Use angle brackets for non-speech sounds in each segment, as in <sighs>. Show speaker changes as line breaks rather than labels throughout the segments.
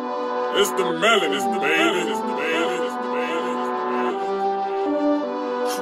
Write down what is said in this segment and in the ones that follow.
It's the melon, it's the melon, it's the melon, it's the melon.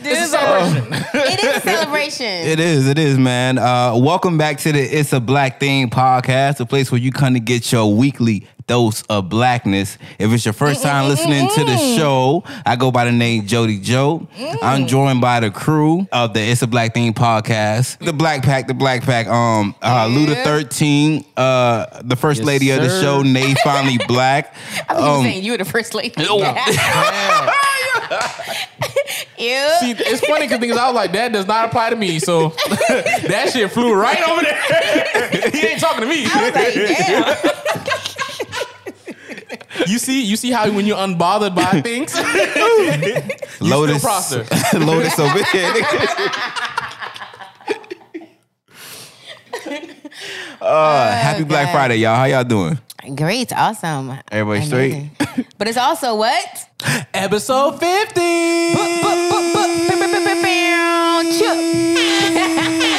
This is celebration. <laughs> it is a celebration.
It is, it is, man. Uh, welcome back to the It's a Black Thing podcast, a place where you come to get your weekly dose of blackness. If it's your
<laughs>
first time listening to the show, I go by the name Jody Joe. I'm
Mm.
joined by the crew of the It's a Black Thing podcast, the Black Pack, the Black Pack, um, uh, Luda 13, uh, the first
Yes,
lady of the
sir.
show, Nay Finally
<laughs>
Black.
I was
um,
just saying you were the first lady. <laughs> Ew.
See, it's funny because things I was like, that does not apply to me. So <laughs> that shit flew right over there. <laughs> he ain't talking to me.
I was like, damn.
You see, you see how when you're
<laughs>
unbothered by things,
Lotus,
Prosser.
<laughs> Lotus over here. uh, happy Black
God.
Friday, y'all. How y'all doing?
Great, awesome.
Everybody
Amazing. But it's also what?
episode fifty.
Bu- bu- bu- bu- bu- bu- bu- bu- bu- chip.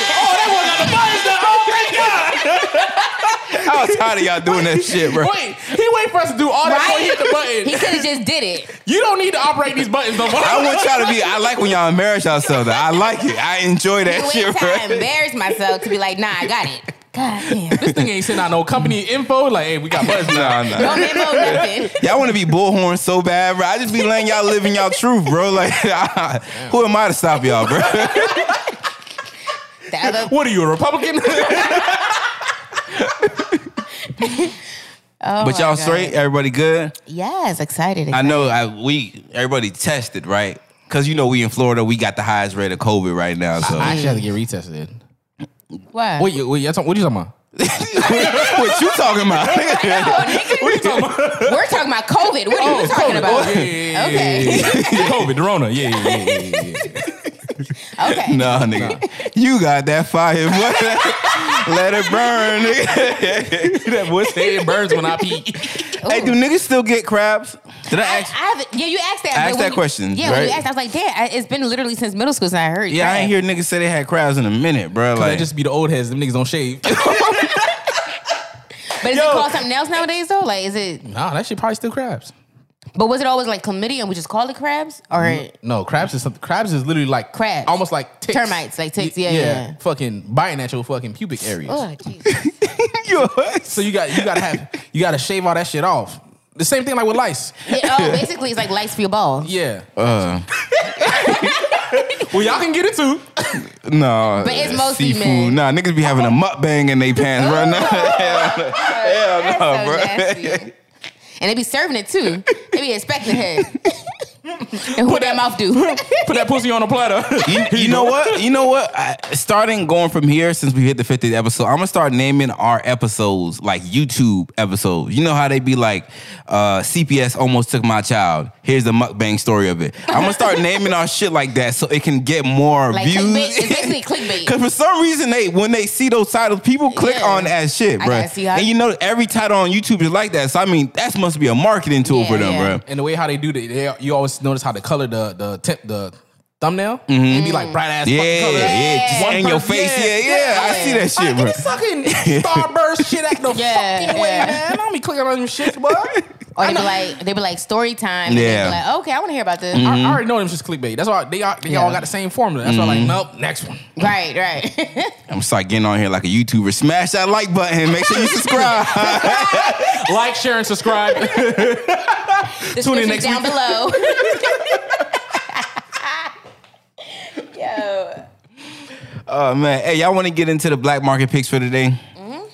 <laughs> I was tired of y'all doing that shit, bro.
Wait, he wait for us to do all that before he hit the
Right? He
button.
could have just did it.
You don't need to operate these buttons no more.
I want y'all to be. I like when y'all embarrass yourselves. though. I like it. I enjoy
It
that shit,
went
<laughs>
to
bro.
embarrass myself to be like, nah, I got it. God damn.
<laughs> this thing ain't sending out no company info. Like, hey, we got buttons. now.
Nah, nah.
Don't memo nothing.
Y'all want to be bullhorn so bad, bro. I just be letting y'all live in y'all truth, bro. <laughs> Like, who am I to stop y'all, bro?
The other,
What are you, a
<laughs>
Republican?
oh
but
my
y'all
God.
straight. Everybody good.
Yes, excited.
I know I, we everybody tested right because you know we in Florida we got the highest rate of COVID right now. So <laughs>
I actually have to get retested.
Why?
Wait, wait, y'all talk- what are you talking about?
what you talking about? <laughs>
What are you talking Oh, about?
We're talking about COVID. What are you talking about?
Yeah, yeah, yeah, yeah,
Okay.
yeah, yeah. <laughs> COVID, the Rona. Yeah, yeah, yeah,
<laughs>
yeah, yeah, yeah.
Okay.
no, nigga, you got that fire. boy. <laughs> Let it burn. Nigga. that boy said-
It burns when I pee.
hey, do niggas still get crabs? Did I
I, I
ask?
haven't. Yeah, you asked that.
I
but
asked
when
that
you-
question,
Yeah, when you
right?
asked, I was like, "Damn, I- it's been literally since middle school since I heard."
Yeah, I
crab."
ain't hear niggas say they had crabs in a minute, bro.
That
Like, <laughs>
just be the old heads. Them niggas
<coughs>
don't shave.
But is
Yo.
it called something else nowadays though? Like, is it?
nah, that shit probably still crabs.
But was it always like chlamydia, and we just called it crabs, or
Mm-hmm.
No, crabs is something. Crabs is literally like
Crabs.
almost like ticks.
Termites, like ticks,
Y-
yeah, yeah, yeah.
Fucking biting at your fucking pubic areas.
oh, jeez.
you a huss.
So you got you gotta have you gotta shave all that shit off. The same thing like with lice.
Yeah, oh, basically, it's like lice for your balls.
Yeah. well, y'all can get it too.
no,
But it's
uh,
mostly
seafood.
men.
Nah, niggas be having a mukbang in they pants right
<laughs>
now. <laughs> Hell no. Hell
That's
no,
so
Oh, bro.
nasty. And they be serving it too. They be expecting it. and what that mouth
<laughs>
do?
Put that pussy on a platter.
You, you know what? You know what? I, starting going from here, since we hit the 50th episode, I'm gonna start naming our episodes like YouTube episodes. You know how they be like, uh, CPS almost took my child. Here's the mukbang story of it. I'm
<laughs>
gonna start naming our shit like that so it can get more
Like
views.
clickbait. It's
<laughs>
basically clickbait.
Because for some reason, they when they see those titles, people click
Yeah.
on that shit,
I
bro.
gotta see how-
And you know, every title on YouTube is like that. So I mean, that must be a marketing tool
Yeah,
for them,
yeah.
bro.
And the way how they do that, they, you always notice how they color the the temp, the thumbnail. It'd be like bright ass
Yeah,
fucking color.
yeah, just
One
in your
person-
face. Yeah, yeah, I see that shit,
Like,
bro.
give me
<laughs>
fucking starburst shit at the
Yeah,
fucking way,
yeah.
man. I don't be clicking on them shit, boy.
<laughs>
Or they be like, they be like story time. And yeah.
Yeah. Mm-hmm.
They be like, okay, I want to hear about this.
I, I already know them just clickbait. That's why they all, they all
Mm-hmm. Yeah. Mm-hmm.
got the same formula. That's why I'm like, nope, next one.
Right, right. <laughs>
I'm gonna start getting on here like a YouTuber. Smash that like button. Make sure you subscribe. <laughs>
Like, share, and subscribe. <laughs>
Tune
in next
down below. Yo,
Oh man, hey, y'all want to get into the black market picks for today? All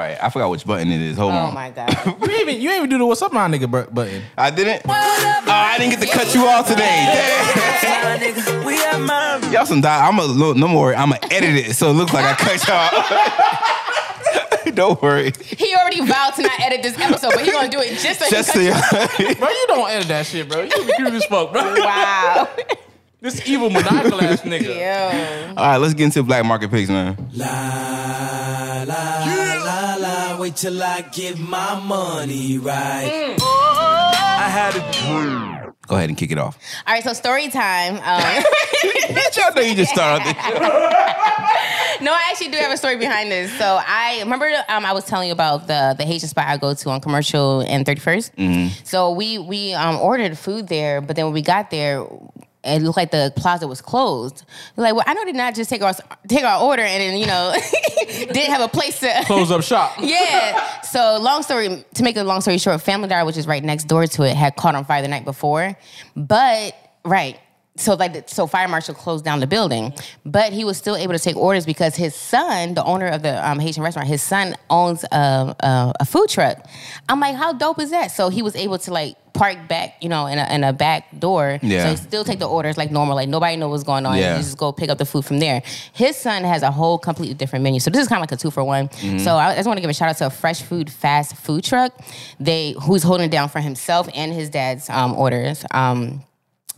right, I forgot which button it is. Hold
Mm-hmm. oh
on,
my god.
you ain't even you ain't even do the what's up, my nigga bu- button.
I didn't. Oh, I didn't get to cut you off <laughs> today. Damn. y'all <laughs> some die. I'm a little. No more. I'm gonna edit it so it looks like I cut y'all. Don't worry.
He already vowed to not edit this episode, but he gonna do it just so he
Just
can.
the
Bro, you don't edit that shit, bro. You be cute as fuck, bro. <laughs>
Wow.
This evil maniacal ass
<laughs>
nigga.
Yo.
<laughs> All right, let's get into black market picks, man.
La la la la, wait till I get my money right. I had a dream.
Go ahead and kick it off.
All right, so story time. Um,
Y'all know you just started.
no, I actually do have a story behind this. So I remember um, I was telling you about the the Haitian spot I go to on Commercial and Thirty So we we um, ordered food there, but then when we got there. It looked like the plaza was closed. We're Like, well, I know they not just take our take our order and then you know <laughs> didn't have a place to
Close up shop.
yeah. So long story to make a long story short, Family Dollar, which is right next door to it, had caught on fire the night before. But right. So like so fire marshal closed down the building, but he was still able to take orders because his son, the owner of the um, Haitian restaurant, his son owns a, a, a food truck. I'm like, how dope is that? So he was able to like park back, you know, in a, in a back door.
Yeah.
So he still take the orders like normal, like nobody know what's going on.
Yeah.
You just go pick up the food from there. His son has a whole completely different menu. So this is kind of like a two for one. So I I just want to give a shout out to a fresh food fast food truck. They who's holding it down for himself and his dad's um, orders. Um,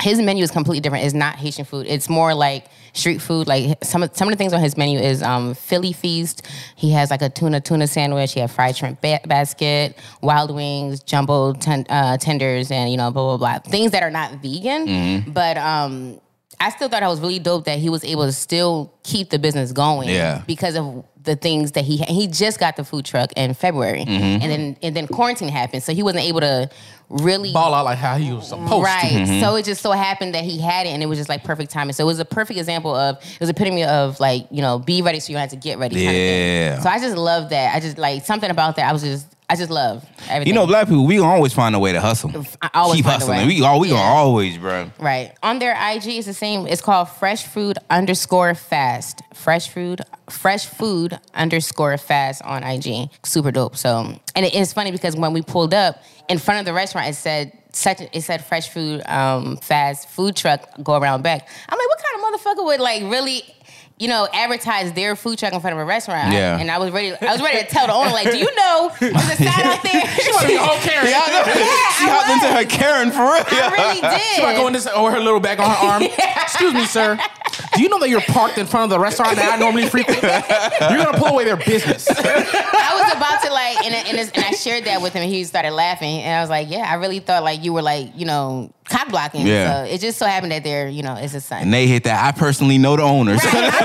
his menu is completely different. It's not Haitian food. It's more like street food. Like some of, some of the things on his menu is um, Philly feast. He has like a tuna tuna sandwich. He had fried shrimp ba- basket, wild wings, jumbo ten- uh, tenders, and you know blah blah blah things that are not vegan. But um, I still thought I was really dope that he was able to still keep the business going.
Yeah.
Because of the things that he he just got the food truck in February, and then and then quarantine happened, so he wasn't able to really
Ball out like how he was supposed
Right.
to.
Mm-hmm.
So it just so happened that he had it and it was just like perfect timing. So it was a perfect example of it was epitome of like, you know, be ready so you don't have to get ready. kind of thing.
Yeah.
So I just love that. I just like something about that. I was just I just love everything.
You know, black people, we always find a way to hustle.
I always
Keep
find a
hustling.
way.
We all we
Yeah.
gonna always, bro.
Right. On their IG, it's the same. It's called Fresh Food underscore Fast. Fresh Food, Fresh Food underscore Fast on IG. Super dope. So, and it is funny because when we pulled up in front of the restaurant, it said such. It said Fresh Food um, Fast Food Truck go around back. I'm like, what kind of motherfucker would like really? You know, advertise their food truck in front of a restaurant.
Yeah.
and I was ready. I was ready to tell the owner, like, "Do you know there's a sign out there?" she
She
<laughs>
be all oh, Karen.
Yeah, I know. <laughs> she
I
hopped into her Karen
<laughs>
for real.
I really did.
She about going this or her little bag
<laughs>
on her arm. Excuse me, sir. Do you know that you're parked in front of the restaurant that I normally frequent? You're gonna pull away
<laughs>
their business.
I was about to like, and, and, and I shared that with him, and he started laughing, and I was like, "Yeah, I really thought like you were like, you know, cock blocking."
Yeah.
So it just so happened that they're, you know, it's his son. <laughs>
And they hit that. I personally know the owners.
Right, I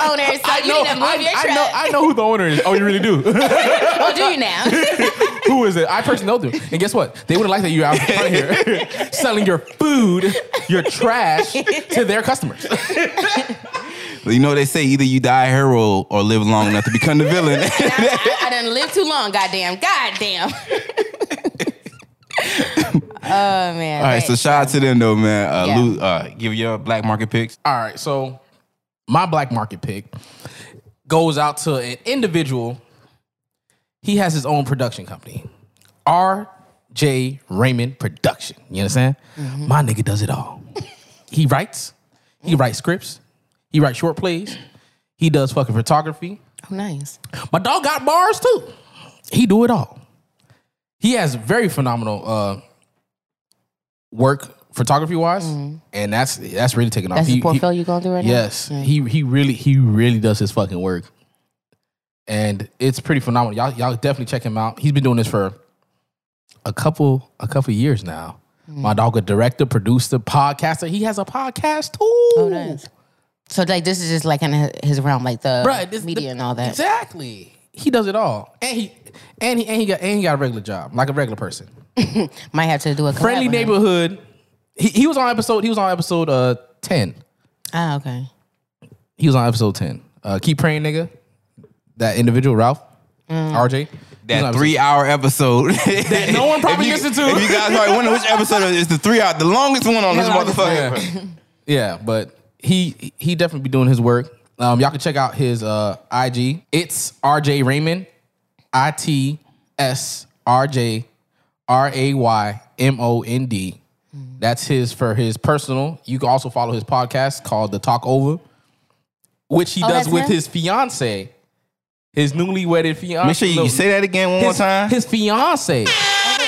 know the owners, so you need to move your
I,
truck.
know, I know who the owner is. Oh, you really do.
oh, do you now?
who is it? I personally know them. And guess what? They wouldn't like that you're out in front of here selling your food, your trash to their customers.
But you know what they say either you die a hero or live long enough to become the villain. <laughs>
I, I, I didn't live too long. Goddamn, goddamn. <laughs> oh man!
All right, so shout out to them though, man. Uh,
Yeah.
Lou, uh, give your black market picks.
All right, so my black market pick goes out to an individual. He has his own production company, R.J. Raymond Production. You understand? My nigga does it all. he writes, he writes scripts, he writes short plays, he does fucking photography.
oh, nice.
My dog got bars too. He do it all. He has very phenomenal uh, work photography wise, and that's that's really taking
Mm-hmm.
off.
That's
He-
his
he-
portfolio you going through right now.
Yes, he he really he really does his fucking work, and it's pretty phenomenal. Y'all y'all definitely check him out. He's been doing this for a couple a couple years now.
Mm.
My dog, a director, producer, podcaster. He has a podcast too.
Oh, nice. So like, this is just like in his realm, like the
Bruh, this-
media
the-
and all that.
Exactly. He does it all, and he and he and he got and he got a regular job, like a regular person.
Might have to do a collab
Friendly
with him.
neighborhood. He, he was on episode. He was on episode uh ten.
Ah, okay.
He was on episode ten. Uh, keep praying, nigga. That individual, Ralph,
Mm.
RJ. He was
That
on episode-
<laughs> three hour
<laughs>
episode that
no one probably listened to.
If you guys probably wonder which episode is the three hour, the longest one on this
Yeah,
<laughs>
longest
motherfucker.
<laughs> Yeah, but he he definitely be doing his work. Um, y'all can check out his uh IG. It's RJ Raymond, I T S R J R A Y M O N D. That's his for his personal. You can also follow his podcast called The Talk Over, which he
Oh,
does
that's
with
him?
his fiance, His newly wedded fiance.
Make sure you, you say that again one more
his,
time.
His
<laughs>
fiance.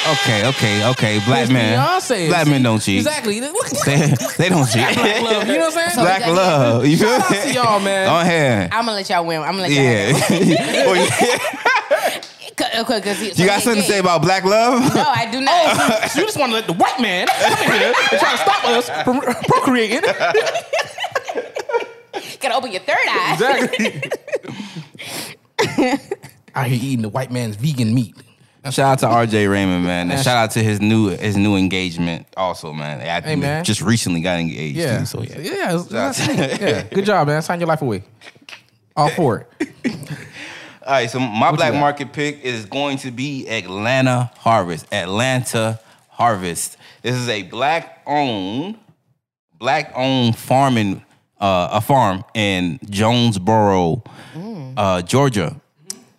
okay, okay, okay. Black
His
man.
fiance.
Black men don't cheat.
Exactly. Look, look, look.
<laughs> They, they don't cheat.
Black love. You know what I'm saying?
<laughs> Black love. You feel
Shout out
me?
to y'all, man.
On hand.
I'm gonna let y'all win. I'm gonna let y'all.
Yeah. <laughs>
Yeah.
Well, yeah.
<laughs>
You got something to say about Oh. black love?
No, I do
<laughs>
not.
So you just want to let the white man come in here and try to stop us from
<laughs>
procreating.
Gotta open your third eye.
Exactly. Out here eating the white man's vegan meat.
Shout out to RJ Raymond, man. And shout out to his new his new engagement also, man. I think
man.
just recently got engaged too. So yeah.
Yeah. it's- it's- yeah. Good job, man. Sign your life away. All for it.
All right, so my black
got?
market pick is going to be Atlanta Harvest. Atlanta Harvest. This is a black owned, black owned farming uh, a farm in Jonesboro,
Mm.
uh, Georgia.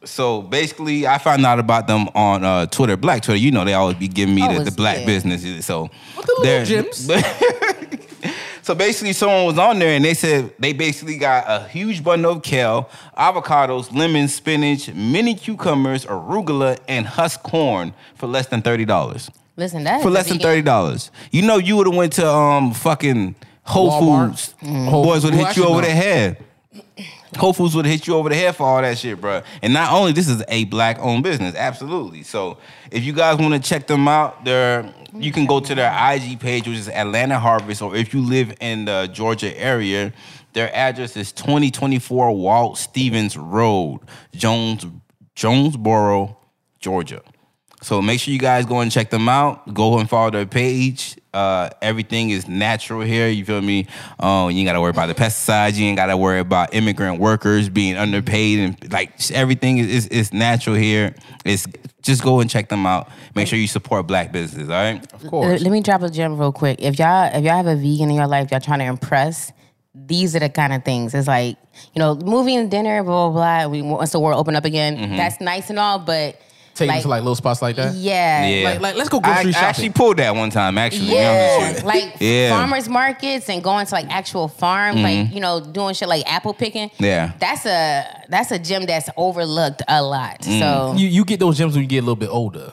So basically, I found out about them on uh, Twitter, Black Twitter. You know, they always be giving me
Oh,
the, the
it's-
black
yeah.
business. So
With the
they're-
little gems.
<laughs> so basically, someone was on there and they said they basically got a huge bundle of kale, avocados, lemons, spinach, mini cucumbers, arugula, and husk corn for less than thirty dollars.
Listen, that
For
is
less
a
than
vegan-
thirty dollars, you know you would have went to um fucking Whole
Walmart.
Foods.
Whole-
Boys would
Well,
hit you
actually,
over
no.
the head. Whole Foods would hit you over the head for all that shit, bro. And not only this is a black owned business, absolutely. So if you guys want to check them out, they're you can go to their IG page, which is Atlanta Harvest, or if you live in the Georgia area, their address is 2024 Walt Stevens Road, Jones Jonesboro, Georgia. So make sure you guys go and check them out. Go and follow their page. Uh, everything is natural here. You feel me? Um, you ain't gotta worry about the pesticides. You ain't gotta worry about immigrant workers being underpaid and like just everything is, is is natural here. It's just go and check them out. Make sure you support black business. All right.
Of
Let,
course.
let me drop a gem real quick. If y'all if y'all have a vegan in your life, y'all trying to impress. These are the kind of things. It's like you know, movie and dinner, blah blah blah. We once the world open up again,
Mm-hmm.
that's nice and all, but
Take me to like little spots like that.
yeah,
Yeah.
Like, like, let's go
I, I
grocery shopping.
actually pulled that one time. Actually, to be honest with
Yeah,
you.
like
<laughs> Yeah. Mm-hmm.
farmers markets and going to like actual farm, like you know, doing shit like apple picking.
Yeah.
that's a that's a gem that's overlooked a lot.
Mm.
So
you, you get those gems when you get a little bit older.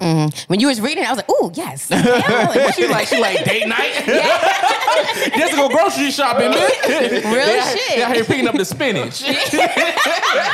when you was reading, I was like, "Ooh,
<laughs>
yes." Yeah, like,
She like she like
<laughs>
date night. <laughs> Just go grocery shopping, man. They out-
shit.
They out here picking up the spinach.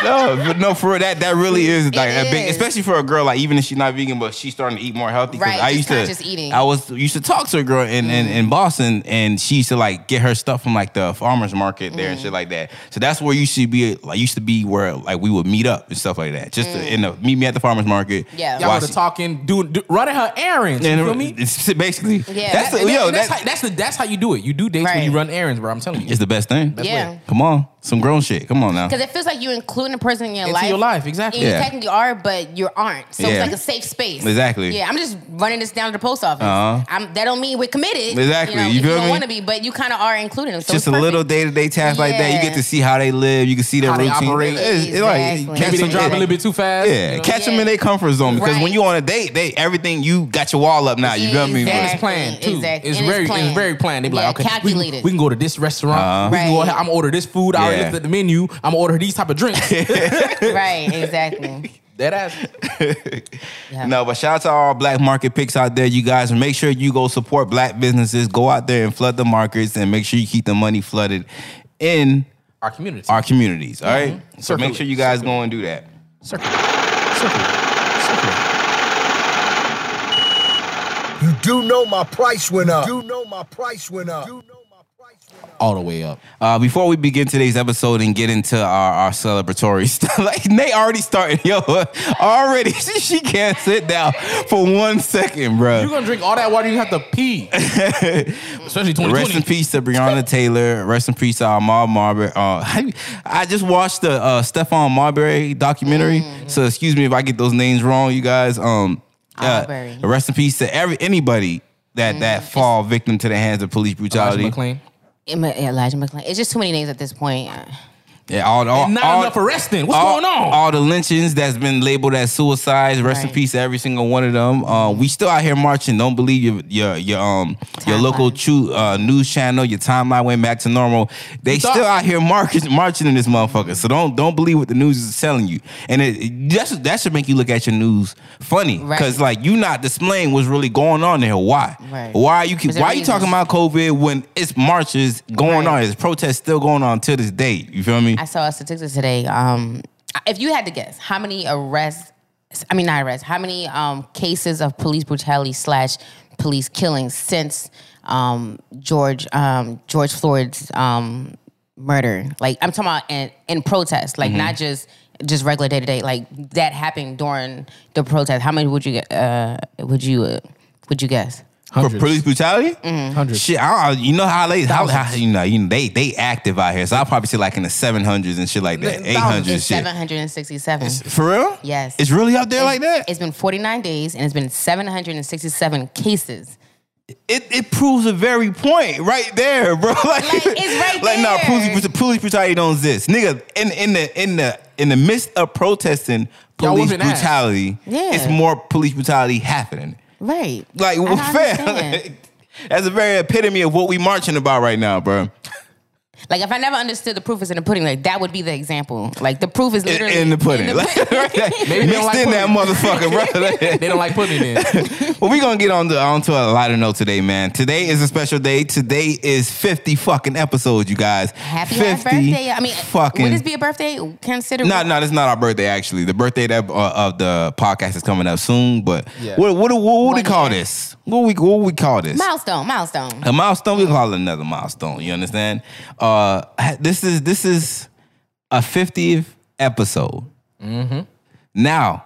No, but no, for real, that that really is like a big,
is.
especially for a girl. Like even if she's not vegan, but she's starting to eat more healthy. 'cause
Right,
I
just
used to
conscious eating. Mm-hmm.
I was used to talk to a girl in, in, in Boston, and she used to like get her stuff from like the farmers market there
Mm.
and shit like that. So that's where you should be. Like used to be where like we would meet up and stuff like that. Just to, in the meet me at the farmers market.
Mm. Yeah.
Y'all
watch-
were talking, doing, do, running her errands. You
and
feel me?
it's <laughs> basically,
Yeah.
that's
And
the,
And that-
yo,
and that's,
that
how, that's the that's how you do it. You do dates when you
Right.
run errands, bro. I'm telling you,
is the best thing.
yeah.
Come on, some grown shit. Come on now.
Because it feels like you're including a person in your
Into
life.
your life, exactly.
And
Yeah.
You technically are, but you aren't. So
Yeah.
it's like a safe space.
Exactly.
Yeah, I'm just running this down to the post office.
Uh-huh.
I'm, that don't mean we're committed.
Exactly. You
if
feel
don't
me?
want to be, but you kind of are including them. So
just
it's
a little
perfect.
day to day task like that. You
Yeah.
get to see how they live. You can see their
How they
routine.
operate.
It's- it's
Exactly.
catch
maybe they
them-
drive a
yeah.
little bit too fast.
Yeah,
you know?
catch them
Yeah.
in their comfort zone because when
Right.
you on a date, they everything you got your wall up now. You feel me?
And
Exactly.
it's planned too.
Exactly.
It's
And it's
very, it's,
planned.
very planned. They be
Yeah,
like, okay, we- We,
calculated.
can go to this restaurant.
Uh-huh.
We can go
Right.
ahead. I'm gonna order this food. I already
Yeah.
looked at the menu. I'm gonna order these type of
<laughs>
drinks.
Right, exactly.
that ass.
Yeah.
No, but shout out to all black market picks out there, you guys. Make sure you go support black businesses. Go out there and flood the markets, and make sure you keep the money flooded in
Our community.
our communities. All right, so
Circle
make
it.
sure you guys go and do that.
circle. Circle. Circle.
You do know my price went up. You do know my price went up. You know my price went up.
All the way up.
Uh, before we begin today's episode and get into our, our celebratory <laughs> stuff, like Nate already started, yo, <laughs> already <laughs> she, she can't sit down for one second, bro.
You're gonna drink all that water. You have to
<laughs>
pee. Especially 2020.
Rest in peace to Breonna Taylor. Rest in peace to Ahmaud Marbury. Uh, <laughs> I, I just watched the uh, Stefan Marbury documentary,
Mm.
so excuse me if I get those names wrong, you guys. Um, uh,
Marbury.
rest in peace to every anybody that that fall victim to the hands of police
Elijah
brutality.
Mm. McClain.
Em- Elijah McClain. It's just too many names at this point.
Yeah, all, all,
And not
all-
enough arresting. What's
all-
going on?
All the lynchings that's been labeled as suicides. Rest in
Right.
peace to every single one of them. Uh, we still out here marching. Don't believe your your your um your local true uh, news channel. Your timeline went back to normal. They
thought-
still out here marching marching in this motherfucker. So don't don't believe what the news is telling you. And it, that's that should make you look at your news funny
Right.
because like you not displaying what's really going on there. Why?
Right.
Why are you keep,
Was there
why you talking
reasons?
about COVID when it's marches going
Right.
on? It's protests still going on to this day. You feel me?
I saw a statistic today. Um, if you had to guess, how many arrests? I mean, not arrests. How many um, cases of police brutality slash police killings since um, George um, George Floyd's um, murder? Like I'm talking about in, in protest, like not just just regular day to day. Like that happened during the protest. How many would you get? Uh, would you uh, would you guess?
for police brutality?
Mm-hmm.
Hundreds.
Shit, I don't, you know how they how, how you know you know, they they active out here. So I'll probably say like in the seven hundreds and shit like that,
Thousands.
eight hundreds and
It's
shit.
767.
For real?
Yes.
It's really out there like that.
It's been 49 days and it's been 767 cases.
It it proves a very point right there, bro. <laughs> Like,
it's right
<laughs> Like no,
there.
police, brut- police brutality don't exist, nigga. In in the in the in the midst of protesting
Y'all
police
whooping ass.
brutality,
Yeah.
it's more police brutality happening.
Right.
Like,
I don't
<laughs> fair.
understand.
that's a very epitome of what we marching about right now, bro.
like if I never understood the proof is in the pudding, like that would be the example. Like the proof is
in,
literally
in the pudding.
in
<laughs> Like, right there. Mixed
Maybe they
in
don't like
that motherfucker, bro. Like,
They don't like putting it
<laughs>
in.
well, we gonna get on the onto a lighter note today, man. Today is a special day. Today is fifty fucking episodes, you
<laughs>
guys.
Happy ass birthday. I mean,
fucking.
would this be a birthday? Consider
no, no, it's not our birthday. Actually, the birthday that, uh, of the podcast is coming up soon. But
Yeah.
what what what, what we
One
call
year.
this? What we what we call this?
milestone, milestone.
a milestone. We can call it another milestone. You understand? Uh, ha- this is this is a fiftieth episode. Now,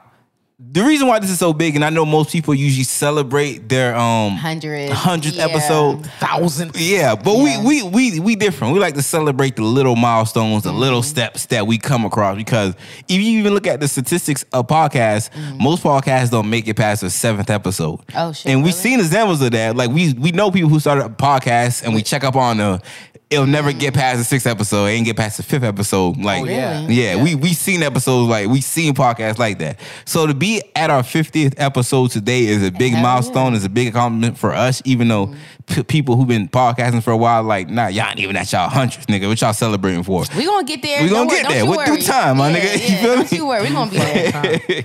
the reason why this is so big, and I know most people usually celebrate their um
Hundredth.
hundredth
Yeah.
episode.
Thousand.
<laughs> Yeah, but we we we we different. We like to celebrate the little milestones, the
Mm-hmm.
little steps that we come across. Because if you even look at the statistics of podcasts, most podcasts don't make it past the seventh episode.
Mm-hmm. Oh, shit,
And we've
really?
seen examples of that. Like we we know people who started podcasts, and we check up on the. It'll never
Mm-hmm.
get past the sixth episode. It ain't get past the fifth episode.
Oh,
Like,
yeah.
yeah, we we seen episodes like we seen podcasts like that. So to be at our fiftieth episode today is a big
Hell yeah.
milestone. It's a big accomplishment for us, even though p- people who've been podcasting for a while, like, nah, y'all ain't even at y'all hundreds, nigga. What y'all celebrating for?
We gonna get there.
We
Don't
gonna
worry.
get
Don't
there.
you
With due
worry.
time, my
Yeah,
nigga. <laughs> You
yeah.
feel
Don't
me?
you worry. We
<laughs>
gonna be there.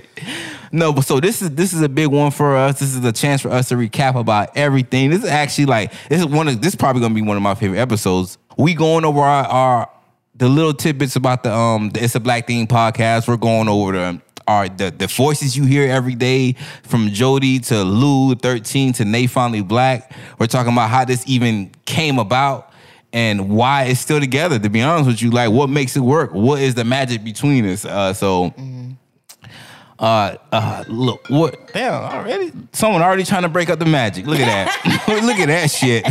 No, but so this is this is a big one for us. This is a chance for us to recap about everything. This is actually like this is one of this is probably gonna be one of my favorite episodes. We going over our, our the little tidbits about the um the It's a Black Thing podcast. We're going over the our the, the voices you hear every day from Jody to Lou 13 to Nate Finally Black. We're talking about how this even came about and why it's still together, to be honest with you. Like what makes it work? What is the magic between us? Uh so uh, uh, look, what? Damn, already? Someone already trying to break up the magic. Look at <laughs> that. Look at that shit.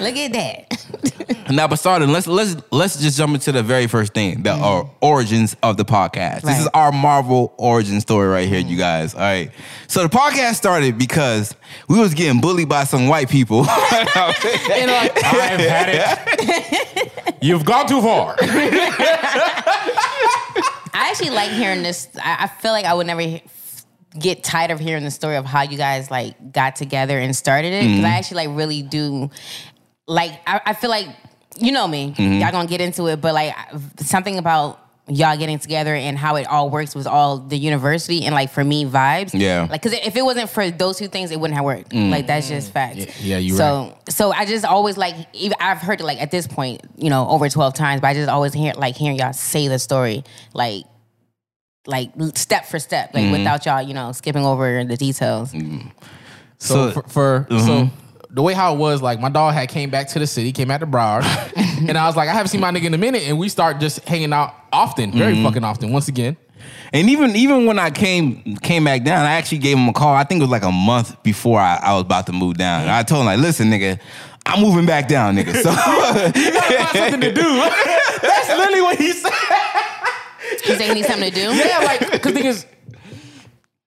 Look at that.
<laughs> now, but starting, let's let's let's just jump into the very first thing, the uh, origins of the podcast. This is
Right.
our Marvel origin story right here, you guys. All right. So the podcast started because we was getting bullied by some white people. <laughs>
And like, <laughs> I've had it. You've gone too far.
I actually like hearing this. I, I feel like I would never he- get tired of hearing the story of how you guys like got together and started it. 'Cause I actually like really do. Like I, I feel like you know me. Y'all gonna get into it, but like I- something about y'all getting together and how it all works was all the university and like for me vibes.
Yeah.
Like because if it wasn't for those two things, it wouldn't have worked. Like that's just facts.
yeah, you
So
right.
so I just always like even, I've heard it like at this point, you know, over twelve times, but I just always hear like hearing y'all say the story like like step for step,
Mm-hmm.
like without y'all, you know, skipping over the details.
Mm. So, mm-hmm.
So-
for, for so the way how it was, like my dog had came back to the city, came out to <laughs> Broward, and I was like, I haven't seen my nigga in a minute, and we start just hanging out often, very fucking often. Once again, <laughs>
And even even when I came came back down, I actually gave him a call. I think it was like a month before I, I was about to move down. And I told him like, listen, nigga, I'm moving back down, nigga. <laughs> So
find something to do. <laughs> That's literally what he said. <laughs>
You say you need something to do?
Yeah, like because thing is,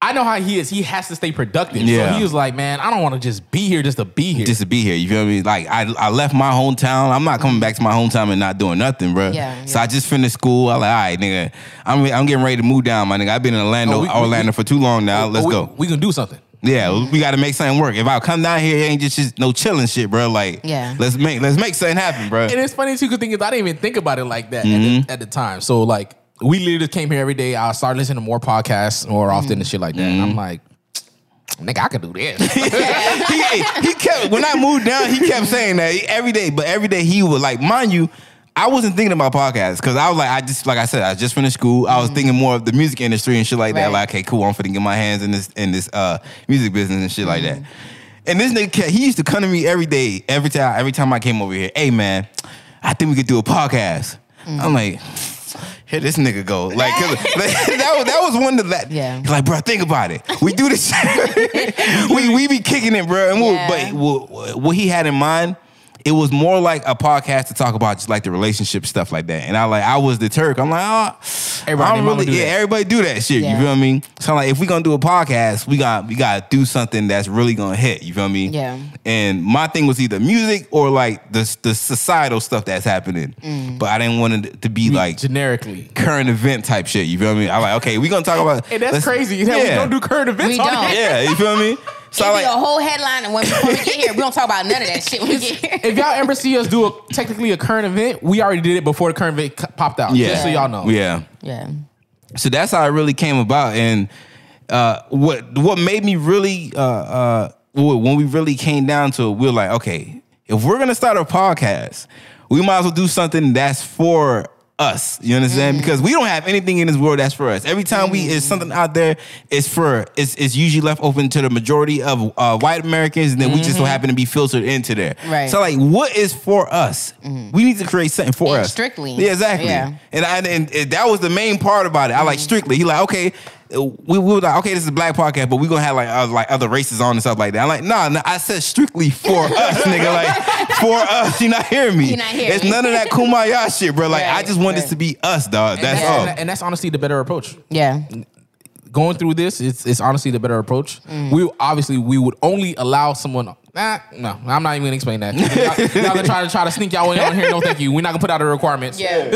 I know how he is. He has to stay productive.
Yeah.
So he was like, man, I don't want to just be here just to be here.
just to be here. You feel me? Like I, I left my hometown. I'm not coming back to my hometown and not doing nothing, bro.
Yeah,
so
yeah.
I just finished school. I like, all right, nigga. I'm I'm getting ready to move down, my nigga. I've been in Orlando,
Oh, we- we-
Orlando for too long now. Let's
But we,
go.
We can do something.
Yeah, we got to make something work. If I come down here, it ain't just, just no chilling shit, bro. Like,
Yeah.
let's make let's make something happen, bro.
And it's funny too, because thing is, I didn't even think about it like that at,
Mm-hmm.
the, at the time. So like, we literally just came here every day. I started listening to more podcasts more often
Mm-hmm.
and shit like that. And I'm like, nigga, I could do this.
he, hey, he kept when I moved down, he kept saying that every day. But every day he would like, mind you, I wasn't thinking about podcasts because I was like, I just like I said, I just finished school. I was thinking more of the music industry and shit like that.
Mm-hmm. Right.
Like, okay, cool, I'm finna get my hands in this in this uh music business and shit like that.
Mm-hmm.
And this nigga, kept- he used to come to me every day, every time, every time I came over here. Hey man, I think we could do a podcast.
Mm.
I'm like. Here this nigga go like, 'cause- <laughs> like, that was that was one of that
Yeah.
He's like bro think about it we do this
<laughs>
<laughs> we we be kicking it bro and we'll-
Yeah.
but what, what he had in mind, it was more like a podcast to talk about just like the relationship stuff like that. And I like I was the Turk. I'm like, oh, I
Everybody and
don't
mama
really,
do
yeah,
that.
everybody do that shit.
Yeah.
You feel me? So I'm like, if we gonna do a podcast, we got we gotta do something that's really gonna hit. You feel me?
Yeah.
And my thing was either music or like the the societal stuff that's happening.
Mm.
But I didn't want it to be <laughs> like
generically.
current event type shit. You feel me? I'm like, okay, we gonna talk
<laughs>
about.
And that's
let's-
crazy. That We don't do current events.
We
on
don't.
here.
yeah, you
<laughs>
feel me? So
It'd
I
be a
like,
whole headline, and when, before we get here, we don't talk about none of that shit when we get
<laughs>
here.
If y'all ever see us do a, technically a current event, we already did it before the current event c- popped out.
yeah,
Just so y'all know.
yeah.
Yeah.
so that's how it really came about and uh, what what made me really uh, uh, wh- when we really came down to it we were like okay if we're gonna start a podcast we might as well do something that's for us you understand because we don't have anything in this world that's for us every time we is something out there it's for it's, it's usually left open to the majority of uh, white americans and then we just so happen to be filtered into there
Right.
so like what is for us we need to create something for
And
us
strictly.
yeah exactly
Yeah.
and I, and and that was the main part about it. I
Mm-hmm.
like strictly. He like okay, uh, we, we were like okay, this is a black podcast, but we gonna have like uh, like other races on and stuff like that. I'm like nah, nah I said
<laughs>
strictly for us, nigga. Like for us, you not hearing me.
You not hearing
It's
me.
none of that kumbaya shit, bro. Like I
Right,
just want
right.
this to be us, dog.
And
That's
that's,
all.
and, and that's honestly the better approach.
Yeah.
Going through this, it's, it's honestly the better approach.
Mm.
We obviously we would only allow someone. Nah, no, I'm not even gonna explain that. y'all, y'all gonna try to try to sneak y'all in on here. No, thank you. We're not gonna put out the requirements.
Yeah.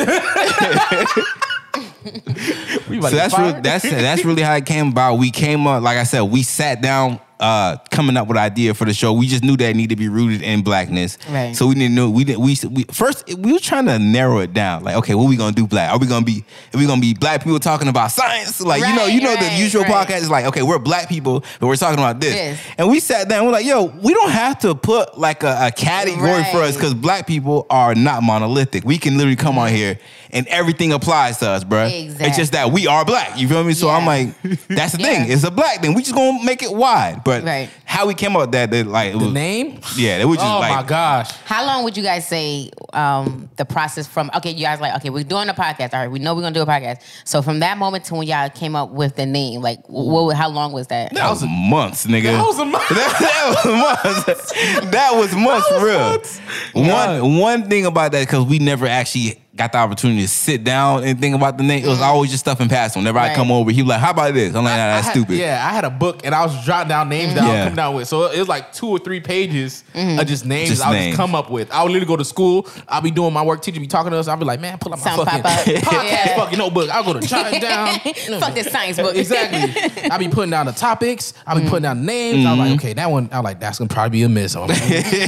We about
so
to
that's
get
really,
fired.
<laughs>
that's that's really how it came about. We came up, like I said, we sat down. Uh, coming up with an idea for the show, we just knew that it needed to be rooted in blackness.
Right.
So we didn't know we didn't we, we first we were trying to narrow it down. Like, okay, what we gonna do black? Are we gonna be are we gonna be black people talking about science? Like, you know,
Right,
you know
right,
the usual
right.
podcast is like, okay, we're black people, but we're talking about this.
This.
And we sat down, we're like, yo, we don't have to put like a, a category for us
Right.
because black people are not monolithic. We can literally come on here and everything applies to us, bruh. It's
Exactly.
just that we are black. You feel me? So
Yeah.
I'm like, that's the
Yeah.
thing. It's a black thing. We just gonna make it wide. But
Right.
how we came up with that, that like it
the
was-
name.
Yeah, it was just
Oh
like
my gosh.
How long would you guys say um, the process from? Okay, you guys like okay, we're doing a podcast. All right, we know we're gonna do a podcast. So from that moment to when y'all came up with the name, like what? How long was that?
that was months, nigga. <laughs>
That was a month.
that,
<laughs>
was months. That was months, for real. One one thing about that because we never actually got the opportunity to sit down and think about the name. It was always just stuff in past. Whenever I
Right.
come over, he was like, "How about this?" I'm like, "Nah,
I
that's
had-
stupid."
Yeah, I had a book and I was jotting down names that I
Yeah.
would come down with. So it was like two or three pages
Mm-hmm.
of just names
Just
I would
names.
just come up with. I would literally go to school. I'll be doing my work. Teacher be talking to us. I'll be like, man, pull up my
Something
fucking
pop up.
<laughs> podcast
Yeah.
fucking notebook. I'll go to jot it down.
<laughs> Fuck this science book.
<laughs> Exactly. I'll be putting down the topics. I'll be putting down names. I'm
Mm-hmm.
like, okay, that one. I'm like, that's gonna probably be a miss.
<laughs>
I'm, I'm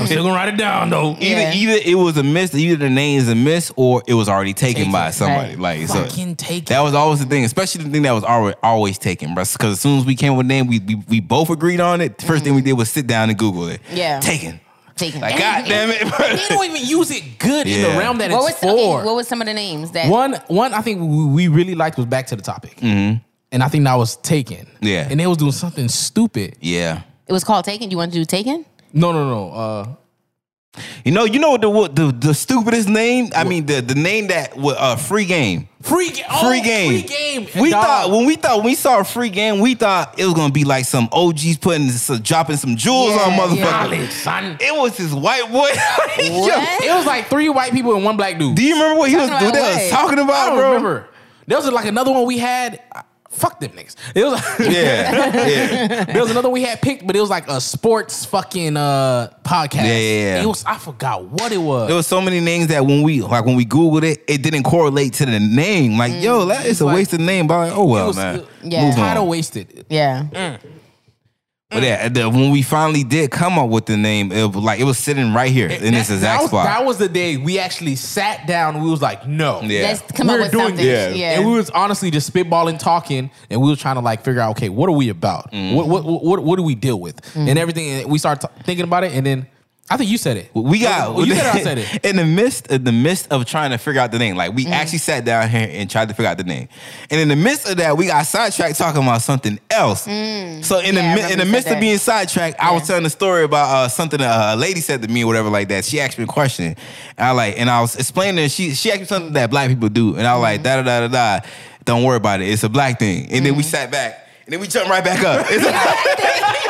still gonna write it down though.
Either
Yeah.
either it was a miss, either the name is a miss, or it was already taken by somebody. Like so,
Fucking take
that was always the thing, especially the thing that was always always taken, bro. Because as soon as we came with a name, we we, we both agreed on it. 1st thing we did was sit down and Google it.
Mm-hmm. Yeah.
taken.
<laughs> Taking
Like god damn it,
They don't even use it good in
Yeah.
the realm that
What
it's
was
for.
okay, what was some of the names that?
One, one I think we we really liked was back to the topic, and I think that was taken.
Mm-hmm. Yeah.
and they was doing something stupid.
<laughs> Yeah.
It was called Taken. You want to do Taken?
No, no, no. Uh,
You know, you know what the what the, the stupidest name? I mean, the the name that wa- uh, free game,
free, ga- oh,
free game,
free game.
We
Dog.
thought when we thought when we saw free game, we thought it was gonna be like some OGs putting some, dropping some jewels
Yeah,
on motherfucker.
Knowledge, son.
It was this white boy. <laughs> Yo,
What?
It was like three white people and one black dude.
Do you remember what he was,
Talking about
what they was
what?
talking about,
I don't
bro?
remember. There was like another one we had. fuck them niggas. It was <laughs>
Yeah,
<laughs>
yeah.
there was another we had picked, but it was like a sports fucking uh podcast.
Yeah, yeah, yeah.
It was I forgot what it was.
There was so many names that when we like when we googled it, it didn't correlate to the name. Like, yo, that is a
Mm, Like-
wasted name. But like, oh
It
well,
was-
man.
Yeah.
Move on.
title wasted.
Yeah.
Mm. But yeah, and then when we finally did come up with the name, it was like it was sitting right here in this
That-
exact
that was,
spot.
That was the day we actually sat down. and We was like, no,
Yeah.
Let's come
We're
up with
doing
something.
this.
Yeah.
And we was honestly just spitballing, talking, and we was trying to like figure out, okay, what are we about?
Mm.
What, what what what do we deal with?
Mm.
And everything. And we started t- thinking about it, and then I think you said it.
we got
you said
<laughs>
it. I said it.
in the midst in the midst of trying to figure out the name. Like
Mm.
we actually sat down here and tried to figure out the name, and in the midst of that, we got sidetracked talking about something else. So in
Mm. Yeah, I
the mi- in
remember
the
you
midst
said
of
that.
being sidetracked, I was telling a story about uh, something a lady said to me or whatever like that. She asked me a question, and I like, and I was explaining. and She she asked me something that black people do, and I was
Mm.
like da da da da da. Don't worry about it. It's a black thing. And then we
Mm.
sat back. And then we jumped right back up.
<laughs>
It's a-
<laughs>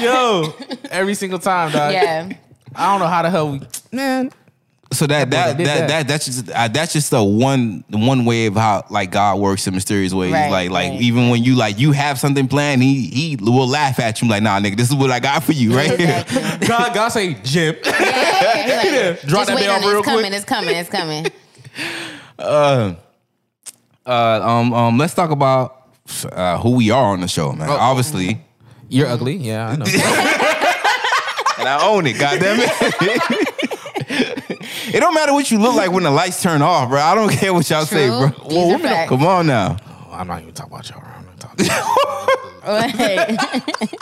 Yo, every single time, <laughs> dog.
yeah.
I don't know how the hell we man.
So that
That
that
boy
that, that
did that.
that's just uh, that's just the one one way of how like God works in mysterious ways.
Right,
like like
right.
even when you like you have something planned, he he will laugh at you like, nah, nigga, this is what I got for you right here.
God, God say Jim.
Yeah, yeah, yeah. Just
Drop that
wait
bell
on it.
real
It's coming.
quick.
It's coming. It's coming.
<laughs>
<laughs>
Uh, um um, let's talk about uh, who we are on the show, man. Obviously,
You're ugly. Yeah, I know.
<laughs> and I own it. God damn it. It don't matter what you look like when the lights turn off, bro. I don't care what y'all say,
True.
bro.
These Well, are women don't- facts.
come on now.
I'm not even talking about y'all. I'm not talking.
Right.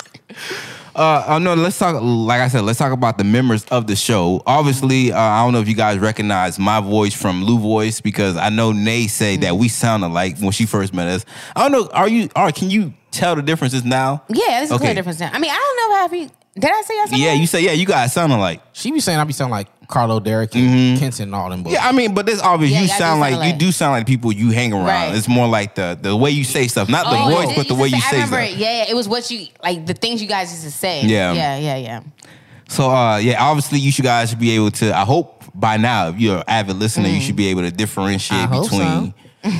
Uh, no, let's talk. Like I said, let's talk about the members of the show. Obviously, uh, I don't know if you guys recognize my voice from Lou voice because I know Nay said that we sound alike when she first met us. I don't know. Are you? Are can you tell the differences now?
Yeah, there's a
Okay.
clear difference now. I mean, I don't know how he. Did I say I said
Yeah, you say yeah. You guys sound alike.
She be saying I be sounding like Carlo Derrick and Kenton and all them boys.
Yeah, I mean, but this obvious.
Yeah,
you
y'all do
sound like
sound
you
alike.
do sound like people you hang around.
Right.
It's more like the the way you say stuff, not the
Oh,
voice,
did-
but the
used
way
to
you
I
say
remember
stuff.
it. Yeah, yeah, it was what you like the things you guys used to say.
Yeah.
yeah, yeah, yeah.
So uh, yeah, obviously you should guys should be able to. I hope by now, if you're an avid listener, you should be able to differentiate
I hope
between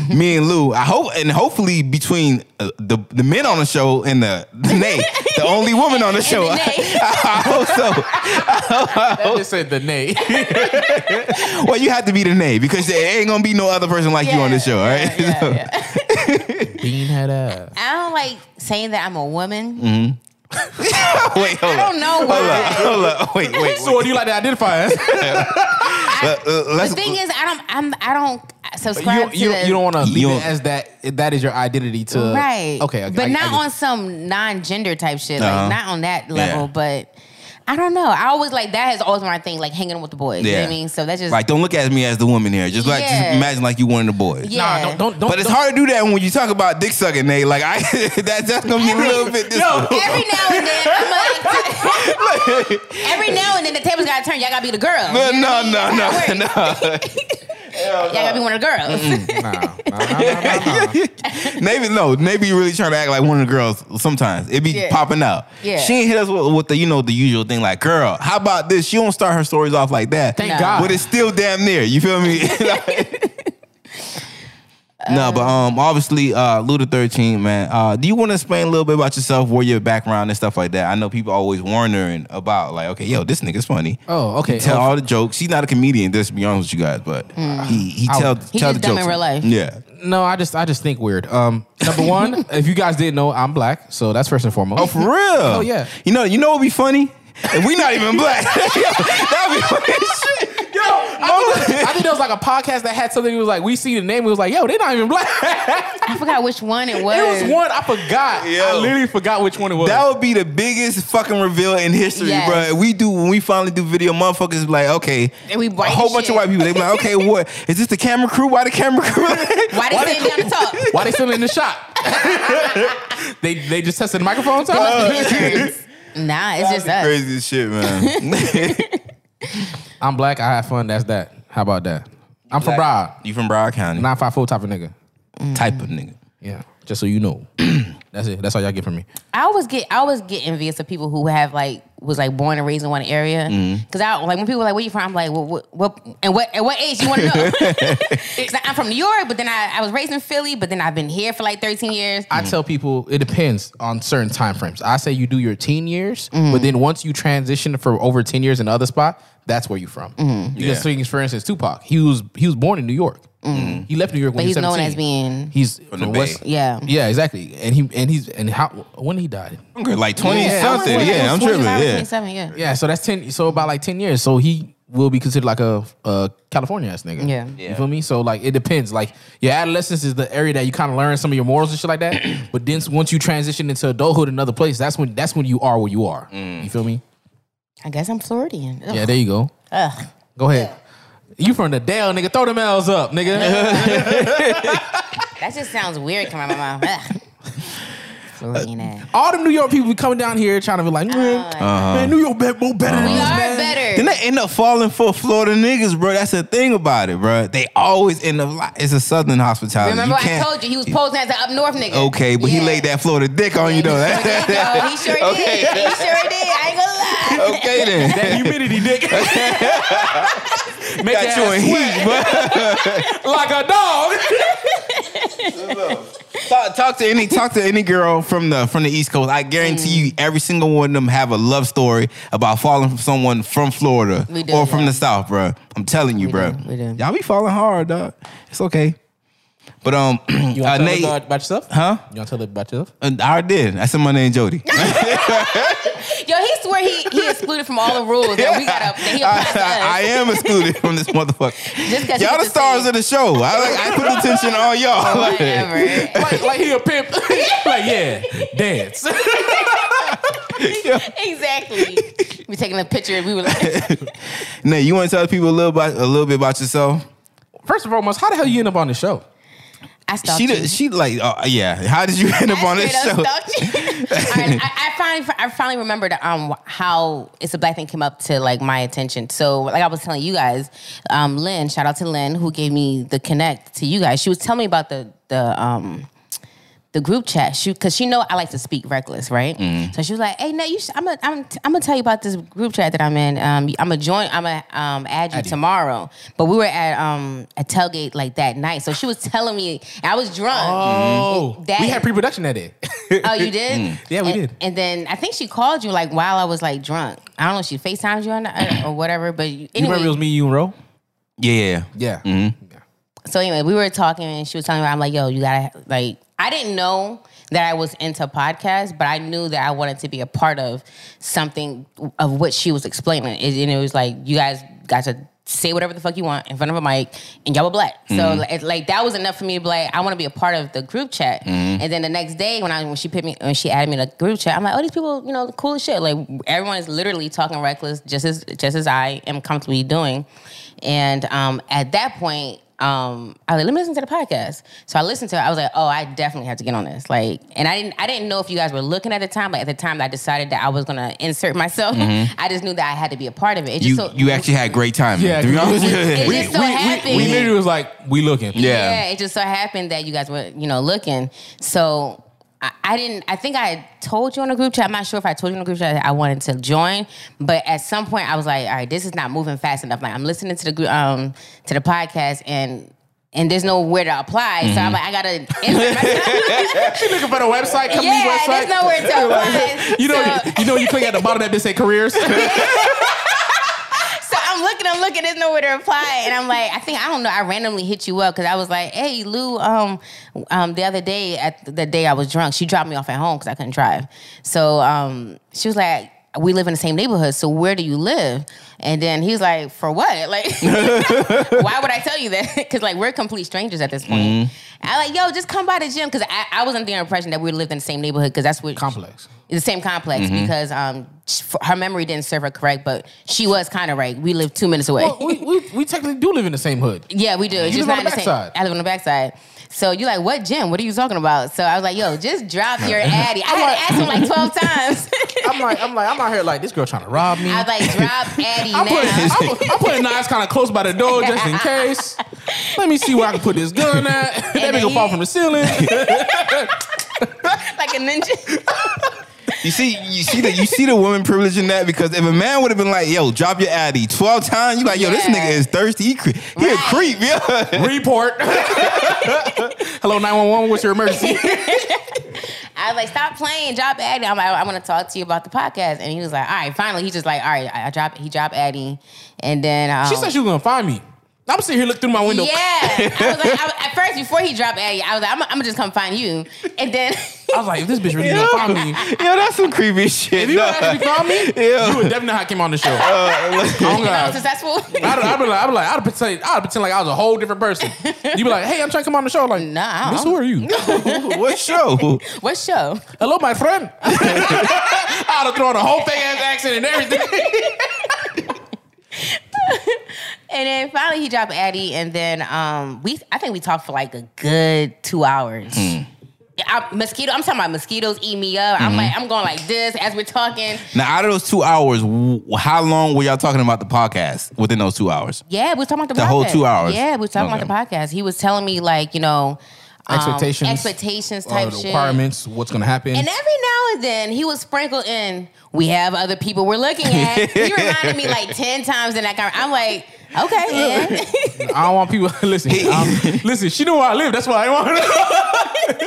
me and Lou. I hope, and hopefully between uh, the the men on the show and the, the nay, the only
<laughs>
woman on the show.
the
<laughs> I,
<laughs>
nay.
hope so.
I just said the name. <laughs>
Well, you have to be the nay because there ain't gonna be no other person like you on the show, all right?
yeah,
So-
yeah.
Bean had a.
I don't like saying that I'm a woman.
Mm. <laughs> Wait, hold
I
up.
don't know
Hold up,
why.
hold up. Wait, wait. wait.
So what do you like to identify
<laughs>
as?
Uh, uh,
The
let's-
thing is, I don't. I'm. I don't
you,
subscribe
you,
to. the-
you don't want to leave
You
it
don't-
as that. That is your identity to.
Right.
Okay. okay
but
I- I
not
get-
on some non-gender type shit.
Uh-huh.
Like not on that level. But I don't know. I always like that has always been my thing. Like hanging with the boys. You know what
Yeah.
I mean? So that's just
like, don't look at me as the woman here. Just like,
Yeah.
just imagine like you one of the boys.
Yeah.
Nah, don't, don't, don't.
but it's
don't-
hard to do that when you talk about dick sucking, Nate. Like I, <laughs> that, that's gonna be a
<laughs>
little bit. Dis-
Every now and then, I'm like, <laughs> every now and then the tables gotta turn. Y'all gotta be the girl.
no,
You know
no,
what I mean?
no, no,
Y'all
no.
gotta be one of the girls.
Nah, nah, nah, nah, nah, nah.
Uh-huh. <laughs> Maybe no, maybe you really trying to act like one of the girls. Sometimes it be
Yeah.
popping out.
Yeah.
she ain't hit us with, with the you know the usual thing like, girl, how about this? She don't start her stories off like that.
Thank
No.
God.
but it's still damn near. You feel
<laughs>
me? <laughs>
Uh,
no, but um, obviously, uh, Luda Thirteen, man. Uh, do you want to explain a little bit about yourself, where your background and stuff like that? I know people always wondering about, like, okay, yo, this nigga's funny.
Oh, okay.
He tell
Oh.
all the jokes. He's not a comedian. This be honest with you guys, but
Mm.
he he tell
He
tell
just
the
dumb
jokes
in real life.
Yeah.
no, I just, I just think weird. Um, number one, <laughs> if you guys didn't know, I'm black, so that's first and foremost.
Oh, for real? Oh
yeah.
You know, you know what'd be funny? If we not even black, <laughs> that'd be funny as shit.
Yo, I think, that- I think there was like a podcast that had something. It was like we see the name. It was like, yo, they're not even black.
<laughs>
<laughs>
I forgot which one it was.
It was one I forgot. I
Yo.
literally forgot which one it was.
That would be the biggest fucking reveal in history,
Yes.
bruh. If We do when we finally do video, motherfuckers be like, okay,
And we
a
white
whole
as
bunch of
shit.
white people. They be like,
<laughs>
okay, what is this? The camera crew? Why the camera crew? <laughs>
Why they sitting
<laughs>
down to talk?
Why they still in the shop? they they just tested the microphones out.
Nah, it's just us.
Crazy as shit, man.
<laughs>
<laughs>
I'm black. I have fun. That's that. How about that? I'm from Broward.
you from Broward County?
Nine five four type of nigga.
type of
Mm.
nigga.
Yeah. <clears throat> Just so you know. That's it. That's all y'all get from me.
I always get I always get envious of people who have like was like born and raised in one area.
Mm-hmm.
Because I like when people are like, "Where you from?" I'm like, "What? What? what and what? At what age you want to
<laughs>
know?" <laughs> 'Cause I'm from New York, but then I, I was raised in Philly, but then I've been here for like 13 years.
I tell people it depends on certain time frames. I say you do your teen years,
Mm-hmm.
but then once you transition for over ten years in another spot, that's where you from.
Mm-hmm.
Because
Yeah.
for- for instance, Tupac, he was he was born in New York. He left New York when he was
Mm-hmm. he's known
17.
as being-
he's
From the
from West-
Bay.
yeah.
Yeah, exactly. And he and he's and how when he died.
I'm good, like 20
I wanna say
something.
like
Yeah, I'm
25
tripping.
or
Yeah.
27, yeah.
Yeah, so that's ten. So about like ten years. So he will be considered like a, a California ass nigga.
Yeah.
you feel me? So like it depends. Like your adolescence is the area that you kind of learn some of your morals and shit like that. but then once you transition into adulthood, another place, that's when that's when you are where you are. You feel me?
I guess I'm Floridian. Ugh.
Yeah, there you go.
Ugh.
Go ahead. You from the Dale, nigga? Throw them L's
<laughs>
up, nigga.
That just sounds weird coming out of my mouth. Ugh.
<laughs>
Floridian
Uh,
ass.
All them New York people be coming down here trying to be like, man,
Uh-huh.
man New York bet more better than
We
this,
Uh-huh.
are
man.
better.
Then they end up falling for Florida niggas, bro. That's the thing about it, bro. They always end up. Like, it's a Southern hospitality.
Remember,
you
I
can't,
told you he was posing as an up north nigga.
Okay, but
Yeah.
he laid that Florida dick on you, though.
<laughs> He
<laughs>
sure did, though. He sure
okay.
did. He sure did. I ain't
<laughs>
gonna lie.
Okay then.
That humidity, nigga,
Got you in heat, bro. <laughs>
like a dog.
talk, talk to any talk to any girl from the from the East Coast. I guarantee
Mm.
you, every single one of them have a love story about falling from someone from Florida
We do,
or from
yeah.
the South, bro. I'm telling you,
We
bro.
do, we do.
Y'all be falling hard, dog. It's okay. But um, <clears throat>
You
uh,
want to tell
Nate,
them about yourself?
Huh?
You want to tell them about yourself?
uh, I did. I said my
<laughs>
name Jody.
Yo, he swear he,
<laughs>
he excluded from all the rules that we got up. That he applied to us.
I, I am excluded from this motherfucker.
Just 'cause you
y'all
get
the
to
stars
say-
of the show. I like I put attention on y'all. Like,
<laughs> Whatever.
like, like he a pimp. <laughs> like, yeah, dance.
exactly. We taking a picture and we were
<laughs>
like,
Nate, you want to tell people a little about a little bit about yourself?
First and foremost, how the hell you end up on the show?
I stalked
She
you.
did, she like uh, yeah.
<laughs>
How did you end up
I
on this
straight
show?
up stalked you.
<laughs>
All right, I, I finally, I finally remembered um how it's a black thing came up to like my attention. So like I was telling you guys, um, Lynn, shout out to Lynn who gave me the connect to you guys. She was telling me about the the um. The group chat, she because she know I like to speak reckless, right?
Mm-hmm.
So she was like, "Hey, Nate, you should, I'm gonna I'm, I'm gonna tell you about this group chat that I'm in. Um, I'm gonna join. I'm gonna um, add you
you.
tomorrow." But we were at um a tailgate like that night, so she was telling me and I was drunk.
Oh,
That-
we had pre-production that <laughs> day.
Oh, you did?
Yeah, we
and,
did.
And then I think she called you like while I was like drunk. I don't know. if She Facetimed you or, not, or whatever. But you,
You
anyway,
remember it was me, you, and Ro?
Yeah.
Yeah.
Mm-hmm. so anyway, we were talking and she was telling me I'm like, yo, you gotta like. I didn't know that I was into podcasts, but I knew that I wanted to be a part of something of what she was explaining. It, and it was like you guys got to say whatever the fuck you want in front of a mic, and y'all were black. So like, it- like that was enough for me to be like, I want to be a part of the group chat. And then the next day when I when she put me when she added me to the group chat, I'm like, oh, these people, you know, cool as shit. Like everyone is literally talking reckless, just as just as I am comfortably doing. And um, at that point, um, I was like, let me listen to the podcast. So I listened to it. I was like, oh, I definitely have to get on this. Like, and I didn't, I didn't know if you guys were looking at the time. Like at the time, that I decided that I was gonna insert myself. <laughs> I just knew that I had to be a part of it. It just
Mm-hmm. You
so,
you actually had great time.
Yeah,
To be honest
<laughs>
with you.
It just so happened.
We literally was like, we looking.
Yeah.
yeah, it just so happened that you guys were, you know, looking. So I, I didn't. I think I had told you on a group chat. I'm not sure if I told you on a group chat that I wanted to join, but at some point I was like, all right, this is not moving fast enough. Like I'm listening to the group, um, to the podcast and. And there's nowhere to apply, so
Mm-hmm.
I'm like, I gotta. Insert myself.
You looking for the website? Company
yeah, there's
website?
nowhere to
<laughs>
apply.
you know,
so,
you know, you click at the bottom that bitch say careers.
<laughs> So I'm looking, I'm looking, there's nowhere to apply. And I'm like, I think, I don't know, I randomly hit you up because I was like, hey, Lou, um, um, the other day, at the day I was drunk, she dropped me off at home because I couldn't drive. So um, she was like, we live in the same neighborhood, so where do you live? And then he was like, for what? <laughs> Like, why would I tell you that? <laughs> Because like we're complete strangers at this point. I like, yo, just come by the gym because I, I was under the impression that we lived in the same neighborhood because that's what
Complex.
the same complex because um, sh- f- her memory didn't serve her correct, but she was kind of right. We live two minutes away.
Well, we, we, we technically do live in the same hood.
<laughs> yeah, we do. It's
You
just not
live on
in
the
the same.
backside.
I live on the backside. So you like what gym? What are you talking about? So I was like, yo, just drop your addy. I had to ask him like twelve
<laughs>
times.
I'm like, I'm like, I'm out here like this girl trying to rob me.
I was like, drop addy
I'm putting,
now. <laughs>
I'm, I'm putting knives kind of close by the door just in case. Let me see where I can put this gun at. that
then
nigga
he-
fall from the ceiling.
like a ninja.
You see, you see the you see the woman privilege in that because if a man would have been like, "Yo, drop your addy twelve times," you like, "Yo, this
Yeah.
nigga is thirsty. He, cre- he a
Right.
creep." Yeah.
Report. Hello, 911. What's your emergency?
I was like, stop playing, drop Addy. I'm like, I want to talk to you about the podcast. And he was like, all right, finally. He just like, all right, I I drop. He dropped Addy, and then um,
<laughs> she said she was gonna find me. I'm sitting here looking through my window.
Yeah, I was like, I, at first before he dropped Addy, I was like, I'm, I'm gonna just come find you, and then <laughs>
I was like, if this bitch
<laughs>
really gonna find me,
Yo, that's some creepy shit.
if you
nah.
actually found me,
Yeah.
you would definitely know how I came on the show. oh,
and I was
God.
successful.
I'd, I'd be like, I'd be like, I'd pretend, I'd pretend like I was a whole different person. You'd be like, hey, I'm trying to come on the show. Like,
Nah, I
bitch,
don't.
who are
<laughs>
you?
what show?
<laughs> what show?
<laughs> Hello, my friend. <laughs> I'd have thrown a whole fake ass accent and everything.
And then finally he dropped Addy, and then um, we I think we talked for like a good two hours.
Hmm.
Yeah, I, mosquito, I'm talking about mosquitoes eat me up.
Mm-hmm.
I'm like, I'm going like this as we're talking.
Now, out of those two hours, wh- how long were y'all talking about the podcast within those two hours?
Yeah, we were talking about the,
The
podcast.
whole two hours?
Yeah, we were talking about the
Okay.
podcast. He was telling me like, you know, um,
Expectations.
expectations
Uh,
type
the
shit.
requirements, what's gonna happen.
And every now and then he would sprinkle in, we have other people we're looking at. he reminded me like 10 times in that conversation. I'm like, okay, yeah.
I don't want people <laughs> listen. I'm- listen, she knew where I live. That's why I want her.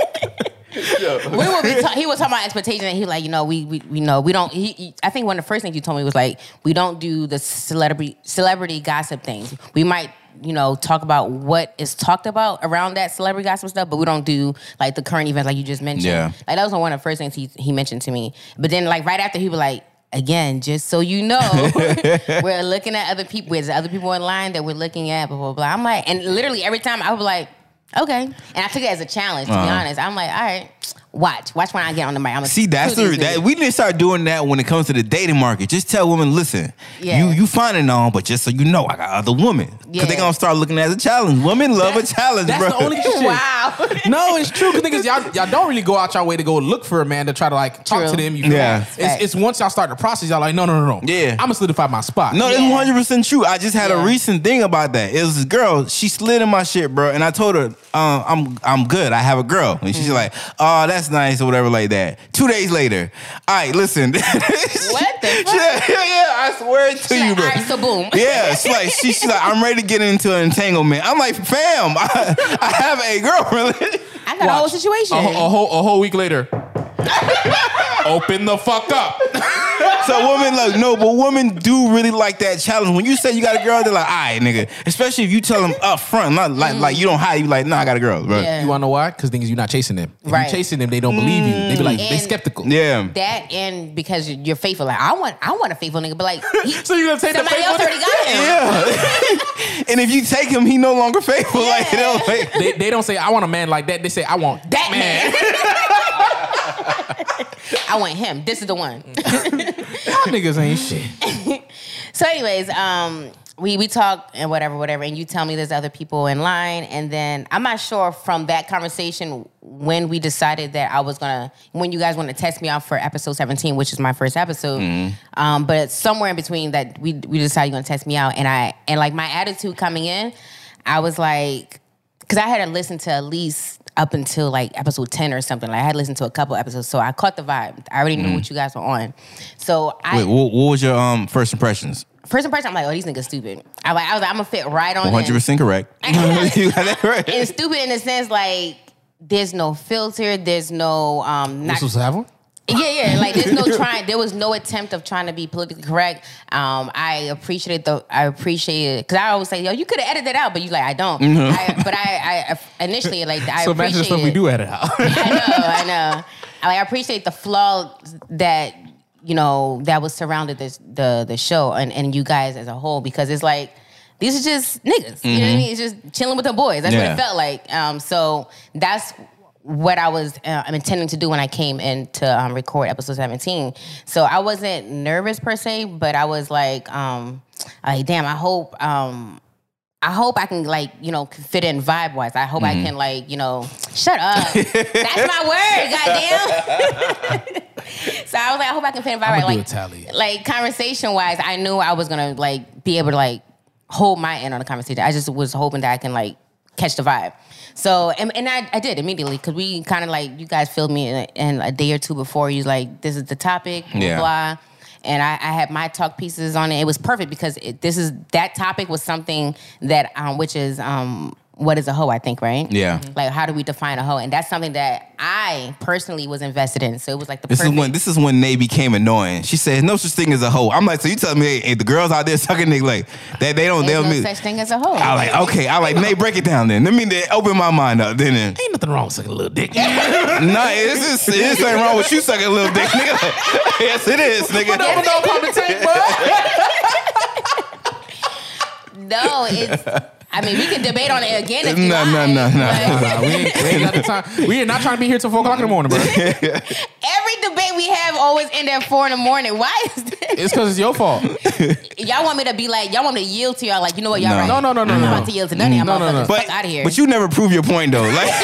<laughs> we would be ta- he was talking about expectations and he like you know we we you know we don't he, he- I think one of the first things you told me was like we don't do the celebrity celebrity gossip things we might you know talk about what is talked about around that celebrity gossip stuff but we don't do like the current events like you just mentioned
Yeah.
like that was one of the first things he he mentioned to me but then like right after he was like again just so you know <laughs> we're looking at other people there's other people in line that we're looking at blah blah blah I'm like and literally every time I was like okay and I took it as a challenge to be
Uh-huh.
honest I'm like all right watch watch when I get on the mic I'm
See, that's the
<laughs>
that we need to start doing that when it comes to the dating market. Just tell women, listen,
Yeah.
you you finding on, but just so you know, I got other women because
Yeah.
they're gonna start looking at it as a challenge. Women love a challenge,
That's
bro.
the only shit. <laughs>
wow
No, it's true. Cause niggas, y'all, y'all don't really go out your way to go look for a man to try to like talk
True.
to them. You feel me?
Yeah.
It's, it's once y'all start the process, y'all like, no, no, no, no.
Yeah.
I'm gonna solidify my spot.
No, it's
Yeah.
one hundred percent true. I just had
Yeah.
a recent thing about that. It was this girl. She slid in my shit, bro, and I told her, um, "I'm I'm good. I have a girl." And
Mm-hmm.
she's like, "Oh, that's nice or whatever like that." Two days later, all right, listen. <laughs> what
the fuck?
Yeah, yeah, yeah, I swear to
She's
you,
like,
bro.
all right so boom
Yeah, she's like, she, she's like, I'm ready to get into an entanglement. I'm like, fam, I, I have a girlfriend. <laughs>
I got a whole situation
A, whole- a whole a whole week later. Open the fuck up.
<laughs> so women like, no, but women do really like that challenge. When you say you got a girl, they're like, all right, nigga. Especially if you tell them up front, not like like you don't hide. You like, nah, I got a girl, bro.
Mm. Yeah.
You wanna know why? Cause things you're not chasing them. If
Right.
you chasing them, they don't believe you. They be like, they
And-
skeptical.
Yeah.
that and because you're you're faithful like I want I want a faithful nigga but like he,
<laughs> So you gonna take the
somebody
faithful
else already got him
Yeah. <laughs> and if you take him, he no longer faithful. Like, they'll like
<laughs> They, they don't say I want a man like that. They say I want that <laughs> man.
<laughs> I want him this is the one
Y'all niggas ain't shit.
So, anyways, um, we we talk and whatever, whatever, and you tell me there's other people in line, and then I'm not sure from that conversation when we decided that I was gonna when you guys want to test me out for episode 17, which is my first episode. Um, but it's somewhere in between that we we decided you're gonna test me out, and I and like my attitude coming in, I was like, because I had to listen to at least up until like episode 10 or something. Like I had listened to a couple episodes, so I caught the vibe. I already knew what you guys were on. So <laughs> I
Wait, what, what was your um first impressions?
first impression, I'm like, oh, these niggas stupid. I like, I was like, I'm gonna fit right on. in.
100
<laughs>
percent correct. <laughs> you got that right.
And stupid in the sense like there's no filter, there's no um, not,
Savile?
yeah, yeah. Like there's no trying. There was no attempt of trying to be politically correct. Um, I appreciated the. I appreciated because I always say, yo, you could have edited that out, but you like, I don't. I, but I, I initially like I
So imagine
appreciate
the stuff we do at it out.
I know, I know. I, like, I appreciate the flaw that you know that was surrounded this the the show and and you guys as a whole because it's like these are just niggas. You know what I mean? It's just chilling with the boys. That's what
Yeah.
it felt like. Um, so that's what I was uh, I'm intending to do when I came in to um, record episode 17. So I wasn't nervous per se, but I was like, um, like damn, I hope. Um, I hope I can like you know fit in vibe wise. I hope
Mm-hmm.
I can like you know shut
<laughs>
up. That's my word, goddamn. <laughs> so I was like, I hope I can fit in vibe.
I'ma do
right.
Italian.
like, like conversation wise, I knew I was gonna like be able to like hold my end on the conversation. I just was hoping that I can like catch the vibe. So and, and I, I did immediately because we kind of like you guys filled me in a, in a day or two before you was like this is the topic blah
Yeah.
blah. And I, I had my talk pieces on it. It was perfect because it, this is that topic was something that um, which is um, what is a hoe I think right
Yeah.
like how do we define a hoe and that's something that I personally was invested in. So it was like the
This
perfect
is when this is when Nay became annoying. She said, "No such thing as a hoe." I'm like, "So you telling me hey, hey, the girls out there sucking dick like that? They don't. They
there's
don't.
no
mean-
such thing as a hoe.
I like okay. I like Nay. Break it down then. Let me then open my mind up.
<laughs>
Then, then.
<laughs> Ain't nothing wrong with sucking a little dick.
no, it's just it's nothing wrong with you sucking a little dick, nigga. <laughs> yes, it is, nigga.
don't come to take, bud.
<laughs> No, it's. I mean, we can debate on it again if you
No, no,
like,
no, no.
but
Nah, we ain't, we ain't got the time. We are not trying to be here till four o'clock in the
<laughs>
morning, bro.
Every debate we have always end at four in the morning. Why is that?
It's because it's your fault.
Y'all want me to be like, y'all want me to yield to y'all? Like, you know what, y'all
No.
right?
No, no, no, no,
I'm
no.
not about to yield to none of y'all
No, no, no.
motherfuckers.
But
Fuck out of here.
but you never prove your point though. Like
<laughs>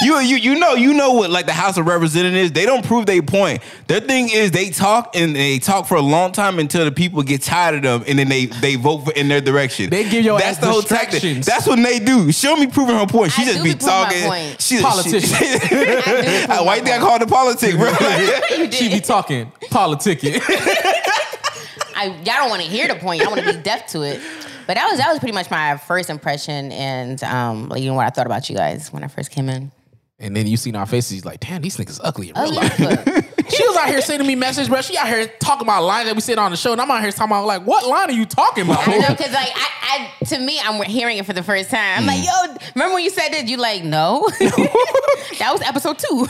<laughs> you you you know you know what like the House of Representatives they don't prove their point. Their thing is they talk and they talk for a long time until the people get tired of them and then they they vote for, in their direction.
They give your ass distractions.
That's what they do. Show me proving her point. She
I
just
do
be
be proving my
talking.
point.
She,
Politician.
She,
I do
<laughs>
approve
<laughs> why you
my
think I
point.
called it politic, bro?
You
She be
did.
talking politicking.
I, y'all don't want to hear the point. Y'all want to be deaf to it. But that was that was pretty much my first impression, and um, like, you know what I thought about you guys when I first came in.
<laughs> and then you seen our faces, like, damn, these niggas ugly in real
Oh, yeah,
<laughs>
life. <laughs>
fuck.
She was out here sending me messages, bro. She out here talking about lines that we said on the show, and I'm out here talking about like, what line are you talking about?
I know because like I, I to me I'm hearing it for the first time. I'm like, yo, remember when you said that? You like no, <laughs> that was episode two.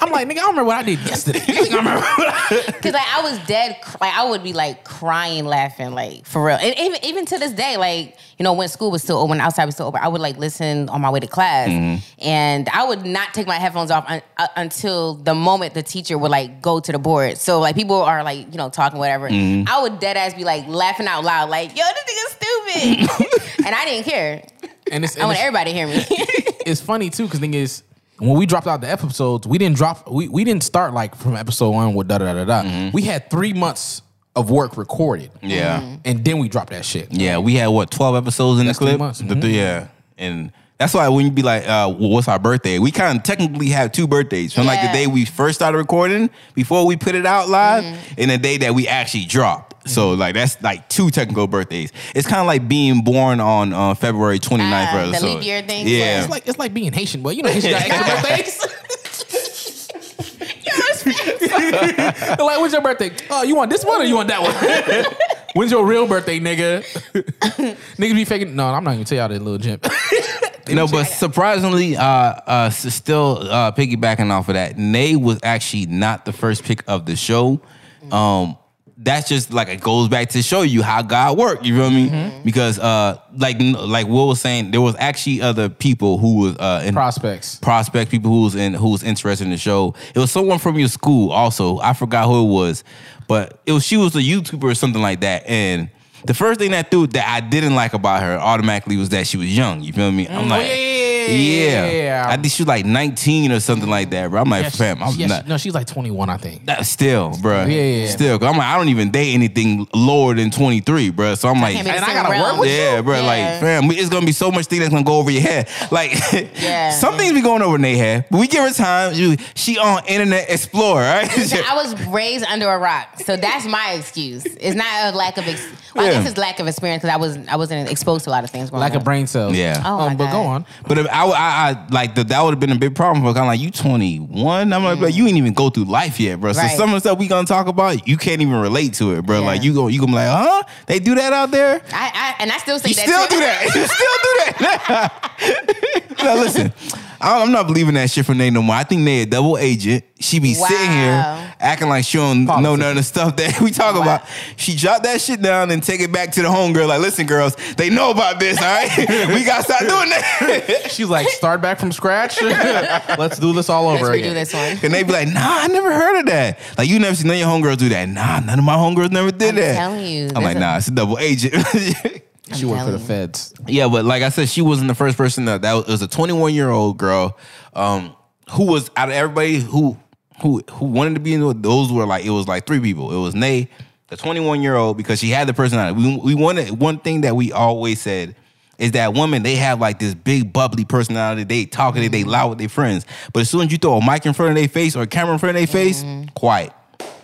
<laughs>
I'm like, nigga, I don't remember what I did yesterday. <laughs> You think I remember what I-
Because like I was dead, cr- like I would be like crying, laughing, like for real. And even even to this day, like you know when school was still open, outside was still open, I would like listen on my way to class, and I would not take my headphones off un- uh, until the moment the teacher would like go to the board. So like people are like you know talking whatever, I would dead ass be like laughing out loud, like yo this nigga stupid, and I didn't care.
And it's,
I
and
want
it's,
everybody to
<laughs>
hear me.
it's funny too, because thing is, when we dropped out the episodes, we didn't drop, we, we didn't start like from episode one with da da da da. da. We had three months of work recorded,
yeah.
and then we dropped that shit.
Yeah, we had what twelve episodes in
That's
the
three
clip.
months. Mm-hmm.
The three- yeah, and that's why when you be like, uh, well, "What's our birthday?" We kind of technically have two birthdays from like the
Yeah.
day we first started recording before we put it out live,
Mm-hmm.
and the day that we actually dropped. So
Mm-hmm.
like that's like two technical birthdays. It's kind of like being born on uh, February 29th.
Ah,
brother.
the
So-
leap year thing?
Yeah,
It's like it's like being Haitian, but you know Haitian
<laughs>
got extra birthdays. They're like, when's your birthday? Oh, you want this one or you want that one? <laughs> when's your real birthday, nigga? <laughs> Niggas be faking. No, I'm not gonna tell y'all that little gym.
No, but surprisingly, uh, uh, s- still uh, piggybacking off of that, Nay was actually not the first pick of the show. Um, that's just like it goes back to show you how God worked. You feel me? Because uh, like like Will was saying, there was actually other people who was uh, in
<laughs> Prospects.
prospect people who was in who was interested in the show. It was someone from your school also. I forgot who it was, but it was she was a YouTuber or something like that. And the first thing that threw that I didn't like about her automatically was that she was young. You feel me? I'm like,
Mm. Oh, yeah, yeah, yeah, yeah, yeah.
I think she was like 19 or something like that, bro. I'm like,
Yeah, she-
fam, I'm
yeah, she-
not.
no, she's like 21, I think.
that- still, bro.
Yeah, yeah, yeah.
Still, 'cause I'm like, I don't even date anything lower than 23, bro. So I'm like,
Can't be the
And I
same
gotta work
realm.
with
yeah, bro. Like,
Yeah.
fam, we- it's gonna be so much thing that's gonna go over your head. <laughs> Like,
Yeah.
<laughs> some things be going over in their head, but we give her time. You, she on Internet Explorer, right?
<laughs> I was raised under a rock, so that's my excuse. It's not a lack of, ex- well, I
Yeah.
guess it's lack of experience because I was I wasn't exposed to a lot of things. Growing
Like a
up.
brain cell.
Yeah.
Oh my
um, but go
God.
on.
<laughs> But if I, I, I like the, that would have been a big problem for kind of like you 21. I'm like, bro, you ain't even go through life yet, bro. So
Mm. Right.
some of the stuff we gonna talk about, you can't even relate to it, bro.
Yeah.
Like you go, you gonna be like, huh? They do that out there?
I, I and I still say
You
that.
still
too.
do that. You still do
<laughs>
that. now listen, I- I'm not believing that shit from Nay no more. I think Nay a double agent. She be
Wow.
sitting here acting like she don't know
Politics.
none of the stuff that we talk
Wow.
about. She drop that shit down and take it back to the homegirl. Like, listen, girls, they know about this, all right? <laughs> we gotta stop doing that.
<laughs> She's like, start back
<laughs>
from scratch. Let's do this all over
Let's redo
again.
this one.
and they be like, nah, I never heard of that. Like, you never seen none of your homegirls do that. Nah, none of my homegirls never did
I'm
that.
telling you,
I'm
there's
like,
a-
nah, it's a double agent. <laughs>
She worked for the
telling you.
feds.
Yeah, but like I said, she wasn't the first person that that was, it was a 21 year old girl um, who was out of everybody who who who wanted to be in it, those were like it was like three people. It was Nay, the 21 year old because she had the personality. We we wanted one thing that we always said is that women, they have like this big bubbly personality. They talkative, they loud with their friends. But as soon as you throw a mic in front of their face or a camera in front of their face, quiet.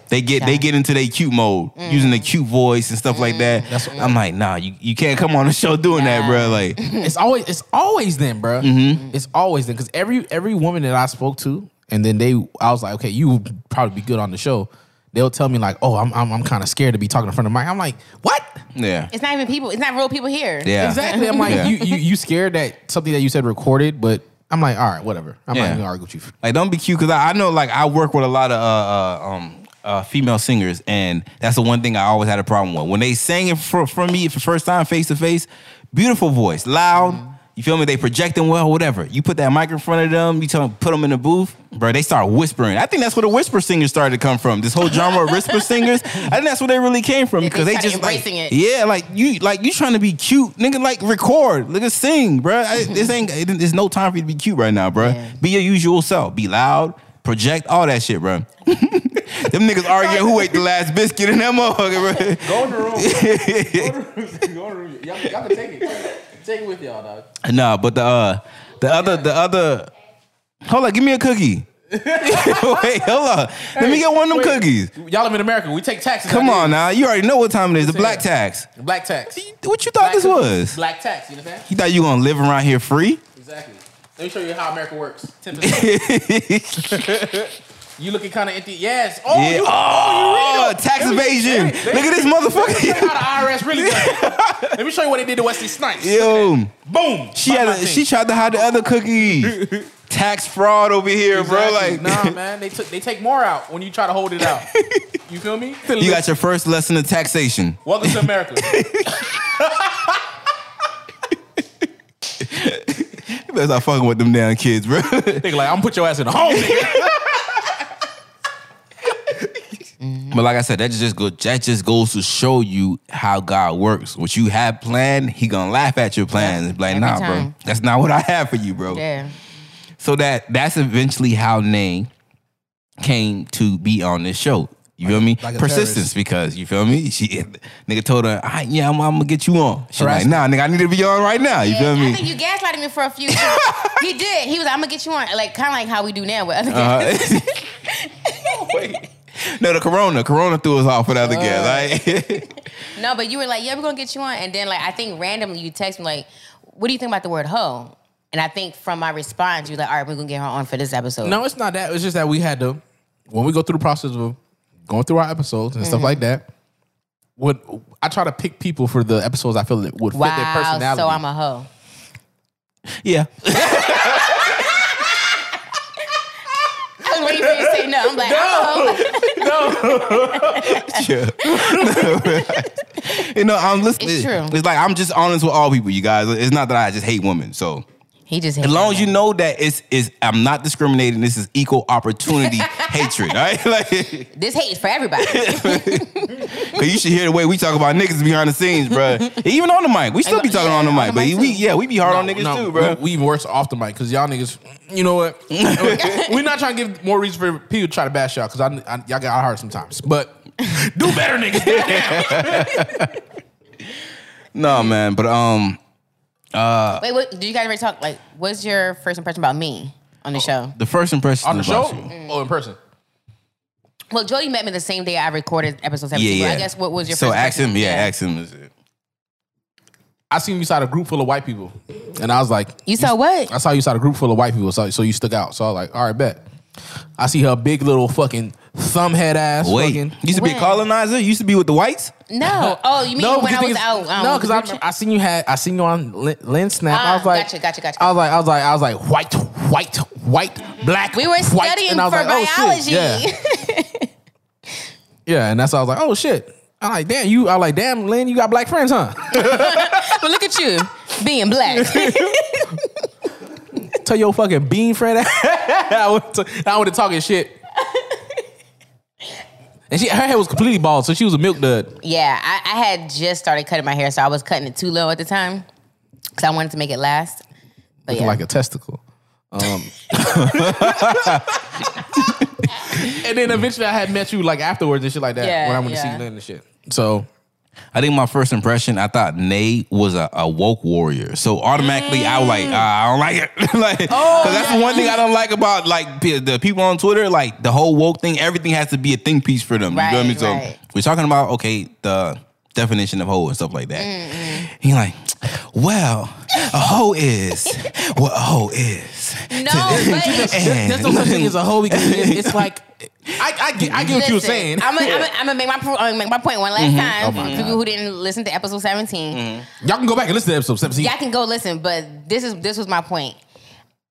They get they get into their cute mode,
Mm.
using their cute voice and stuff like that. I'm like, nah, you, you can't come on the show doing that, bro. Like,
<laughs>
It's always it's always them, bro.
Mm-hmm.
It's always them because every every woman that I spoke to, and then they, I was like, okay, you would probably be good on the show. They'll tell me like, oh, I'm I'm, I'm kind of scared to be talking in front of Mike. I'm like, what?
yeah,
It's not even people. It's not real people here.
yeah,
Exactly. I'm like,
Yeah.
you, you you scared that something that you said recorded, but I'm like, all right, whatever. I'm
Yeah.
not even gonna argue with you.
Like, don't be cute because I, I know, like, I work with a lot of uh, uh, um, uh, female singers, and that's the one thing I always had a problem with. When they sang it for, for me for the first time, face to face, beautiful voice, loud.
Mm-hmm.
You feel me? They projecting well, whatever. You put that mic in front of them, you tell them, put them in the booth, bro. They start whispering. I think that's where the whisper singers started to come from. This whole genre of
<laughs>
whisper singers. I think that's where they really came from because they
started
just like-
embracing it.
yeah, like you, like you trying to be cute, nigga. Like record, nigga, sing, bro.
<laughs>
I, this ain't. it- There's no time for you to be cute right now, bro. Be your usual self. Be loud. Project all that shit, bro. <laughs> them niggas arguing who ate the last biscuit in that motherfucker, bro.
Go in the room. Go in the room. Go in the room. Y'all, y'all can take it. Take it with y'all, dog.
No, but the uh the other the other hold on, give me a cookie. <laughs> wait, hold on. Let me get one of them cookies.
Y'all live in America. We take taxes.
Come
out
on now. You already know what time it is. The black tax.
there. Black tax.
What you thought this was?
Black tax. You know what I'm saying?
You thought you gonna live around here free?
Exactly. Let me show you how America works.
<laughs>
10%. you looking kind of empty. Yes. Oh,
Yeah.
you,
oh,
oh, you real.
tax
Let me-
evasion.
let me-
Look at this
<laughs> Look
motherfucker.
how the IRS really does. it. Let me show you what they did to Wesley Snipes.
<laughs> Yo,
Boom.
she
Buy
had
my
a,
thing.
she tried to hide the other
<laughs>
cookie. tax fraud over here, bro.
Exactly.
Like,
nah, man. They took they take more out when you try to hold it out. you feel me?
<laughs> you got your first lesson of taxation.
Welcome to
<laughs>
America.
You better start fucking with them damn kids, bro. <laughs>
Nigga, like I'm gonna put your ass in a home. Nigga.
But like I said, that just go that just goes to show you how God works. What you have planned, He gonna laugh at your plans. Be Like,
Every
nah, bro,
time.
that's not what I have for you, bro.
Yeah.
So that that's eventually how Nay came to be on this show. You feel me?
like a
Persistence,
terrorist.
because you feel me. She nigga told her, I, "Yeah, I'm, I'm gonna get you on." She like,
Harassment.
"Nah, nigga, I need to be on right now." You feel
I
me?
think you gaslighted me for a
<laughs>
few. times. he did. He was. I'm gonna get you on. Like kind of like how we do now with other
Uh-huh.
guys.
no, the Corona, Corona threw us off for the other
Uh.
guest. Like,
<laughs> No, but you were like, yeah, we're gonna get you on. And then like I think randomly you text me like, what do you think about the word hoe? And I think from my response, you're like, all right, we're gonna get her on for this episode.
no, it's not that. It's just that we had to when we go through the process of going through our episodes and stuff like
Mm-hmm.
that. Would I try to pick people for the episodes I feel that would fit their
Wow.
personality?
So I'm a hoe.
<laughs>
yeah,
I was waiting for you to say no. I'm like, I'm a hoe.
<laughs> Yeah. you know, I'm listening.
It's true.
It's like I'm just honest with all people, you guys. It's not that I just hate women. So
He just
as long as you know that it's is I'm not discriminating. This is equal
<laughs>
opportunity hatred. All right, <laughs> like 'cause
this hate is for
<laughs>
everybody.
you should hear the way we talk about niggas behind the scenes, bro. Even on the mic, we still be talking on the mic, but we yeah we be hard on niggas too, bro.
We, we even worse off the mic because y'all niggas, you know
<laughs>
what? We're not trying to give more reason for people to try to bash y'all because I, I y'all got hard sometimes. But do better,
<laughs>
niggas.
no man, but um
Wait, what? Did you guys ever talk? Like, what's your first impression about me on the show?
the first impression
On the show
about you.
or in person?
Well, Jody met me the same day I recorded episode
Yeah,
17.
yeah.
I guess what was your
so
first
ask
impression?
him? Yeah, ask him.
I seen you side a group full of white people, and I was like,
You saw what?
I saw you side a group full of white people, so, so you stuck out. So I was like, all right, bet. I see her big little fucking thumb head ass.
Wait, you
fucking,
used to be a
When?
colonizer. You used to be with the whites. <laughs>
No. Oh, you mean when I
because
was
niggas-
out? Um,
no, because I, remember- I seen you had I seen you on Lin- Lin Snap. I
Ah,
was like,
gotcha, gotcha, gotcha.
I was like, I was like, I was like, white, white, white, black.
we were
white.
studying
And I
for
was like, oh,
biology.
shit, yeah, yeah, and that's how I was like, oh shit. I like damn you. I like damn Lynn. You got black friends, huh?
<laughs>
<laughs>
but look at you being black.
Tell your fucking bean friend. <laughs> I went to, I went to talking shit.
<laughs>
And she, her hair was completely bald, so she was a milk dud.
yeah, I, I had just started cutting my hair, so I was cutting it too low at the time because I wanted to make it last. But yeah.
like a testicle. Um, <laughs> and then eventually I had met you like afterwards and shit like that
Yeah,
when I went to
yeah.
see Lynn and shit. So
I think my first impression, I thought Nate was a, a woke warrior. So automatically, I was
Mm.
like, ah, I don't like it. <laughs> like, because
Oh,
that's the one thing I don't like about like pe- the people on Twitter. Like the whole woke thing, everything has to be a think piece for them. you know what I mean?
Right,
So
right.
we're talking about okay, the definition of hoe and stuff like that. He like, well, a hoe
<laughs>
is what a hoe is.
<laughs>
No, but.
And-
There's no such thing as a <laughs> hoe because it's, it's like I, I get I get what you were saying. Mm-hmm. Oh
I'm gonna make my pro- I'ma make my point one last time
my
for
God. Mm-hmm.
people who didn't listen to episode 17.
Y'all can go back and listen to episode 17.
Y'all can go listen, but this is this was my point.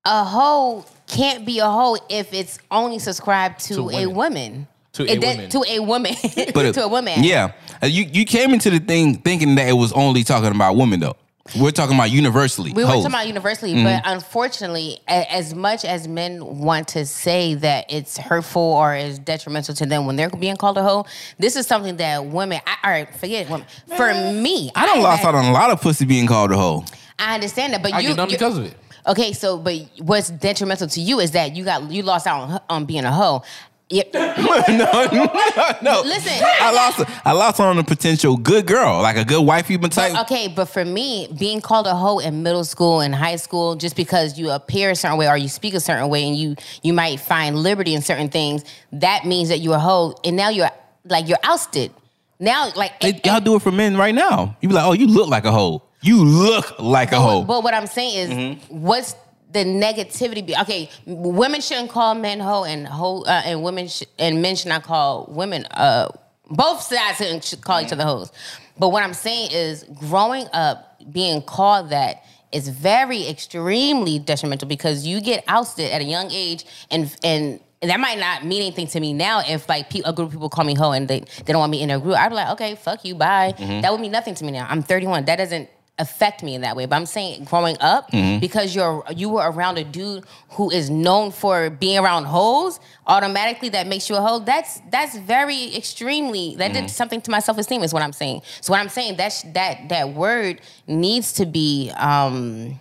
A hoe can't be a hoe if it's only subscribed to, a
women.
woman.
To
It
a
does-
woman.
To a woman. <laughs>
it-
to a woman.
Yeah, Uh, you you came into the thing thinking that it was only talking about women though. We're talking about universally.
We were
hoes. Mm-hmm.
talking about university, but unfortunately, a, as much as men want to say that it's hurtful or is detrimental to them when they're being called a hoe, this is something that women. I, all right, forget women. For me,
I don't lost out on a lot of pussy being called a hoe. <laughs>
I understand that, but
I
you
get done
you-
because of it.
Okay, so but what's detrimental to you is that you got you lost out on, on being a hoe. Yeah,
<laughs>
No,
Listen.
I lost I lost on a potential good girl, like a good wife even type.
okay, but for me, being called a hoe in middle school and high school just because you appear a certain way or you speak a certain way and you you might find liberty in certain things, that means that you're a hoe and now you're like you're ousted. Now like
They- y'all do it for men right now. You be like, oh, you look like a hoe. You look like a hoe.
Oh, But what I'm saying is, what's the negativity? Be okay. Women shouldn't call men hoe, and hoe, uh, and women sh- and men should not call women. Uh, both sides shouldn't should call each other hoes. But what I'm saying is, growing up being called that is very extremely detrimental because you get ousted at a young age, and and. And that might not mean anything to me now. If like pe- a group of people call me hoe and they, they don't want me in their group, I'd be like, okay, fuck you, bye. That would mean nothing to me now. I'm 31. That doesn't affect me in that way. But I'm saying growing up, because you're you were around a dude who is known for being around hoes, automatically that makes you a hoe. That's that's very extremely that did something to my self esteem is what I'm saying. So what I'm saying that sh- that that word needs to be um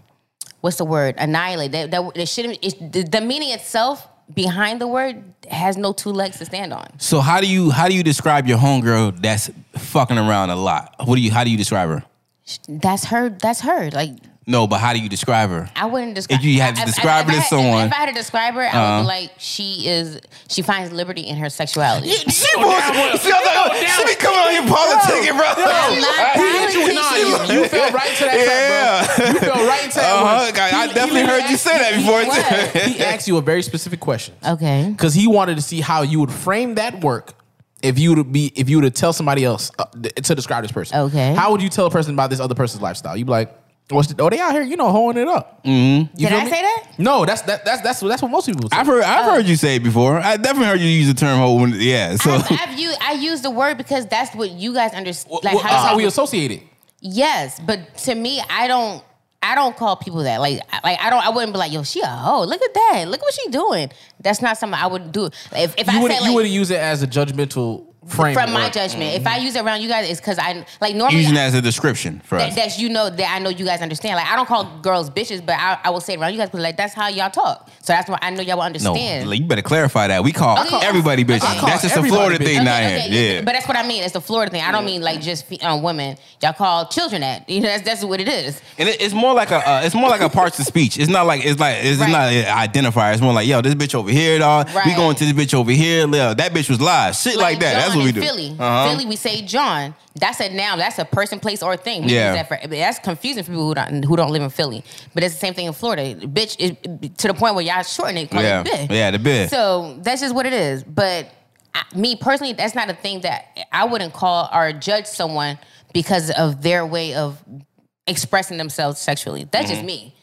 what's the word annihilate that that, that shouldn't it, the, the meaning itself behind the word has no two legs to stand on.
so how do you how do you describe your homegirl that's fucking around a lot? What do you how do you describe her?
That's her. That's her. Like
No, but how do you describe her?
I wouldn't describe.
If you had to
I- I-
describe
if I
it as
had-
someone- Uh-huh.
if I had to describe her, I would be like, she is. She finds liberty in her sexuality.
She was. She, be coming on your politicking, bro.
"Oh,
That's not politics.
Nah, you, you fell right into that trap, bro. You fell right into that
Uh-huh.
one.
I, I
He-
definitely
he
heard you
asked-
say that before. too.
<laughs> He asked you a very specific question.
Okay.
Because Mm-hmm. he wanted to see how you would frame that work if you would be if you were to tell somebody else uh, th- to describe this person.
Okay.
How would you tell a person about this other person's lifestyle? You'd be like, What's the, oh they out here, you know, hoeing it up.
Mm-hmm.
Did
feel
I
me?
say that?
No, that's that, that's that's that's what most people say.
I've heard I've heard you say it before. I definitely heard you use the term hoe. When, yeah, so <laughs>
I've, I've used, I use the word because that's what you guys understand.
Well, that's
uh,
how we associate it.
Yes, but to me, I don't. I don't call people that. Like, I- like I don't. I wouldn't be like, "Yo, she a hoe. Look at that. Look what she doing." That's not something I would do. If, if I
You would
said
you
like,
would use it as a judgmental frame.
from my
or-
judgment, if I use it around you guys, it's because I like normally
Mm-hmm. using that as a description for us.
that, that you know that I know you guys understand. Like I don't call girls bitches, but I, I will say it around you guys because like that's how y'all talk. So that's why I know y'all will
no,
understand.
like, you better clarify that. We call
I call-
everybody bitches.
I call
That's just a
everybody
Florida
bitches.
thing,
Okay,
not here. Yeah,
But that's what I mean. It's the Florida thing. I don't mean like just fe- um, women. Y'all call children that. You know, that's, that's what it is.
and it, it's more like a uh, it's more like a parts of speech. It's not like it's like it's
Right.
not an identifier. It's more like yo, this bitch over here, dog. We
Right.
going to this bitch over here. Yo, that bitch was live. Shit like, that.
John
That's what we
in
do.
Philly,
Uh-huh.
Philly, we say John. That's a noun. That's a person, place, or thing. We
Yeah.
use that for, that's confusing for people who don't who don't live in Philly. But it's the same thing in Florida. Bitch, is, to the point where y'all shorten it. Call
Yeah.
it bitch.
Yeah, the bitch.
So that's just what it is. But I, me personally, that's not a thing that I wouldn't call or judge someone because of their way of expressing themselves sexually. That's
Mm-hmm.
just me.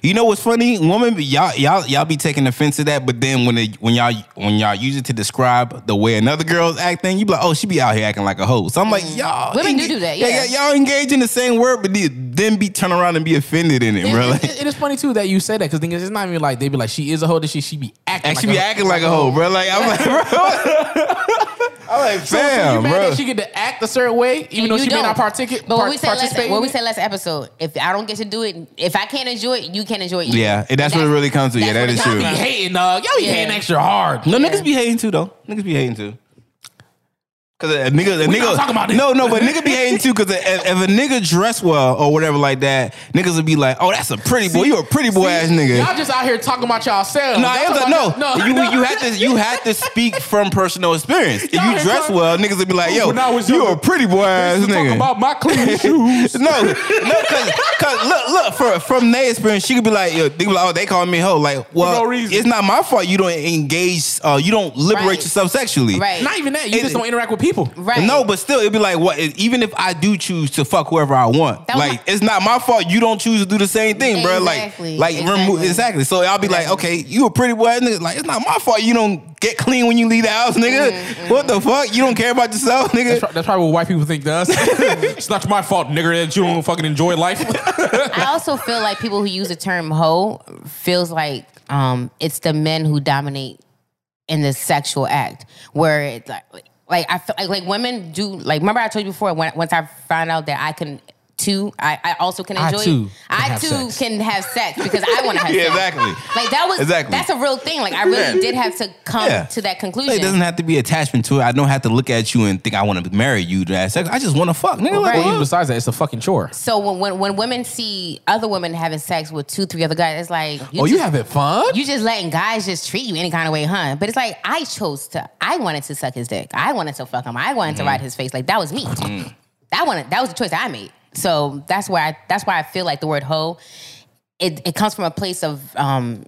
You know what's funny? Women, be- y'all, y'all, y'all be taking offense to that, but then when they, when y'all, when y'all use it to describe the way another girl's acting, you be like, oh, she be out here acting like a hoe. So I'm like, y'all,
Mm. Women do
enga-
do that, yeah.
y'all engage in the same word, but the- then be turn around and be offended in it,
It-
bro.
it-
<laughs>
Like,
it is funny too that you say that because it's not even like they be like she is a hoe. That she she be acting.
and she
like
be
a hoe.
acting like a hoe, bro. Like I'm like, <laughs> bro.
<laughs>
I'm like,
So you
fam,
mad
bro.
that she get to act a certain way, even though
You
she may
don't.
not partic-
But
par-
what we said
participate.
last
in
what we
it?
said last episode, if I don't get to do it, if I can't enjoy it, you can't enjoy it. either.
Yeah, and that's what it really comes to. Yeah,
that's
that is
what it
true.
Y'all
comes
be
to.
hating, dog. Y'all be
Yeah.
hating extra hard.
No, niggas be hating too, though. Niggas be hating too. Cause a nigga, a
We
nigga,
not talking about this.
no, no, but nigga be hating too. Cause if, if a nigga dress well or whatever like that, niggas would be like, "Oh, that's a pretty boy. You a pretty boy
See,
ass nigga."
Y'all just out here talking about y'allselves.
No,
Y'all
I am
talking
no.
about-
you you
<laughs>
have to you have to speak from personal experience. If
Y'all
you
ain't
dress
talking- Oh,
well, niggas would be like, "Yo,
When I was
you
younger,
a pretty boy ass
Talk
nigga."
about my clean
<laughs>
shoes.
no, no, cause, cause look, look, for, from their experience, she could be like, yo, they be like, oh, they call me hoe. Like, well,
no reason.
it's not my fault. You don't engage, uh, you don't liberate
Right.
yourself sexually.
Right.
Not even that. You
It-
just don't interact with people.
Right.
No, but still, it'd be like, what? Even if I do choose to fuck whoever I want,
That was
like
my-
it's not my fault. You don't choose to do the same thing, bro. Like,
Exactly,
like exactly. Remo-
exactly.
exactly. So I'll be like, okay, you a pretty boy, nigga. Like, it's not my fault. You don't get clean when you leave the house, nigga.
Mm-hmm,
What the fuck? You don't care about yourself,
That's,
nigga.
pro- that's probably what white people think to us. <laughs> it's not my fault, nigger, that you don't fucking
<laughs>
enjoy life. <laughs>
I also feel like people who use the term hoe feels like um, it's the men who dominate in the sexual act, where it's like, like I feel like, like women do. Like remember I told you before when once I found out that I can too, I, I also can
I
enjoy.
too
I
can have
too
sex.
can have sex because I want to have
<laughs> <laughs> Yeah,
sex.
exactly.
Like that was
Exactly.
That's a real thing. Like I really
Yeah.
did have to come
Yeah.
to that conclusion.
It doesn't have to be attachment to it. I don't have to look at you and think I want to marry you to have sex. I just want to fuck, nigga. Like,
Right.
what?
Even besides that, it's a fucking chore.
so when, when when women see other women having sex with two, three other guys, it's like
oh, you
just-
having fun?
you just letting guys just treat you any kind of way, huh? But it's like I chose to. I wanted to suck his dick. I wanted to fuck him. I wanted
Mm-hmm.
to ride his face. Like that was me. That wanted. That was the choice I made. So that's why. I, that's why I feel like the word hoe. It it comes from a place of um,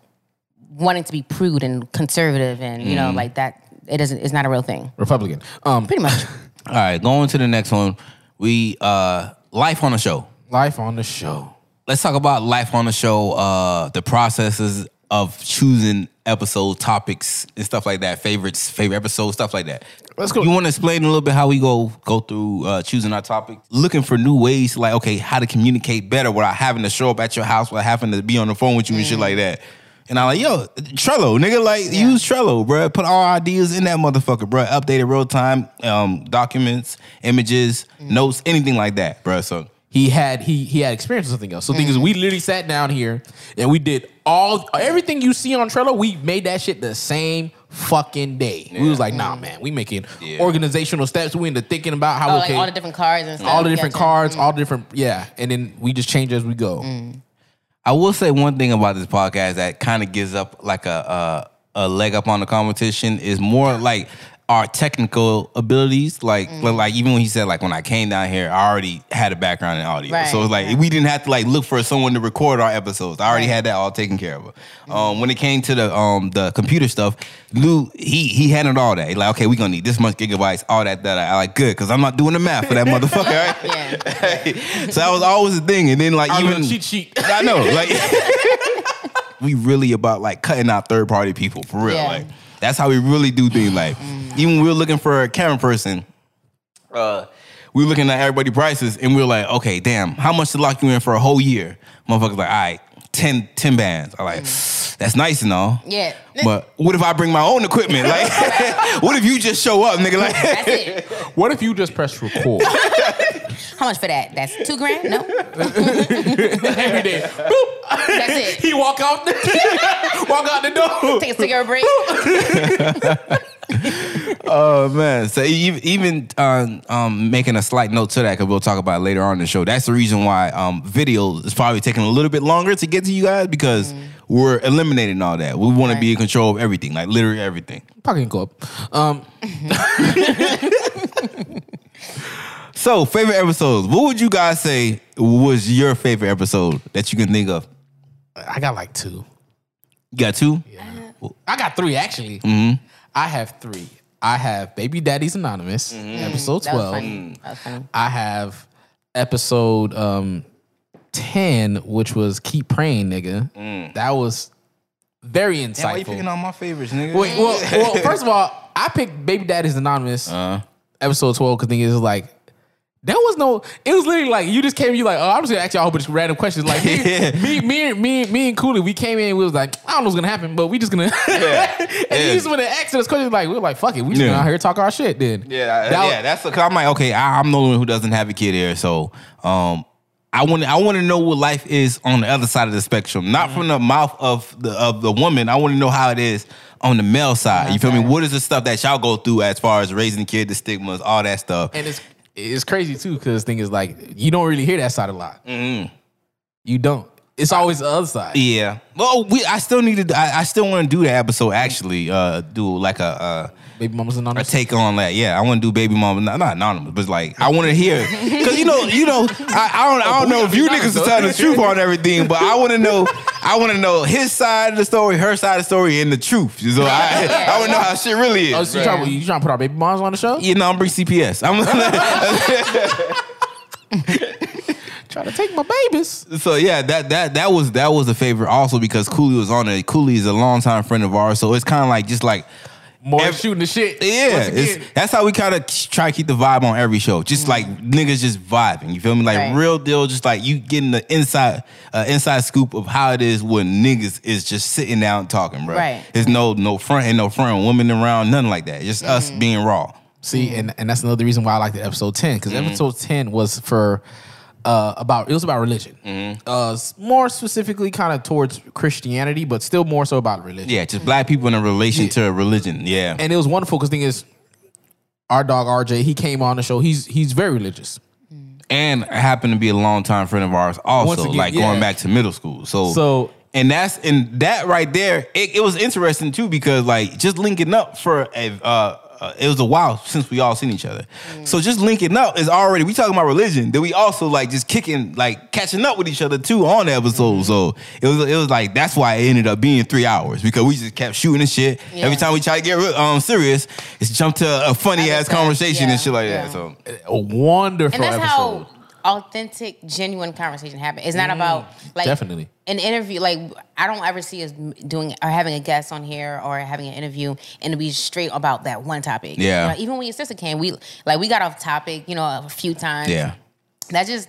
wanting to be prude and conservative, and you
Mm-hmm.
know, like that. It doesn't. It's not a real thing.
Republican. Um,
Pretty much.
All right, going to the next one. We uh life on the show.
<laughs> life on the show.
Let's talk about life on the show. Uh, the processes of choosing episode topics and stuff like that. Favorites, favorite episodes, stuff like that.
Let's go.
You want to explain a little bit how we go go through uh, choosing our topic, looking for new ways, like okay, how to communicate better without having to show up at your house, without having to be on the phone with you and shit
Mm.
like that. And I'm like, yo, Trello, nigga, like use Trello, bro. Put all ideas in that motherfucker, bro. Updated real time, um, documents, images,
Mm.
notes, anything like that, bro. So
He had he he had experience with something else. So the thing is, we literally sat down here and we did all everything you see on Trello. We made that shit the same fucking day. We was like, nah, man, we making organizational steps. We into thinking about how
Oh,
okay,
like all the different cards and stuff.
all the different
Gotcha.
cards, all the different yeah, and then we just change as we go.
I will say one thing about this podcast that kind of gives up like a, a a leg up on the competition is more like our technical abilities. Like
Mm-hmm.
but like even when he said like when I came down here, I already had a background in audio,
Right,
so it's like
right.
we didn't have to like look for someone to record our episodes. I already
Right. Mm-hmm.
had that all taken care of. Um, when it came to the um the computer stuff, Lou he he handled all that. He like okay, we gonna need this much gigabytes, all that that. I like good because I'm not doing the math for that <laughs> motherfucker. Right?
Yeah.
so that was always the thing. And then like
I was
even
on a cheat sheet. <laughs>
I
<laughs>
know. Like <laughs> we really about like cutting out third party people for real.
Yeah. Mm.
Like that's how we really do things. Like even we were looking for a camera person. Uh, we were looking at everybody prices and we were like, okay, damn, how much to lock you in for a whole year? Motherfuckers like, all right, 10, 10 bands. I like, that's nice and all.
Mm. Yeah.
But what if I bring my own equipment? Like, <laughs> what if you just show up, nigga? Like,
That's it.
<laughs>
What if you just press record
How much for that? That's two grand. No.
every day? Boop.
That's it.
He walk out the <laughs> walk out the door.
Take a cigarette
<laughs>
break.
Oh man! So even, even um, um, making a slight note to that because we'll talk about it later on in the show. That's the reason why um, video is probably taking a little bit longer to get to you guys because we're eliminating all that. We want to be in control of everything, like literally everything.
Probably go up. Um,
So favorite episodes. What would you guys say was your favorite episode that you can think of?
I got like two.
You got two.
I got three actually. I have three. I have Baby Daddy's Anonymous,
Mm,
episode
That was
twelve.
funny. That was funny.
I have episode um ten, which was Keep Praying, nigga. That was very insightful.
on my favorites, nigga?
Wait, well, well,
<laughs>
first of all, I picked Baby Daddy's Anonymous
Uh-huh.
episode 12 because thing is like, there was no, it was literally like, you just came, you like, oh, I'm just gonna ask y'all a whole bunch of random questions. Like,
<laughs>
me,
Yeah.
me, me, me, me and Cooley, we came in, we was like, I don't know what's gonna happen, but we just gonna, <laughs> and
Yeah.
you just went to ask us questions, like, we were like, fuck it, we just
Yeah.
gonna out here talk our shit then.
Yeah, I-
That was-
yeah, that's a, 'cause I'm like, okay, I, I'm the only one who doesn't have a kid here, so um, I want I want to know what life is on the other side of the spectrum,
Mm-hmm.
not from the mouth of the of the woman. I want to know how it is on the male side. You feel me? What is the stuff that y'all go through as far as raising the kid, the stigmas, all that stuff?
And it's it's crazy too, because thing is like you don't really hear that side a lot.
Mm-hmm.
You don't. It's always the other side.
Yeah. Well, we I still need to. I, I still want to do that episode. Actually, uh, do like a. Uh,
Baby mama's
a
anonymous.
take on that. Yeah, I want to do baby mama, not, not anonymous, but like I want to hear because you know, you know, I, I don't, I don't know if you niggas are telling the truth on everything, but I want to know, I want to know his side of the story, her side of the story, and the truth. So I, I want to know how shit really
Oh,
is.
so you trying, you trying to put our baby moms on the show?
You know, I'm <laughs> bring CPS. I'm
Trying to take my babies.
so yeah, that that that was that was a favorite also because Cooley was on it. Cooley is a longtime friend of ours, so it's kind of like just like
More
Every-
shooting the shit.
Yeah,
Once
it's,
again.
that's how we kind of try to keep the vibe on every show. Just like niggas just vibing. You feel me? Like
Right.
real deal. Just like you getting the inside uh, inside scoop of how it is when niggas is just sitting down talking, bro.
Right.
There's no no front and no front women around, nothing like that. Just us being raw.
See, and, and that's another reason why I like the episode ten because
Mm-hmm.
episode ten was for uh, about it was about religion,
Mm-hmm.
uh, s- more specifically kind of towards Christianity, but still more so about religion.
Yeah, just black people in a relation to religion. Yeah.
and it was wonderful because thing is, our dog RJ he came on the show. He's he's very religious.
and happened to be a longtime friend of ours
Once
also
again,
like
yeah.
going back to middle school so
So-
and that's and that right there it, it was interesting too because like just linking up for a uh uh, it was a while since we all seen each other,
Mm.
so just linking up is already we talking about religion. Then we also like just kicking, like catching up with each other too on the
Mm-hmm.
episode. So it was it was like that's why it ended up being three hours because we just kept shooting and shit. Every
Yeah.
time we try to get real- um serious, it's jumped to a funny ass
Other side,
conversation
yeah,
and shit like
yeah.
that. So
A wonderful
and that's
episode.
how authentic, genuine conversation happens. It's not
Mm,
about like
definitely.
an interview. Like I don't ever see us doing or having a guest on here or having an interview and to be straight about that one topic. You
Yeah.
know, even when your sister came, we like we got off topic, you know, a few times.
yeah.
That just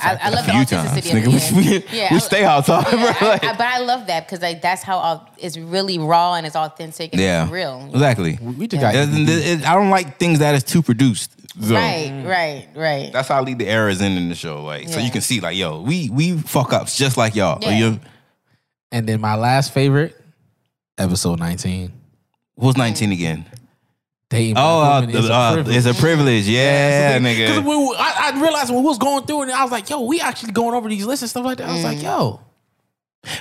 I, I love the
few
authenticity
times,
of
nigga.
the
We-
end.
<laughs> we- we
I-
stay out time, bro,
I-
like-
I- but I love that because like that's how au- it's really raw and it's authentic and
Yeah.
it's real.
Exactly.
we just got
Doesn't- it- it- I don't like things that is too produced. So
Right, right, right.
that's how I leave the errors in in the show. Like so
Yeah.
you can see like yo, we we fuck ups just like y'all. Oh,
Yeah.
You-
And then my last favorite, episode nineteen.
What's 19 again?
Dating
Oh,
black
uh,
women is a
uh,
privilege.
it's a privilege. Yeah,
Because
nigga.
I, I realized when we was going through it, and I was like, yo, we actually going over these lists and stuff like that. I was like,
Mm.
yo.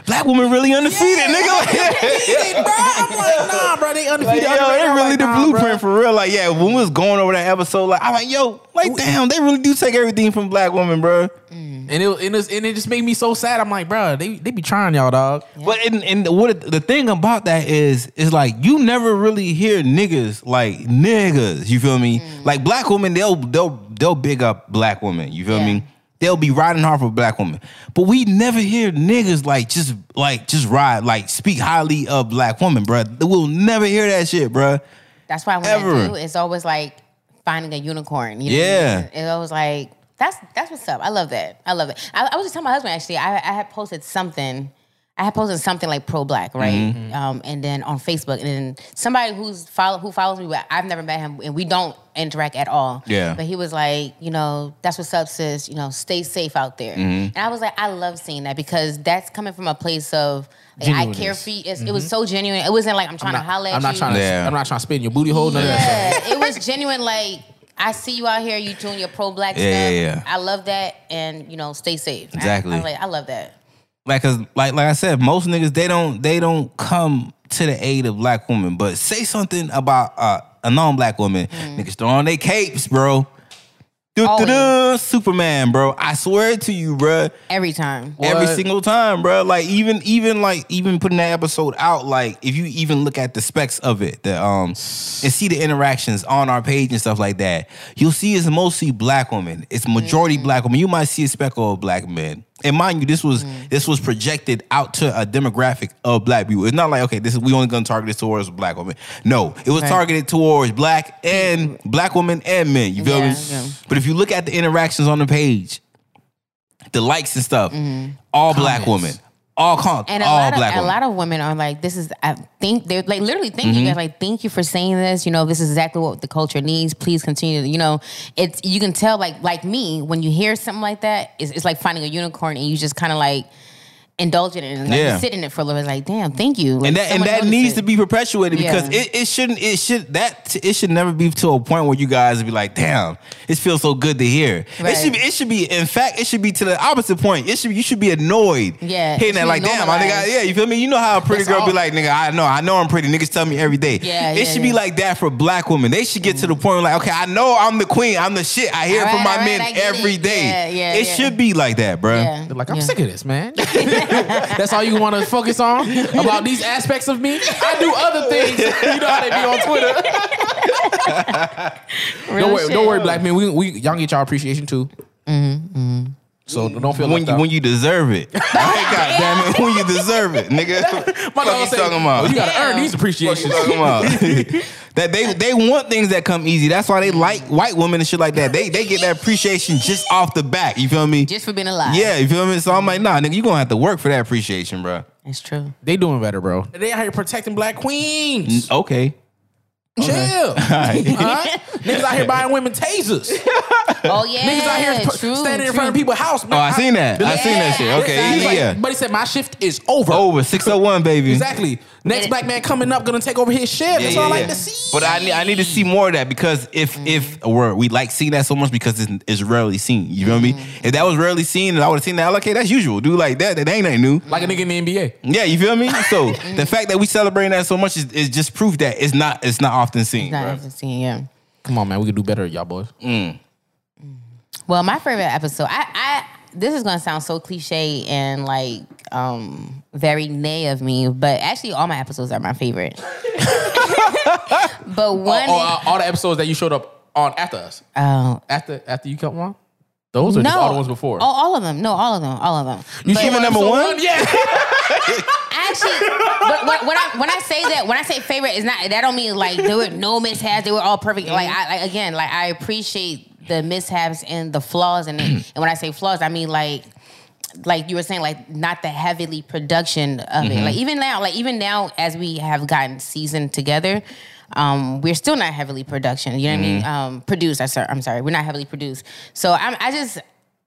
Black women really undefeated,
<laughs>
nigga. Like,
They, bro, I'm like,
<laughs>
nah, bro, they
Like,
undefeated.
yo, they
underrated. I'm
really
like,
the
nah,
blueprint
bro.
for real. Like, yeah, when we was going over that episode, like, I'm like, yo, like, damn, they really do take everything from black women, bro.
And it, and, it's, and it just made me so sad. I'm like, bro, they, they be trying y'all, dog.
But and, and what it- the thing about that is is like you never really hear niggas like niggas. You feel me? Like black women, they'll they'll they'll big up black women. You feel
Yeah.
me? They'll be riding hard for black women, but we never hear niggas like just like just ride like speak highly of black women, bro. We'll never hear that shit, bro.
That's why when I
Ever.
do, it's always like finding a unicorn. You know
Yeah.
What I mean? It's always like that's that's what's up. I love that. I love it. I, I was just telling my husband actually. I, I had posted something. I had posted something like pro black, right?
Mm-hmm.
Um, and then on Facebook, and then somebody who's follow who follows me, but I've never met him, and we don't interact at all.
Yeah.
But he was like, you know, that's what's up, sis. You know, stay safe out there. And
Mm-hmm.
I was like, I love seeing that because that's coming from a place of like, I care
Genuineness. Mm-hmm.
for you. It's- It was so genuine. It wasn't like I'm trying to holler at
I'm
you.
not trying to.
Yeah.
I'm not trying to spit in your booty hole. None of that.
Yeah, it was genuine. Like I see you out here, you doing your pro black
Yeah,
stuff.
yeah, yeah.
I love that, and you know, stay safe. I-
Exactly.
I, like, I love that.
like cause like like I said, most niggas they don't they don't come to the aid of black women, but say something about uh, a non-black woman. Niggas throw on their capes, bro. Do do do
Always.
Superman, bro. I swear to you, bro.
Every time.
Every
What?
single time, bro. Like even even like even putting that episode out, like if you even look at the specs of it, the um and see the interactions on our page and stuff like that, you'll see it's mostly black women. It's majority
Mm.
black women. You might see a speckle of black men. And mind you, this was
Mm.
this was projected out to a demographic of black people. It's not like okay, this is we only gonna target this towards black women. No, it was
Right. Mm.
targeted towards black and black women and men. You feel
Yeah,
me?
yeah.
But if you look at the interactions on the page, the likes and stuff, all black women, all con-
Mm-hmm. And a
all
lot of
black
a
women. Mm-hmm.
lot of women are like, this is. I think they're like literally thank you guys. Like, thank you for saying this. You know, this is exactly what the culture needs. Please continue. to-" You know, it's you can tell like like me when you hear something like that, it's, it's like finding a unicorn and you just kind of like indulge in it and like,
Yeah.
you sit in it for a little. bit. Like, damn, thank you. Like,
and that and
someone
that
noticed
needs
it.
to be perpetuated because
Yeah.
it, it shouldn't it should that it should never be to a point where you guys be like damn it feels so good to hear
Right.
it should be it should be in fact it should be to the opposite point it should you should be annoyed
Yeah, it
hitting
should
that
be
like damn I think I,
normalized.
yeah you feel me you know how a pretty
That's
girl
all.
be like nigga I know I know I'm pretty niggas tell me every day
Yeah,
it
yeah,
should be
yeah.
like that for black women they should get to the point where like okay I know I'm the queen I'm the shit I hear it
All
from
right,
my
all right, I
men
get
every
it.
day
Yeah, yeah,
it
yeah.
should be like that bruh
Yeah.
They're like, I'm
Yeah.
sick of
<laughs>
this, man. That's all you want to focus on about these aspects of me. I do other things. You know how they be
<laughs>
on Twitter.
Real
Don't worry,
shit.
don't worry, black men. We, we y'all get y'all appreciation too.
Mm-hmm,
So don't feel
when
left
you,
out.
when you deserve it. <laughs> God damn it, when you deserve it, <laughs> nigga.
My
what
dog
you
say,
talking about?
"Oh, you gotta earn
Damn.
these appreciations.
What you <laughs> talking about? that they they want things that come easy. That's why they like white women and shit like that. They they get that appreciation just off the bat. You feel me?
just for being alive.
Yeah, you feel me? So I'm like, nah, nigga, you gonna have to work for that appreciation, bro.
it's true.
They doing better, bro. They out here protecting black queens.
Okay.
Chill. <laughs>
Alright.
Huh? Niggas out here buying women tasers.
Oh yeah,
<laughs> Niggas out here pr-
true,
standing in
true.
front of people's house.
<laughs> Oh, I seen that. I seen that shit.
He's
Okay,
like-
yeah. Oh.
But he said my shift is over.
Over 601, baby.
Exactly. Next black man coming up gonna take over his shift. That's all I like to see. Mm.
But I need, I need to see more of that because if if we're, we like seeing that so much because it's, it's rarely seen. You know what I mean?
Mm.
If that was rarely seen and I would have seen that, I'm like, okay, that's usual, dude. Like that, that ain't nothing new.
like a nigga in the NBA.
Yeah, you feel me?
<laughs>
So the fact that we celebrating that so much is, is just proof that it's not it's not often seen.
Not
bruh.
often seen, yeah.
Come on, man. We can do better, y'all boys.
Well, my favorite episode, I, I this is gonna sound so cliche and like um very nay of me, but actually all my episodes are my
<laughs>
favorite. but one,
All, Oh, uh, all- all the episodes that you showed up on after us.
oh,
After after you come on? Those are
no,
just all the ones before.
Oh, all of them. No, all of them. All of them.
you
But
showed
even
up
number
episode
one?
Yeah.
actually, but when, when I when I say that, when I say favorite, it's not that don't mean like there were no mishaps. They were all perfect. Like I like, again, like I appreciate the mishaps and the flaws, and and when I say flaws, I mean like. Like you were saying, like not the heavily production of it. Like even now, like even now, as we have gotten seasoned together, um, we're still not heavily production. You know what I mean? Um, produced. I sorry, I'm sorry, we're not heavily produced. So I'm, I just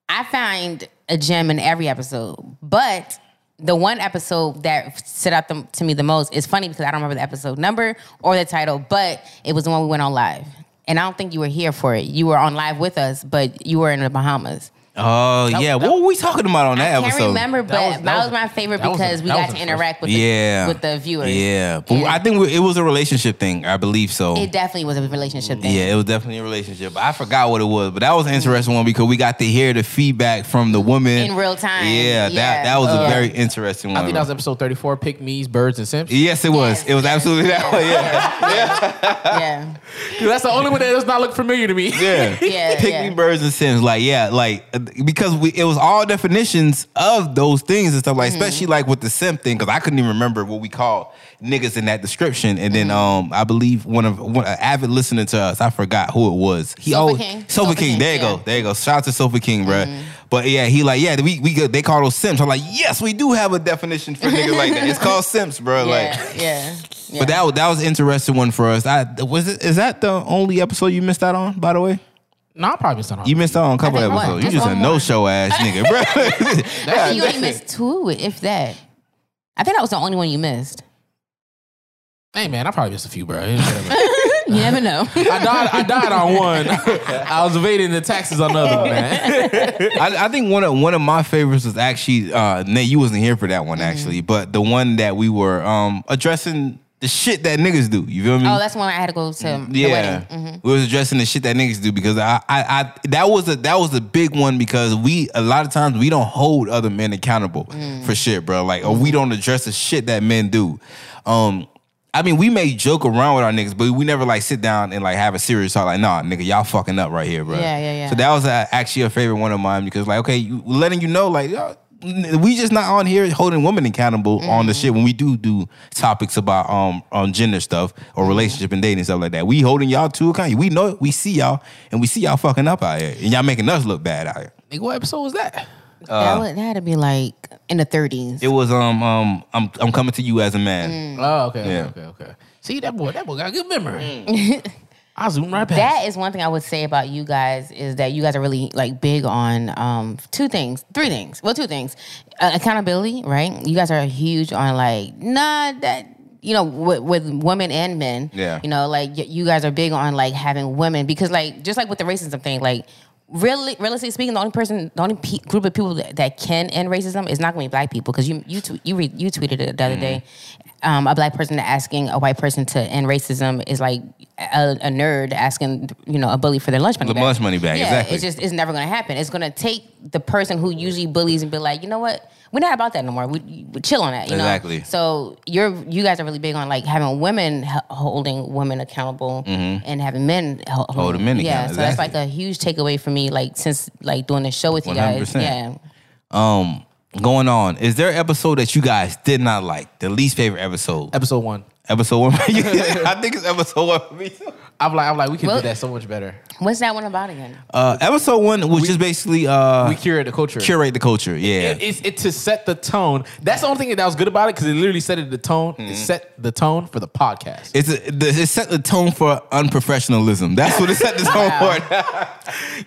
I find a gem in every episode, but the one episode that stood out the, to me the most is funny because I don't remember the episode number or the title, but it was the one we went on live. And I don't think you were here for it. You were on live with us, but you were in the Bahamas.
Oh yeah, what were we talking about on that
I
episode?
can't remember, but that
was-
was,
that was-
my favorite
that was a-
because we
that
got
was
to
a
interact with the,
Yeah,
with the viewers.
Yeah, but
And
I think we- it was a relationship thing. I believe so.
it definitely was a relationship thing.
Yeah, it was definitely a relationship. But I forgot what it was, but that was an interesting one because we got to hear the feedback from the woman
In real time.
Yeah, that
Yeah.
that was a
Yeah.
very interesting one.
I think that was episode 34, Pick Me's, Birds, and Simps.
yes, it was.
Yes,
It was absolutely that one. <laughs> Yeah,
Yeah.
Dude, <laughs> that's the only one that does not look familiar to me.
yeah.
Yeah,
Pick
yeah.
me birds and sims. Like yeah, like uh, because we it was all definitions of those things and stuff. Like
Mm-hmm.
especially like with the sim thing because I couldn't even remember what we call niggas in that description. And
Mm-hmm.
then um I believe one of one an avid listener to us, I forgot who it was. He
Sofa
always
King.
Sofa,
Sofa
King.
King,
There you
yeah. Mm-hmm.
go. There you go. Shout out to Sofa King, bruh. But yeah, he like yeah we we go- they call those sims. I'm like yes we do have a definition for niggas like that. It's called sims, bro.
<laughs>
Like.
yeah, yeah, yeah.
But that was that was an interesting one for us. I was it, is that the only episode you missed out on? By the way,
No, I probably said on.
you missed out on a couple
I think one.
episodes. You
Just
just a
one more.
no
<laughs>
show ass nigga, bro. <laughs>
I think you only missed two, if that. I think that was the only one you missed.
Hey, man, I probably missed a few, bro. <laughs> It's whatever.
You never
<laughs>
know.
I died. I died on one. <laughs> I was evading the taxes on another one, <laughs> man.
I, I think one of one of my favorites was actually uh Nate, you wasn't here for that one
Mm-hmm.
actually, but the one that we were um addressing the shit that niggas do. You feel me?
Oh, that's when I had to go to the
yeah,
wedding. Mhm.
Mm-hmm. we was addressing the shit that niggas do because I, I, I, that was a that was a big one because we a lot of times we don't hold other men accountable for shit, bro. Like, or we don't address the shit that men do. Um, I mean, we may joke around with our niggas, but we never like sit down and like have a serious talk. Like, nah, nigga, y'all fucking up right here, bro.
Yeah, yeah, yeah.
So that was uh, actually a favorite one of mine because, like, okay, you, letting you know, like, y'all- n- we just not on here holding women accountable on the
Mm.
shit when we do do topics about um on gender stuff
Mm.
or relationship and dating and stuff like that. We holding y'all to account. We know it. We see y'all and we see y'all fucking up out here and y'all making us look bad out here.
Nigga, what episode was that?
that would that'd be like in the thirties.
uh, It was um um I'm I'm coming to you as a
Mm.
man.
Oh, okay, okay,
Yeah.
okay, okay. See that boy, that boy got a good memory. <laughs> I zoom right past.
That is one thing I would say about you guys is that you guys are really like big on um, two things, three things. Well, two things: uh, accountability, right? You guys are huge on like nah that. You know, with, with women and men.
Yeah.
You know, like y- you guys are big on like having women because, like, just like with the racism thing, like, really, realistically speaking, the only person, the only pe- group of people that, that can end racism is not going to be black people because you you tw- you re- you tweeted it the other day. Um, a black person asking a white person to end racism is like a, a nerd asking you know a bully for their lunch money
The
back.
lunch money back,
Yeah,
exactly.
it's just it's never going to happen. It's going to take the person who usually bullies and be like, you know what, we're not about that no more. We, we chill on that. You
Exactly.
Know? So you're you guys are really big on like having women h- holding women accountable and having men h-
Holding Mm-hmm. men
Yeah,
accountable,
so that's
exactly.
like a huge takeaway for me. Like since like doing the show with you guys.
100%.
Yeah.
Um going on. Is there an episode that you guys did not like? The least favorite episode?
Episode one.
episode one. <laughs> I think it's episode one for me. too.
I'm like, I'm like, we can
Well-
do that so much better.
What's that one about again?
Uh episode one was just basically uh
We curate the culture.
curate the culture. Yeah.
It- it's it to set the tone. That's the only thing that was good about it because it literally set it the tone. It set the tone for the podcast.
It's a, the, it set the tone for unprofessionalism. That's what it set the tone for.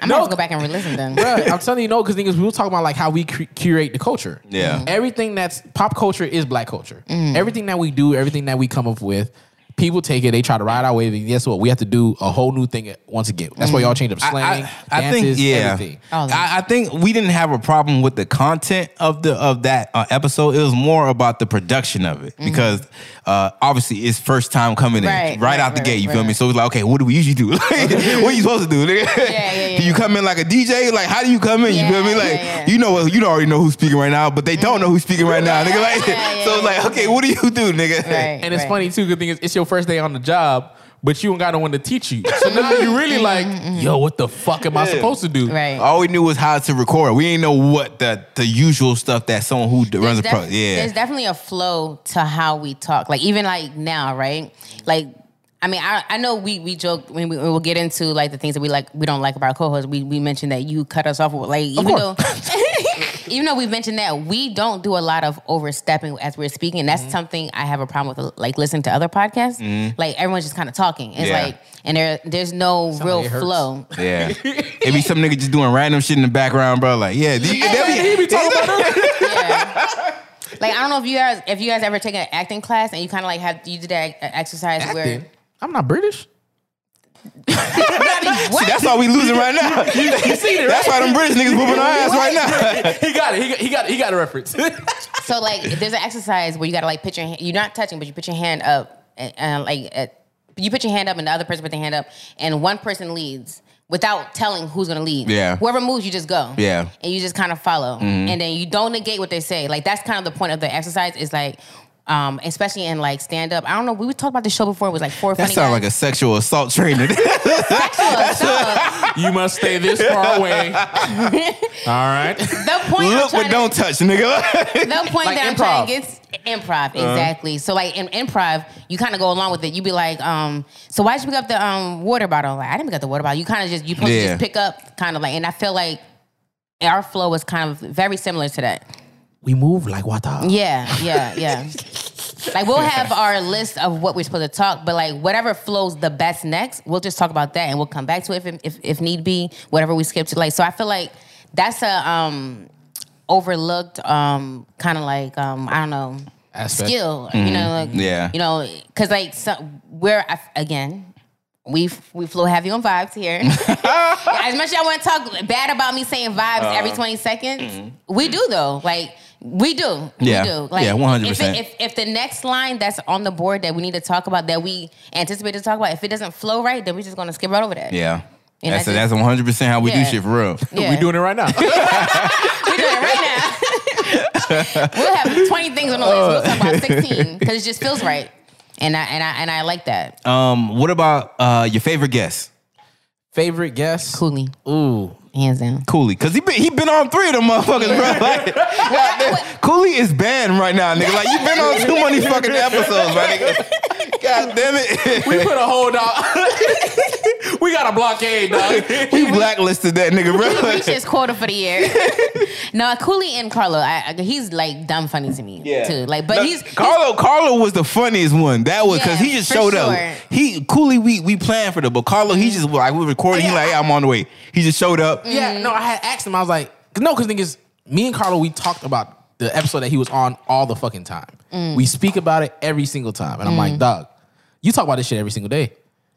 I'm gonna have to go back and re-listen
<laughs>
then.
Bruh, I'm telling you, no, because niggas, we were talking about like how we cre- curate the culture.
Yeah.
Mm-hmm.
Mhm.
Everything that's pop culture is black culture.
Mm.
Everything that we do, everything that we come up with, people take it, they try to ride our wave, and guess what? We have to do a whole new thing once again. That's
Mm.
why y'all change up slang, dances, everything.
All that.
I, I think we didn't have a problem with the content of the of that uh, episode. It was more about the production of it because uh, obviously it's first time coming
Mm-hmm.
in
Right,
right,
right,
out the
right,
gate. You feel
right.
me? So it's like, okay, what do we usually do? <laughs> Like, what are you supposed to do? <laughs> nigga?
yeah, yeah.
Do you come in like a DJ? Like, how do you come in?
Yeah,
you feel me?
yeah,
Like,
yeah.
you know, you already know who's speaking right now, but they don't know who's speaking right now, nigga. Like,
Yeah, yeah,
so it's like,
yeah.
okay, what do you do, nigga?
Right,
And it's
right.
funny too. Good thing is, it's your first day on the job, but you don't got no one to teach you. So now you really like, yo, what the fuck am I supposed to do?
Mm-hmm. Right.
All we knew was how to record. We didn't know what the, the usual stuff that someone who d- runs a
There's
pro.
def-
Yeah.
There's definitely a flow to how we talk. Like even like now, right? Like I mean, I, I know we we joke when we when we'll get into like the things that we like we don't like about our co-hosts. We we mentioned that you cut us off like even though <laughs> even though we've mentioned that we don't do a lot of overstepping as we're speaking. And that's
Mm-hmm.
something I have a problem with like listening to other podcasts. Like everyone's just kind of talking. It's
Yeah.
like and there there's no
it
real
hurts.
flow.
Yeah. it be some nigga just doing random shit in the background, bro. Like, yeah. Did you, that be,
He be talking about that.
Yeah. <laughs> Like I don't know if you guys if you guys ever take an acting class and you kind of like have you did that exercise where
Acting. I'm not British.
<laughs> See, that's why we losing right now. That's why them British niggas whooping our ass right now.
<laughs> He got it. He got, he got it. He got a reference. <laughs>
so like there's an exercise where you gotta like put your hand, you're not touching but you put your hand up and, and like uh, you put your hand up and the other person put their hand up and one person leads without telling who's gonna lead
Yeah.
whoever moves you just go
Yeah. Mm-hmm.
and you just kind of follow and then you don't negate what they say like that's kind of the point of the exercise is like um, especially in like stand up, I don't know. We talked about the show before. It was like four.
That
funny
sounds
guys.
like a sexual assault <laughs> trainer.
you must stay this
<laughs>
far away. All right.
the point. I'm
Look
trying
but
to-
don't touch,
<laughs>
nigga.
<laughs>
the point
Like
that I'm
improv.
trying
Uh-huh.
to get improv exactly. So like in improv, you kind of go along with it. You be like, um, so why'd you pick up the um water bottle? Like I didn't pick up the water bottle. You kind of just you supposed to
Yeah.
just pick up kind of like, and I feel like our flow was kind of very similar to that.
We move like water.
Yeah, yeah, yeah. like we'll have our list of what we're supposed to talk, but like whatever flows the best next, we'll just talk about that and we'll come back to it if if, if need be. Whatever we skip to, like so, I feel like that's a um overlooked um kind of like um I don't know
Aspect.
skill, you know, like,
Yeah.
you know, because like so, we're I, again. We we flow heavy on vibes here. as much as y'all want to talk bad about me saying vibes
Uh-huh.
every 20 seconds, we do though. Like we do.
Mm-hmm. Yeah.
We do. Like
Yeah, 100%.
If, it, if if the next line that's on the board that we need to talk about that we anticipate to talk about, if it doesn't flow right, then we're just gonna skip right over that.
yeah.
And
That's,
I
that's
just-
100% how we do
Yeah.
shit for real.
Yeah.
We doing it right now.
We're doing it <laughs> right now. <laughs> we'll have 20 things on the list. We'll talk about 16 because it just feels right. And I and I and I like that.
Um, what about uh, your favorite guest?
Favorite guest?
Cooley.
Ooh,
hands down.
Cooley, cause he been, he been on three of them motherfuckers, bro.
<laughs>
Like, goddamn, <laughs> Cooley is banned right now, nigga. Like you been on too many fucking episodes,
<laughs>
my nigga. God damn it, <laughs>
We put a hold on. <laughs> we got a blockade, dog.
we blacklisted that nigga,
<laughs> reach
bro.
his quota for the
<laughs>
year. no, Cooley and Carlo, I, I- he's like dumb funny to me too. Like, but
No,
he's
Carlo. Carlo was the funniest one. That was because he
Yeah,
just
for
showed
sure. Mm.
up. He Cooley, we we planned for the, but Carlo, he just like we recording. He
Yeah.
like, yeah, I'm on the way. He just showed up.
<laughs> Yeah, no, I had asked him. I was like, no, because niggas, me and Carlo, we talked about the episode that he was on all the fucking time.
Mm.
We speak about it every single time, and I'm like, dog, you talk about this shit every single day,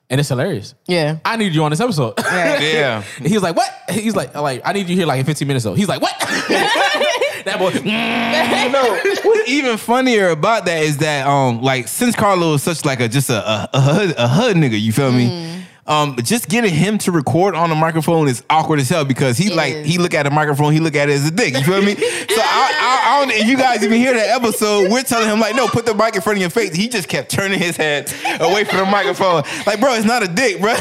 and it's hilarious.
Yeah.
I need you on this episode.
Yeah.
And <laughs> he was like, what? He's like, like I need you here like in 15 minutes though. He's like, what? <laughs> that boy.
no, what's even funnier about that is that um like since Carlo is such like a just a a, a, hood, a hood nigga, you feel
Mm.
me? Um, just getting him to record on the microphone is awkward as hell because he
It
like
is.
he look at the microphone, he look at it as a dick. You feel me? So I, I, I don't. If you guys even hear that episode, we're telling him like, no, put the mic in front of your face. He just kept turning his head away from the microphone. Like, bro, it's not a dick, bro.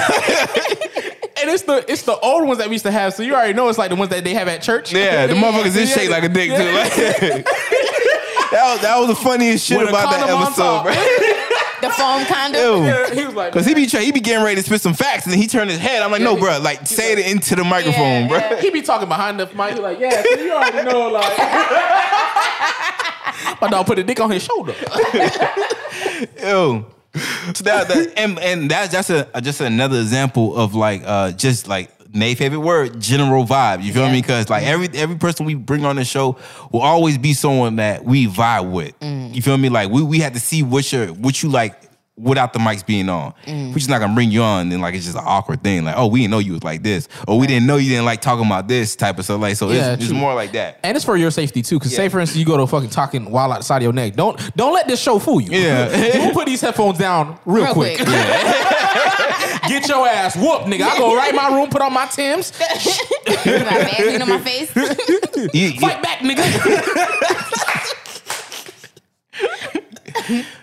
And it's the it's the old ones that we used to have. So you already know it's like the ones that they have at church.
yeah, the motherfuckers is
Yeah.
shaped like a dick too. Like, <laughs> that was that was the funniest shit
With a
about that
condom on
episode,
top.
bro.
<laughs> the foam condom.
Ew.
<laughs> Yeah, he was like,
Cause he be trying, he be getting ready to spit some facts, and then he turned his head. I'm like, no, bro, like say it into the microphone, bro.
he be talking behind the mic. He like, yeah, so you already
<laughs>
know, like. My dog put a dick on his shoulder.
<laughs> Ew. So that, that- and and that's that's a just another example of like uh just like Nay favorite word general vibe. You feel
Yeah.
me? Because like every every person we bring on the show will always be someone that we vibe with. You feel me? Like we we had to see what your what you like without the mics being on. We're just not gonna bring you on, then like it's just an awkward thing. Like oh we didn't know you was like this, or we didn't know you didn't like talking about this type of stuff. Like so
Yeah,
it's, it's
true.
more like that.
And it's for your safety too, because say for instance you go to a fucking talking wild outside of your neck. Don't don't let this show fool you.
Yeah.
you put these headphones down real,
Real
quick.
quick.
<laughs>
<laughs>
Get your ass whooped, nigga. I go right in my room, put on my Tim's,
You got
<laughs>
Vaseline on my face.
You- you-
fight
<laughs>
back, nigga.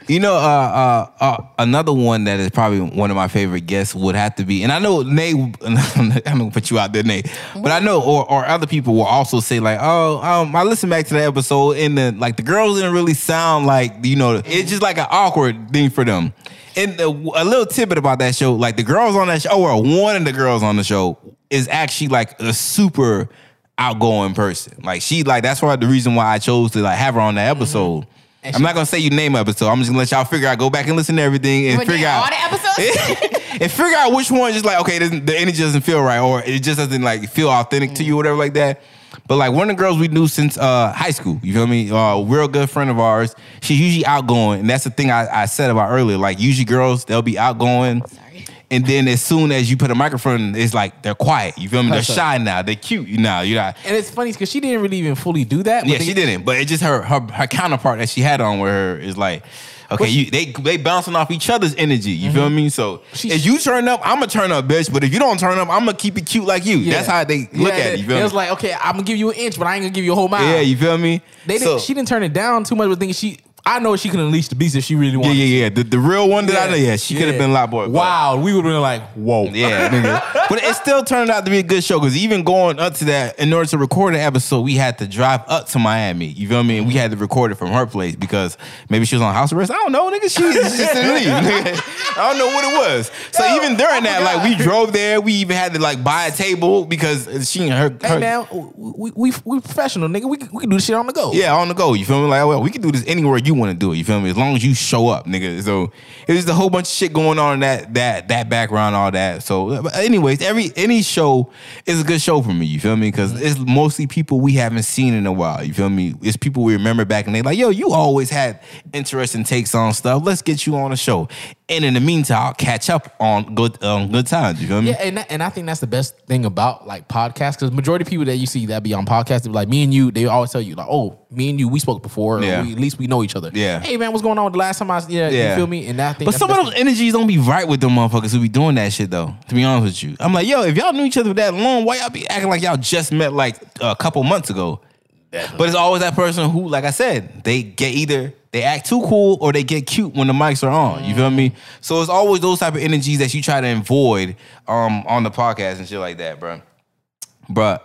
You know, uh, uh, uh, another one that is probably one of my favorite guests would have to be, and I know Nate. <laughs> I'm gonna put you out there, Nate, but I know, or or other people will also say like, oh, um, I listened back to that episode, and the like, the girls didn't really sound like you know, it's just like an awkward thing for them. And the, a little tidbit about that show, like the girls on that show, or one of the girls on the show, is actually like a super outgoing person. Like she, like that's why the reason why I chose to like have her on that
Mm-hmm.
episode. I'm not gonna say your name episode. I'm just gonna let y'all figure out. Go back and listen to everything and
But
figure
yeah,
out
all <laughs> the
<laughs>
episodes?
and figure out which one. Just like okay, doesn't- the energy doesn't feel right, or it just doesn't like feel authentic to you, whatever like that. But like one of the girls we knew since uh, high school, you feel me? Uh, real good friend of ours. She's usually outgoing, and that's the thing I, I said about earlier. Like usually girls, they'll be outgoing.
Sorry.
And then as soon as you put a microphone, it's like they're quiet. You feel me? They're
Hush up.
shy now. They're cute now. You're not.
and it's funny because she didn't really even fully do that. but
Yeah,
then-
she didn't. But it's just her her her counterpart that she had on with her is like, okay, you they they bouncing off each other's energy. You feel me? So
Mm-hmm. She-
if you turn up, I'm gonna turn up, bitch. But if you don't turn up, I'm gonna keep it cute like you.
Yeah.
That's how they look
Yeah,
at it. You feel
It
me?
was like, okay, I'm gonna give you an inch, but I ain't gonna give you a whole mile.
yeah, you feel me?
They
So-
didn't, she didn't turn it down too much, but think she. I know she can unleash the beast if she really
yeah,
wanted.
yeah, yeah. The, the real one that I know, yeah, she could have been lot boy. but-
Wow, we would have been like, whoa. <laughs>
Yeah, nigga. But it still turned out to be a good show because even going up to that, in order to record an episode, we had to drive up to Miami. You feel me? And we had to record it from her place because maybe she was on house arrest. I don't know, nigga. She just didn't leave. Nigga. <laughs> I don't know what it was. So even during that, like we drove there, we even had to like buy a table because she and her.
Hey
her
man, we, we we professional, nigga. We can- we can do this shit on the go.
yeah, on the go. You feel me? Like, well, we can do this anywhere you want to do it. You feel me? As long as you show up, nigga. So it was just a whole bunch of shit going on in that that that background, all that. So, but anyways, every any show is a good show for me. You feel me?
Mm-hmm.
Because it's mostly people we haven't seen in a while. You feel me? It's people we remember back, and they like, yo, you always had interesting takes on stuff. Let's get you on a show. And in the meantime, I'll catch up on good um, good times. You feel me?
Yeah, and that- and I think that's the best thing about like podcasts because majority of people that you see that be on podcasts, they be like me and you, they always tell you like, oh, me and you, we spoke before, or
Yeah.
we, at least we know each other.
Yeah.
Hey man, what's going on? with The last time I yeah, you feel me? And I think
but
that's
some
the
of
best
those energies don't be right with them motherfuckers who be doing that shit though. To be honest with you, I'm like, yo, if y'all knew each other for that long, why y'all be acting like y'all just met like a couple months ago? But it's always that person who, like I said, they get either they act too cool or they get cute when the mics are on. You feel me? So it's always those type of energies that you try to avoid um, on the podcast and shit like that, bro. Bruh.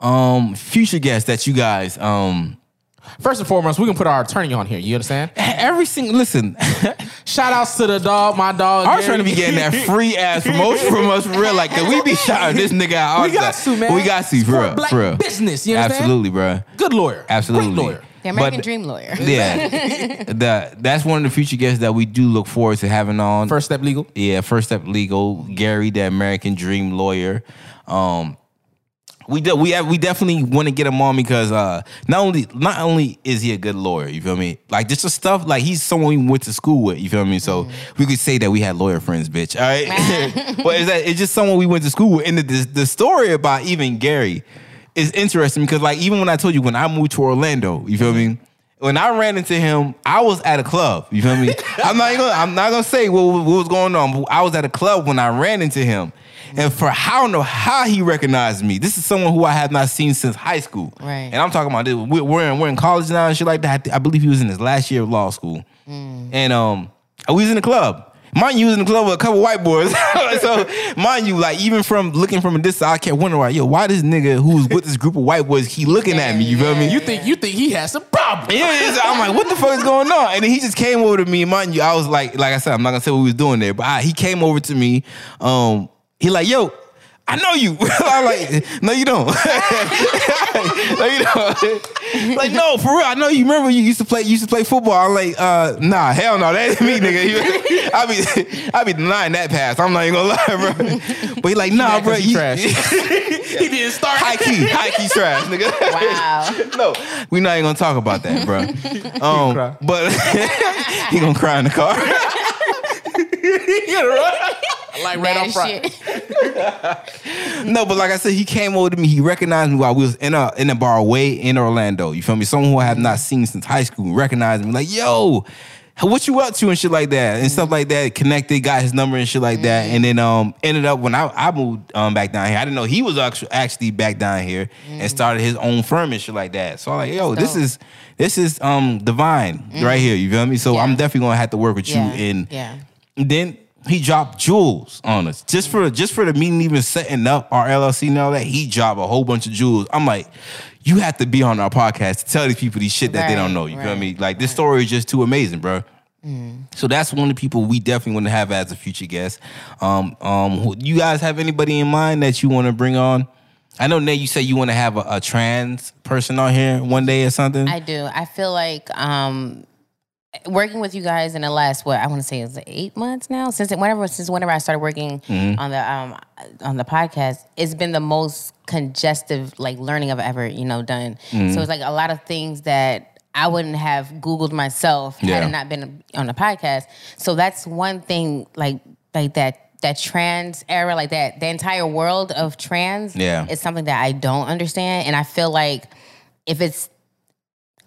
Um, future guests that you guys, um, e-,
First and foremost, we can put our attorney on here. You understand?
every single listen, <laughs>
Shout outs to the dog, my dog.
I'm
Gary.
trying to be getting that free ass promotion from us for real. Like, cause we be shouting this nigga out. all
We
the
got
time.
to, man.
We got to,
It's
for
for
real.
black
for real.
business, you understand?
Absolutely, bruh.
Good lawyer.
Absolutely.
Great lawyer.
The American
But-
Dream
<laughs>
Lawyer.
<laughs>
Yeah. the, that's one of the future guests that we do look forward to having on.
First step legal.
Yeah, First Step Legal, Gary, the American Dream lawyer. Um, we do, we have, we definitely want to get him on because uh, not only not only is he a good lawyer, you feel me? Like just the stuff, like he's someone we went to school with, you feel me? So we could say that we had lawyer friends, bitch. All right, but is that it's just someone we went to school with, and the, the the story about even Gary is interesting because like even when I told you when I moved to Orlando, you feel me? When I ran into him, I was at a club. You feel me? I'm not even gonna, I'm not gonna say what, what was going on. But I was at a club when I ran into him. And for how I don't know how he recognized me. This is someone who I have not seen since high school.
Right.
And I'm talking about this. we- We're in, we're in college now and shit like that. I believe he was in his last year of law school. And um, we was in the club. Mind you, he was in the club with a couple white boys. <laughs> so mind you, like even from looking from a distance, I kept wondering, like, yo, why this nigga who's with this group of white boys, he looking at me? You feel me?
You think you think he has some problem?
Yeah, yeah, so I'm like, what the fuck is going on? And then he just came over to me, mind you. I was like, like I said, I'm not gonna say what we was doing there, but I, he came over to me. Um, he like, yo, I know you. <laughs> I'm like, no, you don't. <laughs> no, you don't. like, no, for real, I know you. Remember, you used to play, you used to play football. I'm like, uh, nah, hell no, that ain't me, nigga. I be, I be denying that pass. I'm not even gonna lie, bro. But he like, nah, bro,
he
you-
trash. he didn't start.
<laughs> high key, high key trash, nigga.
Wow.
no, we not even gonna talk about that, bro. Um, but <laughs> he gonna cry in the car.
Yeah, right. Like right
Bad
off front.
shit.
no, but like I said, he came over to me. He recognized me while we was in a in a bar way in Orlando. You feel me? Someone who I have not seen since high school recognized me. Like, yo, what you up to and shit like that and stuff like that. Connected, got his number and shit like that.
Mm.
And then um ended up when I, I moved um back down here. I didn't know he was actu- actually back down here and started his own firm and shit like that. So I'm like, yo, this
Mm. dope. Mm.
is this is um divine right here. You feel me? So
Yeah.
I'm definitely gonna have to work with you
Yeah.
in
yeah.
and then he dropped jewels on us just for just for the meeting, even setting up our LLC and all that. He dropped a whole bunch of jewels. I'm like, you have to be on our podcast to tell these people these shit that they
Right,
don't know. You feel
right, Mm.
me? Like this story is just too amazing, bro. So that's one of the people we definitely want to have as a future guest. Um, um, who- you guys have anybody in mind that you want to bring on? I know Nate, you said you want to have a, a trans person on here one day or something.
I do. I feel like um, working with you guys in the last what I want to say is eight months now since it, whenever since whenever I started working on the um, on the podcast, it's been the most congestive like learning I've ever you know done. So it's like a lot of things that. I wouldn't have Googled myself had
Yeah.
it not been on the podcast. So that's one thing, like like that that trans era, like that the entire world of trans
Yeah.
is something that I don't understand. And I feel like if it's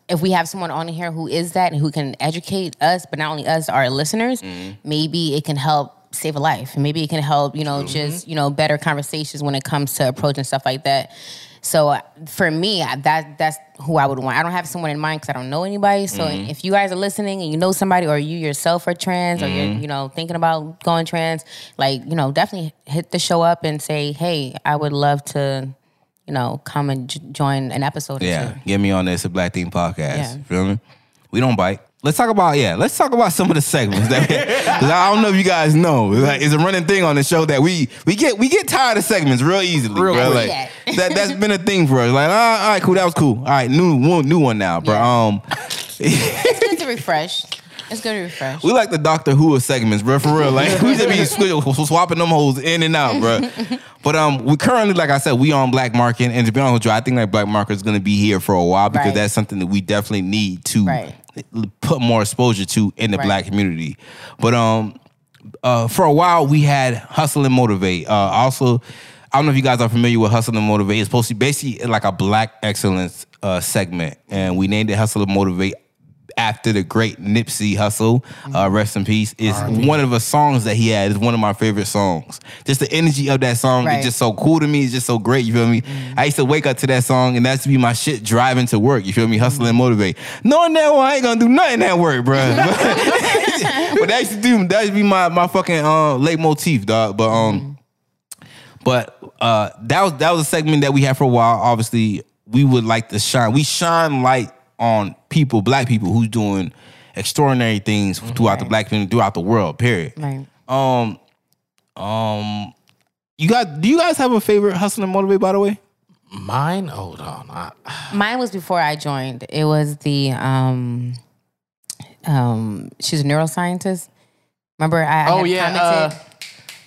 if we have someone on here who is that and who can educate us, but not only us, our listeners, maybe it can help save a life. Maybe it can help, you know, just, you know, better conversations when it comes to approaching stuff like that. So uh, for me, I- that that's who I would want. I don't have someone in mind because I don't know anybody. So
Mm-hmm.
if you guys are listening and you know somebody, or you yourself are trans, or
Mm-hmm.
you're you know thinking about going trans, like you know, definitely hit the show up and say, hey, I would love to, you know, come and j- join an episode. or
Yeah,
two.
get me on this. A black thing podcast.
Yeah.
Feel me? We don't bite. Let's talk about yeah. Let's talk about some of the segments that. 'cause I don't know if you guys know. Like, it's a running thing on the show that we we get we get tired of segments real easily.
Real
bro.
quick.
Like that that's been a thing for us. Like ah, all right, cool, that was cool. All right, new one, new one now, bro.
Yeah.
Um,
It's good to refresh. It's good to refresh.
<laughs> we like the Doctor Who of segments, bro. For real, like <laughs> we just be swi- swapping them hoes in and out, bro.
<laughs>
But um, we currently, like I said, we on Black Market, and to be honest with you, I think that Black Market is gonna be here for a while because
Right.
that's something that we definitely need to
Right.
put more exposure to in the
Right.
Black community. But um, uh, for a while we had hustle and motivate. Uh, also, I don't know if you guys are familiar with hustle and motivate. It's supposed to be basically like a black excellence uh, segment, and we named it hustle and motivate after the great Nipsey Hustle. Uh, rest in peace. It's one of the songs that he had. It's one of my favorite songs. Just the energy of that song.
Right.
It's just so cool to me. It's just so great. You feel me? I used to wake up to that song, and that's to be my shit driving to work. You feel me? Hustle and motivate. Knowing that well, I ain't gonna do nothing that work, <laughs> bro. <laughs> but that used to do that used to be my my fucking uh leitmotif, dog. But um But uh, that was that was a segment that we had for a while. Obviously, we would like to shine. We shine light on people, black people, who's doing extraordinary things throughout the black community, throughout the world. Period.
Right.
Um, um, you got? Do you guys have a favorite hustle and motivate? By the way,
Mine? Hold on. I,
Mine was before I joined. It was the um, um, she's a neuroscientist. Remember, I, I
Oh,
had
yeah,
commented.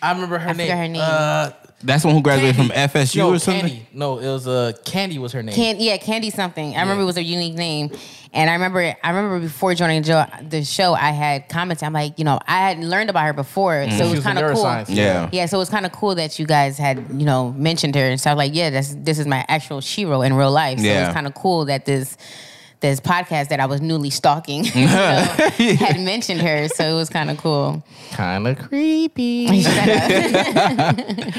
I remember her
I
name.
forgot her name.
Uh,
that's the one who graduated
Candy.
from FSU
no,
or something.
Candy. No, it was uh, Candy was her name.
Can, yeah, Candy something. I remember it was a unique name, and I remember I remember before joining Joe, the show, I had commented. I'm like, you know, I had learned about her before, so it
She
was
was a
kind of cool.
neuroscience.
Yeah.
yeah. So it was kind of cool that you guys had you know mentioned her, and so I was like, yeah, this this is my actual Shiro in real life. So it
Yeah.
was kind of cool that this. This podcast that I was newly stalking <laughs> you know, had mentioned her, so it was kind of cool. <laughs> uh,
Kind of creepy.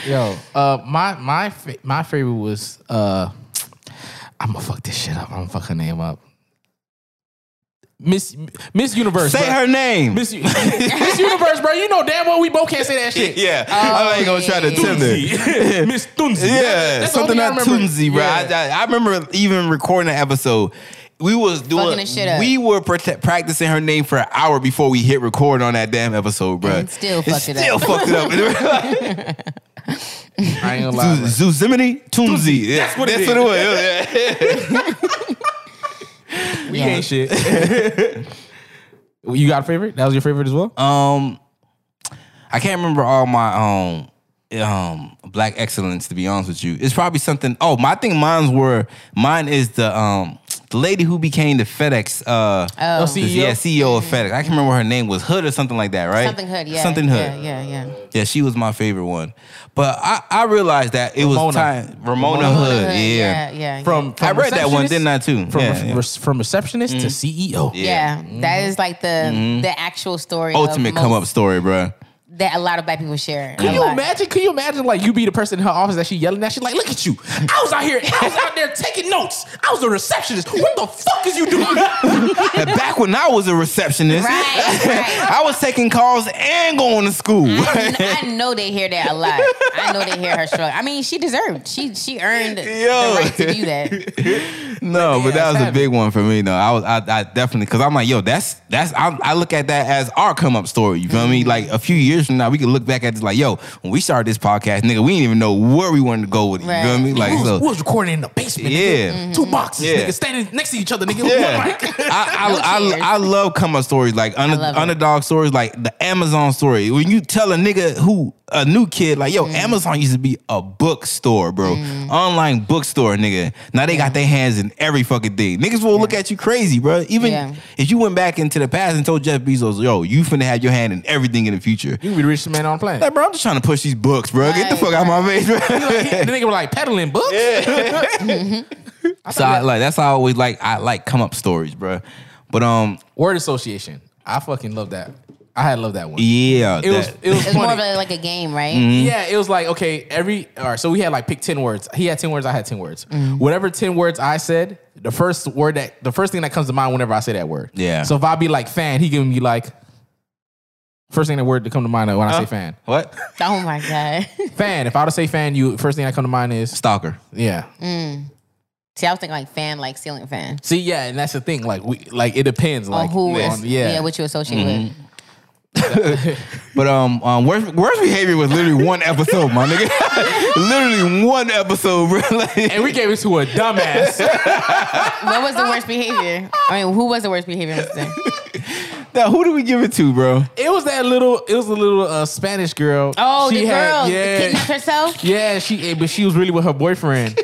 Yo, uh, my my fa- my favorite was uh, I'm gonna fuck this shit up. I'm gonna fuck her name up. Miss Miss Universe.
Say
bro.
her name.
Miss, U- <laughs> Miss Universe, bro. You know damn well we both can't say that shit.
<laughs> Yeah, I ain't gonna try to
yeah.
tempt her.
<laughs> Miss Tunzi.
Yeah,
That's the
something
only
not
thing I remember.
Toonsy, bro.
Yeah.
I, I, I remember even recording an episode. We was doing,
the shit up.
we were prote- practicing her name for an hour before we hit record on that damn episode, bro.
And still fucked it up.
Still fucked it <laughs> up.
I ain't gonna lie. bro.
Zoo- Zooziminy, Toonsy. Yeah, that's what it was. Yeah, yeah.
We ain't shit. you got a favorite? That was your favorite as well?
Um, I can't remember all my um um black excellence to be honest with you. It's probably something. Oh, my I think mine's were mine is the um the lady who became the FedEx uh
Oh,
the- yeah CEO of FedEx. I can remember her name was Hood or something like that, right?
Something hood, yeah.
Something hood. Yeah,
Yeah, yeah, yeah.
she was my favorite one. But I I realized that it was
Ramona.
time Ramona,
Ramona
Hood.
Hood,
yeah.
yeah, yeah.
From, from
I read that one,
receptionist-
didn't I too?
From,
yeah, Mm-hmm. yeah.
re- from receptionist to E CEO.
Yeah, that is like the the actual story.
Ultimate
of most-
come up story, bruh.
that a lot of black people share.
Can
A
you
lot.
imagine? Can you imagine like you be the person in her office that she yelling at? She like, look at you. I was out here. I was out there taking notes. I was a receptionist. What the fuck is you doing?
And back when I was a receptionist,
Right, right.
I was taking calls and going to school.
I kn- I know they hear that a lot. I know they hear her struggle. I mean, she deserved. She she earned
Yo.
the right to do that.
<laughs> no, but that was a
that's
big one for me. though. I was, I, I definitely, because I'm like, yo, that's that's. I, I look at that as our come up story. You feel me? Like a few years from now, we can look back at this like, yo, when we started this podcast, nigga, we didn't even know where we wanted to go with it. You feel
Right.
me? <laughs> Like,
we, was, we
so.
was recording in the basement.
Yeah.
nigga. Two boxes,
Yeah.
nigga, standing next to each
<laughs>
other, nigga.
Yeah,
One mic.
I, I,
tears.
I, I love come up stories like under,
love it.
underdog stories like the Amazon story. When you tell a nigga who a new kid like
Mm.
yo, Amazon used to be a bookstore, bro, online bookstore, nigga. Now they got their hands in every fucking thing. Niggas will look at you crazy, bro. Even
Yeah.
if you went back into the past and told Jeff Bezos, yo, you finna have your hand in everything in the future.
<laughs> You be the richest man on the planet.
Like, bro, I'm just trying to push these books, bro. Get the
Right,
fuck out my face, bro.
<laughs> the nigga was like peddling
<laughs>
books.
so I, like that's how I always like I like come up stories, bro. But um,
<laughs> Word association. I fucking love that. I had love that one.
yeah,
It was
that- Mm-hmm.
it was
It's more
funny.
of a, like a game, right?
Yeah, it was like okay, every all right. So we had like pick ten words. He had ten words. I had ten words.
Mm-hmm.
Whatever ten words I said, the first word that the first thing that comes to mind whenever I say that word.
Yeah.
So if I be like fan, he giving me like first thing that word to come to mind when I say fan.
what
Oh my god. <laughs>
Fan. If I were to say fan, you first thing that come to mind is
stalker.
yeah.
See, I was thinking like fan, like ceiling fan.
See, yeah, and that's the thing. Like we like it depends.
On
Like
who is
on-
yeah.
yeah.
what you associate with.
But um, um worst, worst behavior was literally one episode, my nigga. <laughs> literally one episode, bro. <laughs> Like,
and we gave it to
<laughs>
a dumbass.
What was the worst behavior? I mean, who was the worst behavior? Mr. Zane?
now, who do we give it to, bro?
it was that little. It was a little uh, Spanish girl.
Oh,
She
the
had-
girl
yeah. <laughs>
that kidnapped herself.
Yeah, she eh, but she was really with
<laughs>
her boyfriend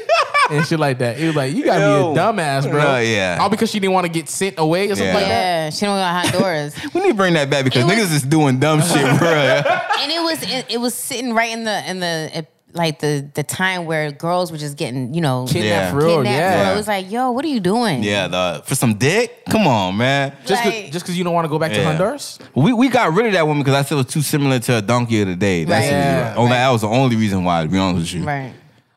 and shit like that. It was like you gotta
Yo.
be a dumbass, bro.
No, yeah.
all because she didn't want to get sent away or something
Yeah.
like that.
Yeah, she don't go to Honduras,
We need to bring that back because
It was-
niggas is doing dumb <laughs> shit, bro.
and it was it, it was sitting right in the in the eh, like the the time where girls were just getting you know
Kidnapped
Yeah.
for real,
kidnapped.
yeah.
So it was like, yo, what are you doing?
yeah, the, for some dick. Come on, man.
Just cause,
Like-
just 'cause you don't want to go back to
Yeah.
Honduras.
We we got rid of that woman because I said it was too similar to a donkey of the day. That's
Right.
the-
Yeah.
oh, that was the only reason why. To be honest with you,
Right.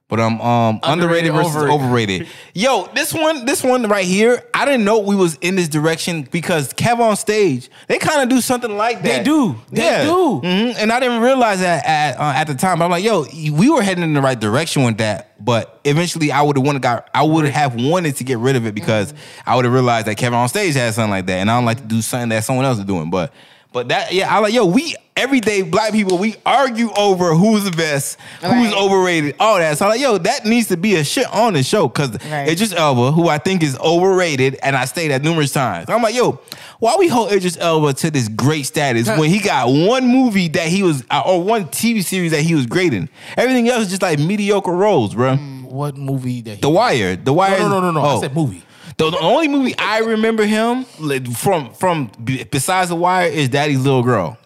But um, um underrated,
Underrated,
versus overrated.
<laughs> overrated.
Yo, this one, this one right here, I didn't know we was in this direction because Kev on stage, they kind of do something like that.
They do. They do.
Mhm. And I didn't realize that at uh, at the time. I'm like, yo, we were heading in the right direction with that, but eventually I would have wanted got I would have wanted to get rid of it because
Mm-hmm.
I would have realized that Kevin on stage had something like that, and I don't like to do something that someone else is doing, but. But that yeah, I like yo. We everyday black people we argue over who's the best, who's
Right.
overrated, all that. So I'm like yo, that needs to be a shit on the show because
Right.
it just. Idris Elba, who I think is overrated, and I say that numerous times. I'm like, yo, why we hold Idris Elba to this great status when he got one movie that he was, uh, or one TV series that he was great in? Everything else is just like mediocre roles, bro.
What movie that he
The Wire, The Wire.
Mm. No, no, no, no. no.
oh.
I said movie.
The, the only movie I remember him like, from from b- besides The Wire is Daddy's Little Girl.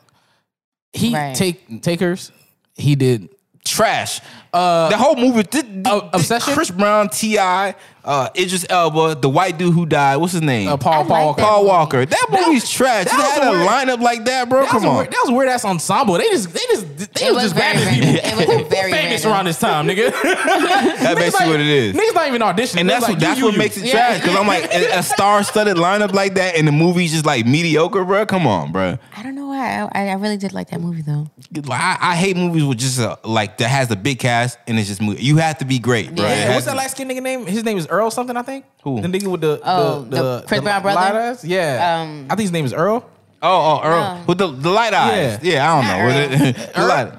He
Right.
take takers. He did.
Trash. Uh, the whole movie. Th- th-
Uh,
th-
Obsession?
Chris Brown, Ti, uh, Idris Elba, the white dude who died. What's his name?
Uh,
I
Paul
like
Paul
that.
Walker.
Paul
movie.
Walker. That movie's trash.
that
you
was
had
a
a
weird-
lineup like that, bro.
That
Come
was a
on.
weird, that was a weird ass ensemble. They just they just they
It
was
was
just
very
grabbing
random.
people.
It was a very
famous
random.
around this time,
<laughs>
nigga.
That
Niggas
basically
not-
what it is.
Niggas not even auditioning.
and
They
that's
was
what
like,
that's
you,
what
you,
makes it
you.
trash. Because I'm like a, a star-studded lineup like that, and the movie's just like mediocre, bro. Come on, bro.
I don't know why. I, I really did like that movie though.
I, I hate movies with just a, like that has a big cast and it's just mo- you have to be great, bro.
Yeah.
It
Yeah,
has
what's
to-
that light skin nigga name? His name is Earl something, I think.
Who?
The nigga with the
Oh,
the,
the Chris Brown brother?
light eyes? Yeah,
Um,
I think his name is Earl.
Oh, oh, Earl with the, the light eyes. Yeah,
Yeah.
I don't know. With it- <laughs> the light-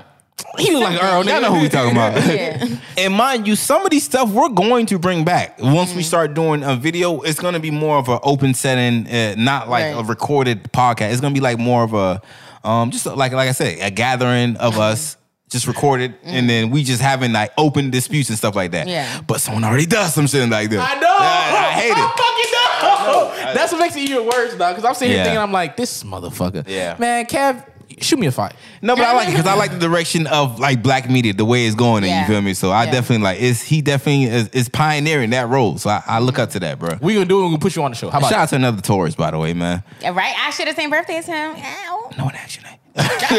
He look like Earl.
Y'all
Nigga.
know who we talking <laughs> about.
Yeah.
And mind you, some of these stuff we're going to bring back once we start doing a video. It's going to be more of an open setting, uh, not like
Right.
a recorded podcast. It's going to be like more of a, um, just like like I said, a gathering of us. Just recorded, and then we just having like open disputes and stuff like that.
Yeah.
But someone already does some shit like this.
I know.
I, I hate <laughs>
I
it.
fucking know. That's what makes it even worse, dog. Because I'm sitting
Yeah.
here thinking, I'm like, this motherfucker.
Yeah.
man, Kev, shoot me a fight.
No, but I like it because I like the direction of like black media, the way it's going. And
Yeah.
you feel me? So I
Yeah.
definitely like. Is he definitely is, is pioneering that role? So I, I look up to that, bro.
We gonna do it. We gonna put you on the show. How about
Shout out to another Taurus, by the way, man.
Yeah, right? I share the same birthday as him. Ow.
No one asked your name.
<laughs>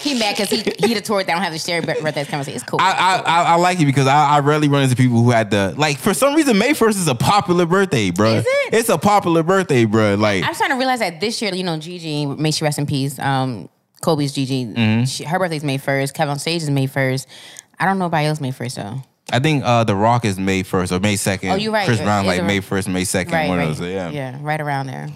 He mad because he he the tour that don't have the shared bir- birthday conversation. It's cool.
<laughs> I, I, I, I like it because I, I rarely run into people who had the like for some reason May first is a popular birthday, bro.
Is it?
It's a popular birthday, bro. Like
I'm starting to realize that this year, you know, Gigi, may she rest in peace. Um, Kobe's Gigi,
Mm-hmm.
she, her birthday's May first. Kevin on stage is May first. I don't know about else May first though.
I think uh The Rock is May first or May second.
Oh, you right.
Chris Brown
It is
like
a-
May first, May second,
Right,
one
right,
of those. Yeah.
yeah, right around there.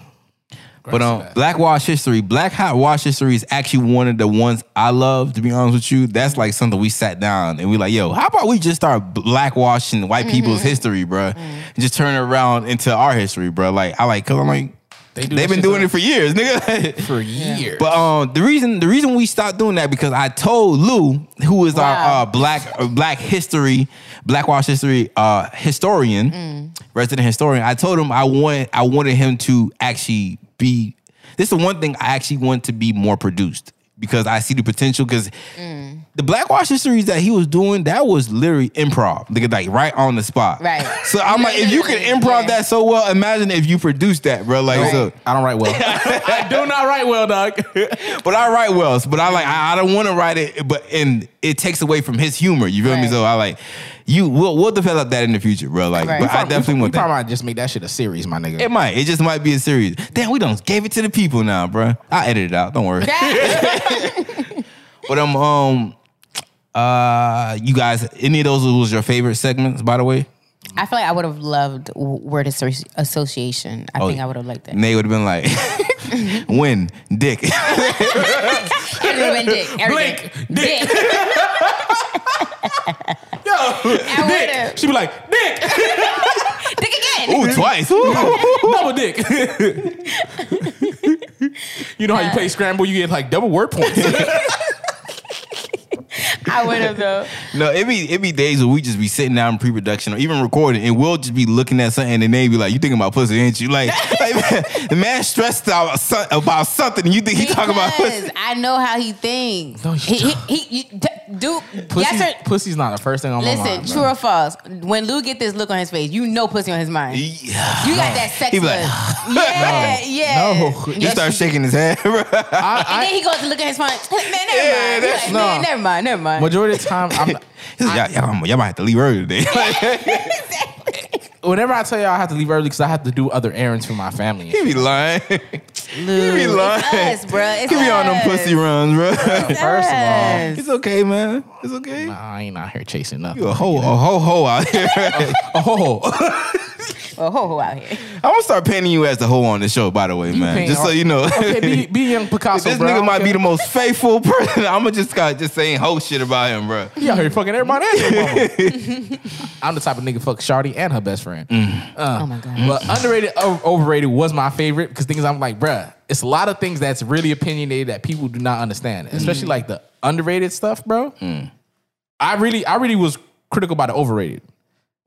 But um, Black Wash History, Black Hot Wash History is actually one of the ones I love. To be honest with you, that's like something we sat down and we like, yo, how about we just start black washing white
Mm-hmm.
people's history,
Mm.
bro, and just turn it around into our history, bro. Like I like, cause I'm like,
They
they
do that
have been
shit
doing
to-
it for years, nigga. <laughs>
for years?
But um, the reason the reason we stopped doing that because I told Lou, who is
Wow.
our uh, black uh, black history, black wash history uh, historian,
Mm.
resident historian. I told him I want I wanted him to actually be. This is the one thing I actually want to be more produced because I see the potential. Because
Mm.
the black wash histories that he was doing, that was literally improv, Nigga, like right on the spot.
Right.
So I'm like, if you can improv
Yeah.
that so well, imagine if you produced that, bro. Like,
Right.
so
I don't write well.
<laughs>
I do not write well, dog.
but I write Wells, but I like I, I don't want to write it, but and it takes away from his humor. You feel me?
Right.
So I like you. We'll we'll develop that in the future, bro. Like,
Right.
but
We
<laughs> I definitely
we
want that.
probably might just make that shit a series, my nigga.
it might. It just might be a series. Damn, we don't gave it to the people now, bro. I edit it out. Don't worry. but um um uh you guys, any of those was your favorite segments, by the way?
I feel like I would have loved w- word associ- association.
Oh,
I think I would have liked
<laughs>
that.
Nay would have been like, when dick. <laughs>
Everyone dick. Every
Blink,
Dick.
<laughs>
Yo,
I would
dick.
have.
She be like, dick,
<laughs>
Dick again.
Ooh, twice. Ooh.
double dick. <laughs> you know how you play scramble, you get like double word points.
I would have though.
No, it be it be days where we just be sitting down in pre-production or even recording, and we'll just be looking at something, and they be like, "You thinking about pussy, ain't
<laughs>
you?" Like, like, man, the man stressed out about some- about something, and <laughs> you think he talking about
Because
pussy.
I know how he thinks.
No, you
he, he,
don't.
he- you- d- Do
Pussy's,
yes
Oh
or
pussy's not the first thing on my
listen?
mind.
True or false? When Lou get this look on his face, you know pussy on his mind.
Yeah.
You got that sex
<sighs> He be
look.
like, <laughs>
yeah, yeah.
No. You
You
Yes,
start shaking his head, <laughs> bro.
I,
And
I-
then he goes to look at his phone. <laughs> Man, never
Yeah,
mind.
that's
He's like, Man,
not-
never mind. Never mind.
majority of the time, I'm,
He's like, y'all, y'all, y'all might have to leave early today. <laughs>
whenever I tell you I have to leave early because I have to do other errands for my family. and
he
shit.
be lying. he
Lou,
be lying.
It's us, bro.
<laughs>
It's
He be on them
us.
pussy runs,
<laughs>
bro.
It's
First of all,
us.
it's okay, man. It's okay.
Nah, I ain't out here chasing nothing.
You a <laughs> hoe, a hoe, hoe out here.
<laughs> Oh,
Well, Oh, ho ho out here.
I'm gonna start painting you as the hoe on the show, by the way, man.
paint
Just so
all-
you know.
okay, be,
<laughs>
be young Picasso,
this
bro.
nigga might be the most faithful person. <laughs> I'm gonna just got just saying hoe shit about him, bro.
You out here fucking
<laughs>
everybody and your mama. I'm the type of nigga fuck Shardy and her best friend.
oh my god.
But underrated, o- overrated was my favorite because things I'm like, bruh, it's a lot of things that's really opinionated that people do not understand, especially like the underrated stuff, bro.
Mm.
I really, I really was critical about the overrated.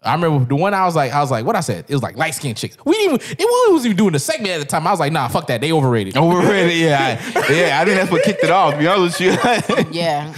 I remember the one I was like, I was like, what I said? It was like light skinned chicks. We didn't, even, it wasn't even doing the segment at the time. I was like, nah, fuck that, they overrated.
Overrated, <laughs> yeah, I, yeah. I think that's what kicked it off. To be honest with you. <laughs>
Yeah.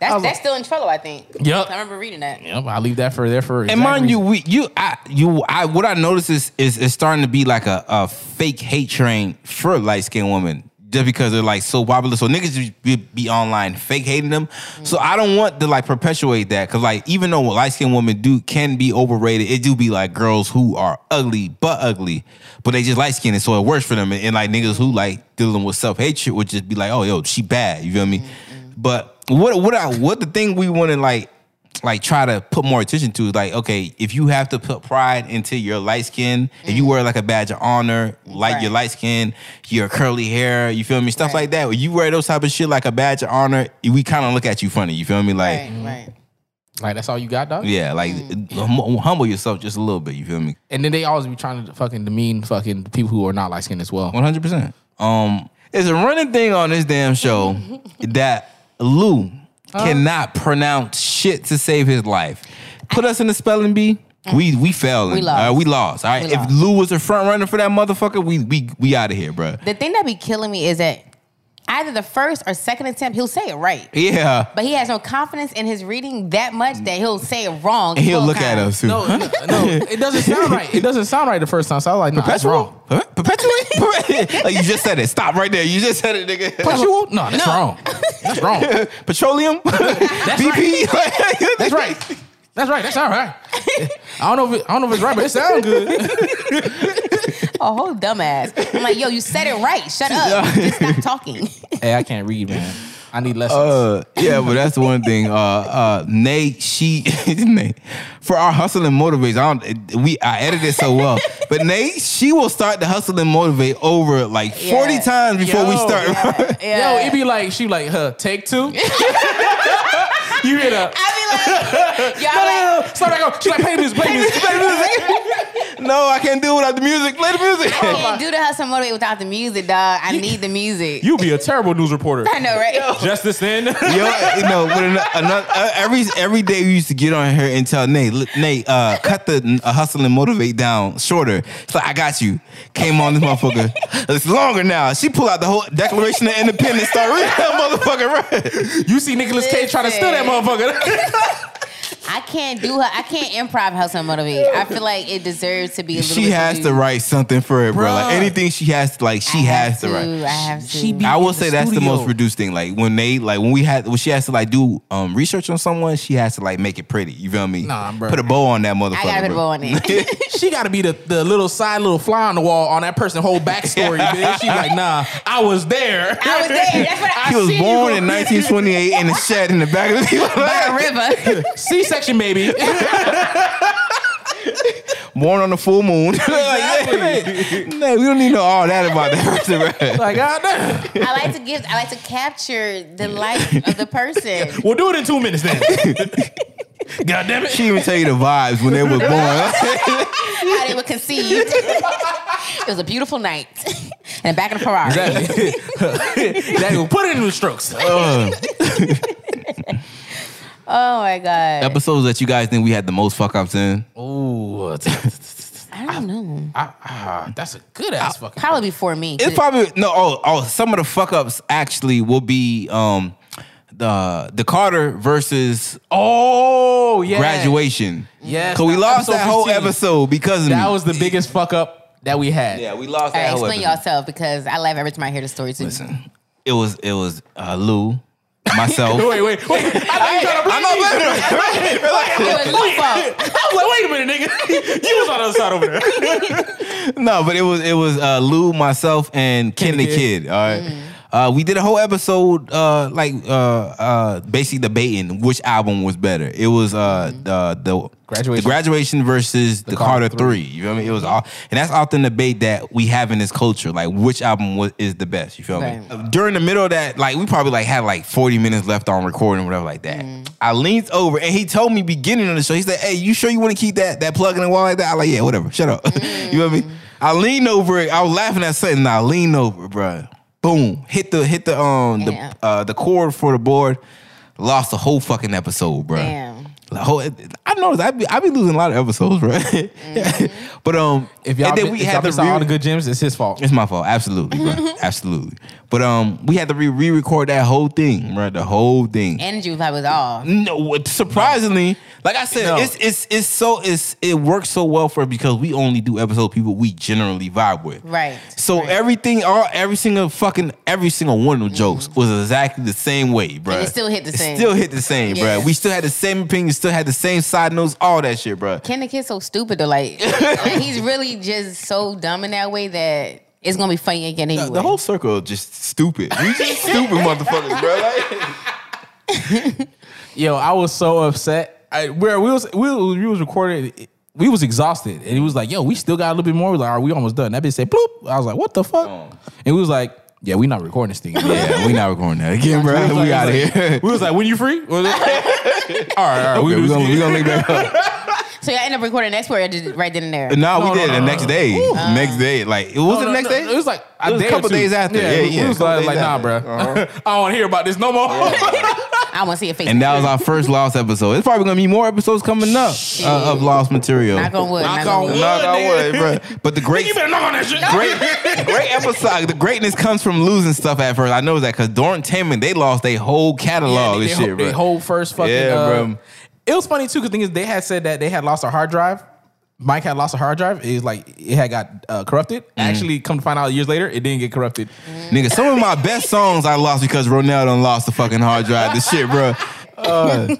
That's that's still in Trello, I think.
Yup.
I remember reading that.
Yep, I leave that for there for.
And mind you, we you I you I what I notice is is it's starting to be like a, a fake hate train for light skinned women just because they're like so popular. So niggas just be, be online fake hating them. So I don't want to like perpetuate that because like even though light skinned women do can be overrated, it do be like girls who are ugly but ugly, but they just light skinned, so it works for them. And, and, like niggas who like dealing with self hatred would just be like, oh yo, she bad. You feel me? But what what I what the thing we want to like like try to put more attention to is like okay if you have to put pride into your light skin if you wear like a badge of honor like your
Mm. Right.
light skin your curly hair you feel me stuff
Right.
like that when you wear those type of shit like a badge of honor we kind of look at you funny you feel me like
Right, right.
like that's all you got, dog.
yeah like hum-
Mm.
humble yourself just a little bit you feel me
And then they always be trying to fucking demean fucking people who are not light skinned as well.
100% um it's a running thing on this damn
<laughs>
show that Lou cannot pronounce shit to save his life put us in the spelling bee we we failing.
We lost.
All right, we lost. All right.
We
if
lost.
Lou was the front runner for that motherfucker, we we we out of here, bro.
The thing that be killing me is that either the first or second attempt, he'll say it right.
Yeah.
But he has no confidence in his reading that much that he'll say it wrong.
And he'll
12
look at
times. <laughs>
us too.
No, no, no, it doesn't sound right. It doesn't sound right the first time. So I was like, nah, that's wrong.
Huh? Perpetually?
<laughs>
Perpe- <laughs> like you just said it. Stop right there. You just said it, nigga.
Perpetual? No, that's wrong. That's wrong.
<laughs> Petroleum? <laughs> BP?
That's right. That's right. That's all right. I don't know if it, I don't know if it's right, but it sounds good.
A Oh, whole dumbass. I'm like, yo, you said it right. Shut up. Just stop
<laughs>
talking.
<laughs>
<laughs>
hey, I can't read, man. I need lessons.
Uh, yeah, but that's one thing. Uh, uh, Nate, she, <laughs> Nate, for our hustle and motivate, I don't, we, I edited it so well. But Nate, she will start to hustle and motivate over like 40
Yeah.
times before we
Yo.
start. <laughs>
Yo,
Yeah.
it be like she like, huh? Take two. <laughs> you hear that? Uh,
I be
<laughs>
like, y'all like,
Start back up. She like, play this, play this,
<laughs>
play this.
no, I can't do it without the music. Play the music.
I can't do the hustle and motivate without the music, dog. I need the music.
You be a terrible news reporter.
<laughs> I know, right?
Just this then. <laughs>
Yo, you know, but ano- ano- uh, every every day we used to get on here and tell Nate, look, Nate, uh, cut the uh, hustle and motivate down shorter. It's like I got you. Came on this motherfucker. It's longer now. She pulled out the whole Declaration of Independence. Start reading that motherfucker. Right?
You see Nicolas Cage trying to steal that motherfucker. <laughs>
I can't do her. I can't improv hustle and motivate. I feel like it deserves to be a little
She
bit
has to
subdued.
write something for it, bro. Like
Bruh.
anything she has, to, like she
I have
has to write.
I have to.
She be-
I will
in
say
the
that's the
studio.
most reduced thing. Like when they like when we had when she has to like do um research on someone, she has to like make it pretty. You feel me?
Nah, bruh.
Put a bow on that motherfucker.
I gotta put a
bruh.
bow on it.
she gotta be the, the little side little fly on the wall on that person's
<laughs>
whole backstory, bitch. She like, nah, I was there.
I was there. That's
<laughs>
what I
He was
seen
born
<laughs>
you.
in 1928 in a shed in the back of the
by a
<laughs>
river.
<laughs> C
<laughs>
section, baby.
born on the full moon. <laughs> like, yeah, man, we don't need to know all that about that person. bruh.
<laughs> like, God damn.
I like to give. I like to capture the life of the
<laughs>
person.
We'll do it in two minutes <laughs> then. God damn it.
She even tell you the vibes when they were born.
How they were conceived. <laughs> it was a beautiful night, <laughs> and back in the Ferrari.
Exactly. exactly. Put it in the <laughs> strokes.
Uh,
Oh my god.
episodes that you guys think we had the most fuck ups in.
Ooh.
I don't know.
I- ah, that's Oh, a good ass fucking.
Probably before me.
It's probably no. Oh, oh, some of the fuck ups actually will be um uh, the Carter versus
Oh yeah,
graduation.
Yes,
So we
that
lost
episode
that whole
15.
episode because of
That
me.
was the biggest fuck up that we had.
yeah, we lost
All
that
right,
whole
explain
episode.
yourself because I laugh every time I hear the story too.
Listen, it was it was uh, Lou, myself.
Wait, <laughs> wait, wait! I thought you trying to
I
bring me.
It was Lou's fault.
I was like, <laughs> wait a minute, nigga. You was on the other side over there.
<laughs> No, but it was it was uh, Lou, myself, and Ken the Kid. All right. Uh, we did a whole episode, uh, like uh, uh, basically debating which album was better. It was uh, the the
Graduation.
the graduation versus the,
Carter
Carter, Three. You feel me? It was all, and that's often the debate that we have in this culture, like which album was, is the best. You feel
Right.
me? During the middle of that, like we probably like had like forty minutes left on recording, whatever, like that. I leaned over and he told me beginning of the show, he said, "Hey, you sure you want to keep that that plug in the wall like that?" I like, yeah, whatever. Shut up. <laughs> you feel me? I leaned over. I was laughing at something. I leaned over, bruh. Boom! Hit the hit the um
Damn.
the uh the cord for the board. Lost the whole fucking episode, bruh.
Damn.
The whole- oh, I noticed I be I be losing a lot of episodes, <laughs> right? but um,
If y'all,
and then
been-
we
if
had
y'all
the
missed out all the
re-
good gems, it's his fault.
It's my fault, absolutely, bro, absolutely. But um, we had to re- re-record that whole thing, right? The whole thing.
Energy probably was off.
no, what- surprisingly, like I said,
No.
it's it's it's so it's it works so well for us because we only do episodes people we generally vibe with,
Right.
So
right.
everything, all every single fucking every single one of them jokes was exactly the same way, bro.
Mm-hmm. it still hit the same.
Still hit the same, bruh.
Yeah.
We still had the same opinion, still had the same side notes, all that shit, bro.
Ken the Kid's so stupid though. Like, like, he's really just so dumb in that way that it's gonna be funny again anyway.
<laughs> The whole circle is just stupid.
<laughs>
We just stupid motherfuckers, bro. Like,
Yo, I was so upset. I, where we was we, was- we was recorded, we was exhausted, and he was like, "Yo, we still got a little bit more." We was like, "All right, we almost done." That bitch said, "Bloop." I was like, "What the fuck?" And we was like, "Yeah, we not recording this thing."
Oh. yeah, we not recording that
<laughs>
again, bro.
was like-
We out of
was like-
here.
We was like, "When
<laughs>
you free?" all right, all right.
Okay,
we
we
was-
gonna we gonna link back <laughs> up.
so y'all end up recording next word right then and there.
No,
No,
we did it
no,
the
no,
next
no.
day. next day, like it was
Oh, No,
the
no,
next
no,
day.
It was like
It was a
day or
couple
two.
days after. Yeah,
we-
yeah,
We was
couple
like,
days
like, nah, bro.
after. Uh-huh.
<laughs> I don't want to hear about this no more.
I want to see a face.
and that was our first lost episode. It's probably gonna be more episodes coming up uh, of lost material.
Knock on wood. Knock,
Knock
on
on
wood.
wood.
Knock on wood, bro. But
<laughs>
the great
<laughs> you better knock on that shit.
great, great episode. The greatness comes from losing stuff at first. I know that because Dorn Taman, they lost their whole
Yeah,
catalog
they,
and
they
shit,
whole,
bro.
they whole first fucking.
Yeah,
uh,
bro.
It was funny too because thing is they had said that they had lost a hard drive. Mike had lost a hard drive. It was like it had got uh, corrupted.
Mm.
Actually, come to find out years later, it didn't get corrupted.
Nigga, some of my best songs I lost because Ronell done lost the fucking hard drive. The shit, bro. Uh,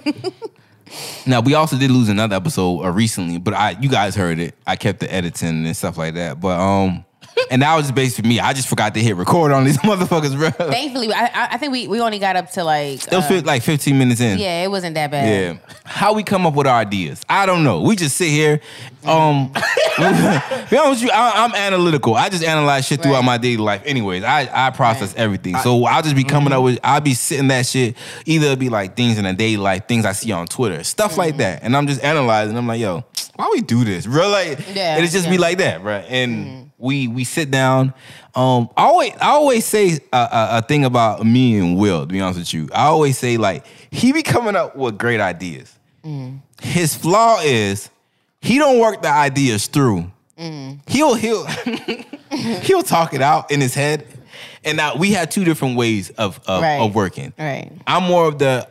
now we also did lose another episode uh, recently, but I you guys heard it. I kept the editing and stuff like that, but um, and that was just basically me. I just forgot to hit record on these <laughs> motherfuckers, bro. It
Thankfully, I, I- I think we, we only got up to like.
was
uh,
fit- like 15 minutes in.
yeah, it wasn't that bad.
Yeah. How we come up with our ideas? I don't know. We just sit here. Um, <laughs> be honest with you, I, I'm analytical. I just analyze shit throughout
Right.
my daily life. Anyways, I, I
Right.
process
Mm-hmm.
everything. So I'll just be coming up with. I'll be sitting that shit. Either it'll be like things in a daily life, things I see on Twitter, stuff
Mm-hmm.
like that, and I'm just analyzing. I'm like, yo, why we do this, bro? Like,
Yeah,
and it just
yeah.
be
Mm-hmm.
like that, right? And we we sit down. Um, I always I always say a, a, a thing about me and Will. To be honest with you, I always say like he be coming up with great ideas.
Mm.
His flaw is he don't work the ideas through.
Mm.
He'll he'll <laughs> he'll talk it out in his head. And now we have two different ways of of,
Right.
of working.
Right.
I'm more of the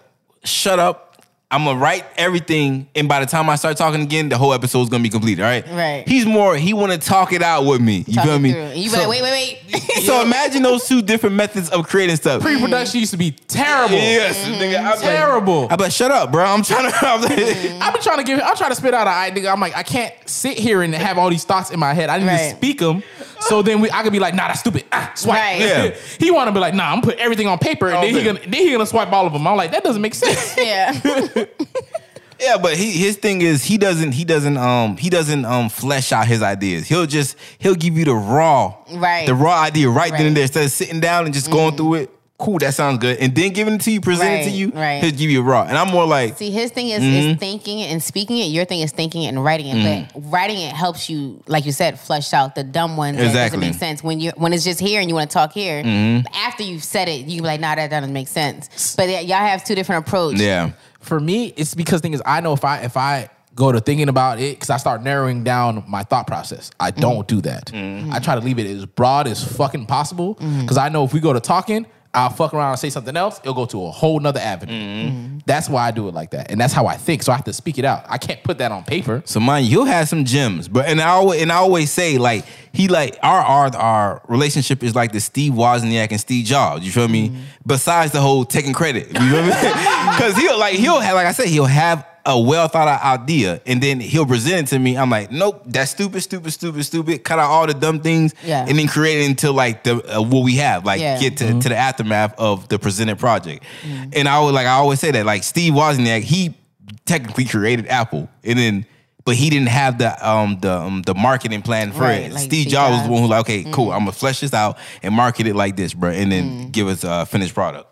shut up. I'm gonna write everything, and by the time I start talking again, the whole episode's gonna be completed. All right.
Right.
He's more. He want to talk it out with me. You
Talk
feel
it
me?
through. And You be
so,
like, wait, wait,
<laughs>
wait.
So imagine those two different methods of creating stuff.
Pre-production used to be terrible.
Yes,
Mm-hmm.
nigga. I'm
Terrible.
Like, I bet shut up, bro. I'm trying to. <laughs> I'm like,
I've been trying to give. I'm trying to spit out an idea. I'm like, I can't sit here and have all these thoughts in my head. I need
Right.
to speak them. So then we, I could be like, nah, that's stupid. Ah, swipe.
Right.
Yeah.
<laughs> he want to be like, nah, I'm gonna put everything on paper, and
All
then he
there.
gonna then he gonna swipe all of them. I'm like, that doesn't make sense.
<laughs>
yeah.
Yeah, but he, his thing is he doesn't he doesn't um he doesn't um flesh out his ideas. He'll just he'll give you the raw
Right.
the raw idea right, then
Right. Mm-hmm.
and there instead of sitting down and just going through it. Cool, that sounds good. And then giving it to you, presenting it to
Right,
you,
right.
he'll give you raw. And I'm more like
See, his thing is is
Mm-hmm.
thinking and speaking it. Your thing is thinking and writing it. But writing it helps you, like you said, flush out the dumb ones that doesn't
Exactly. Mm-hmm.
make sense. When you when it's just here and you want to talk here, after you've said it, you can be like, nah, that doesn't make sense. But yeah, y'all have two different approaches.
yeah.
for me, it's because thing is, I know if I if I go to thinking about it, because I start narrowing down my thought process. I
Mm. Mm.
don't do that. I try to leave it as broad as fucking possible, because I know if we go to talking, I'll fuck around and say something else. It'll go to a whole nother avenue.
Mm.
That's why I do it like that, and that's how I think. So I have to speak it out. I can't put that on paper.
So mind you, will have some gems, but and I always and I always say like he like our our our relationship is like the Steve Wozniak and Steve Jobs. You feel me? Besides the whole taking credit, you feel me? <laughs> Because he'll like he'll have like I said he'll have a well thought out idea, and then he'll present it to me. I'm like, nope, that's stupid, stupid, stupid, stupid. Cut out all the dumb things,
Yeah.
and then create it into like the uh, what we have, like
Yeah. Mm.
get to, to the aftermath of the presented project. And I would like I always say that like Steve Wozniak, he technically created Apple, and then but he didn't have the um the um, the marketing plan for
Right,
it.
like
Steve
Steve
Jobs was
Jobs. Mm.
the one who like, okay, cool, I'm gonna flesh this out and market it like this, bro, and then give us a finished product.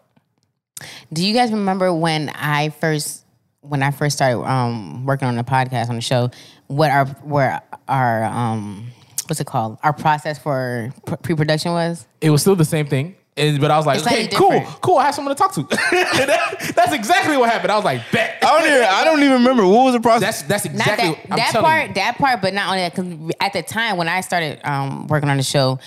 Do you guys remember when I first when I first started um, working on the podcast on the show? What our where our um, what's it called? Our process for pre production was.
It was still the same thing. And, but I was like,
It's
okay,
slightly
cool,
different.
cool. I have someone to talk to. <laughs> That- that's exactly what happened. I was like, bet.
I don't even I don't even remember what was the process.
That's that's
Not
exactly
that
I'm
that
telling
part,
you.
that part, but not only that. Because at the time when I started um, working on the show,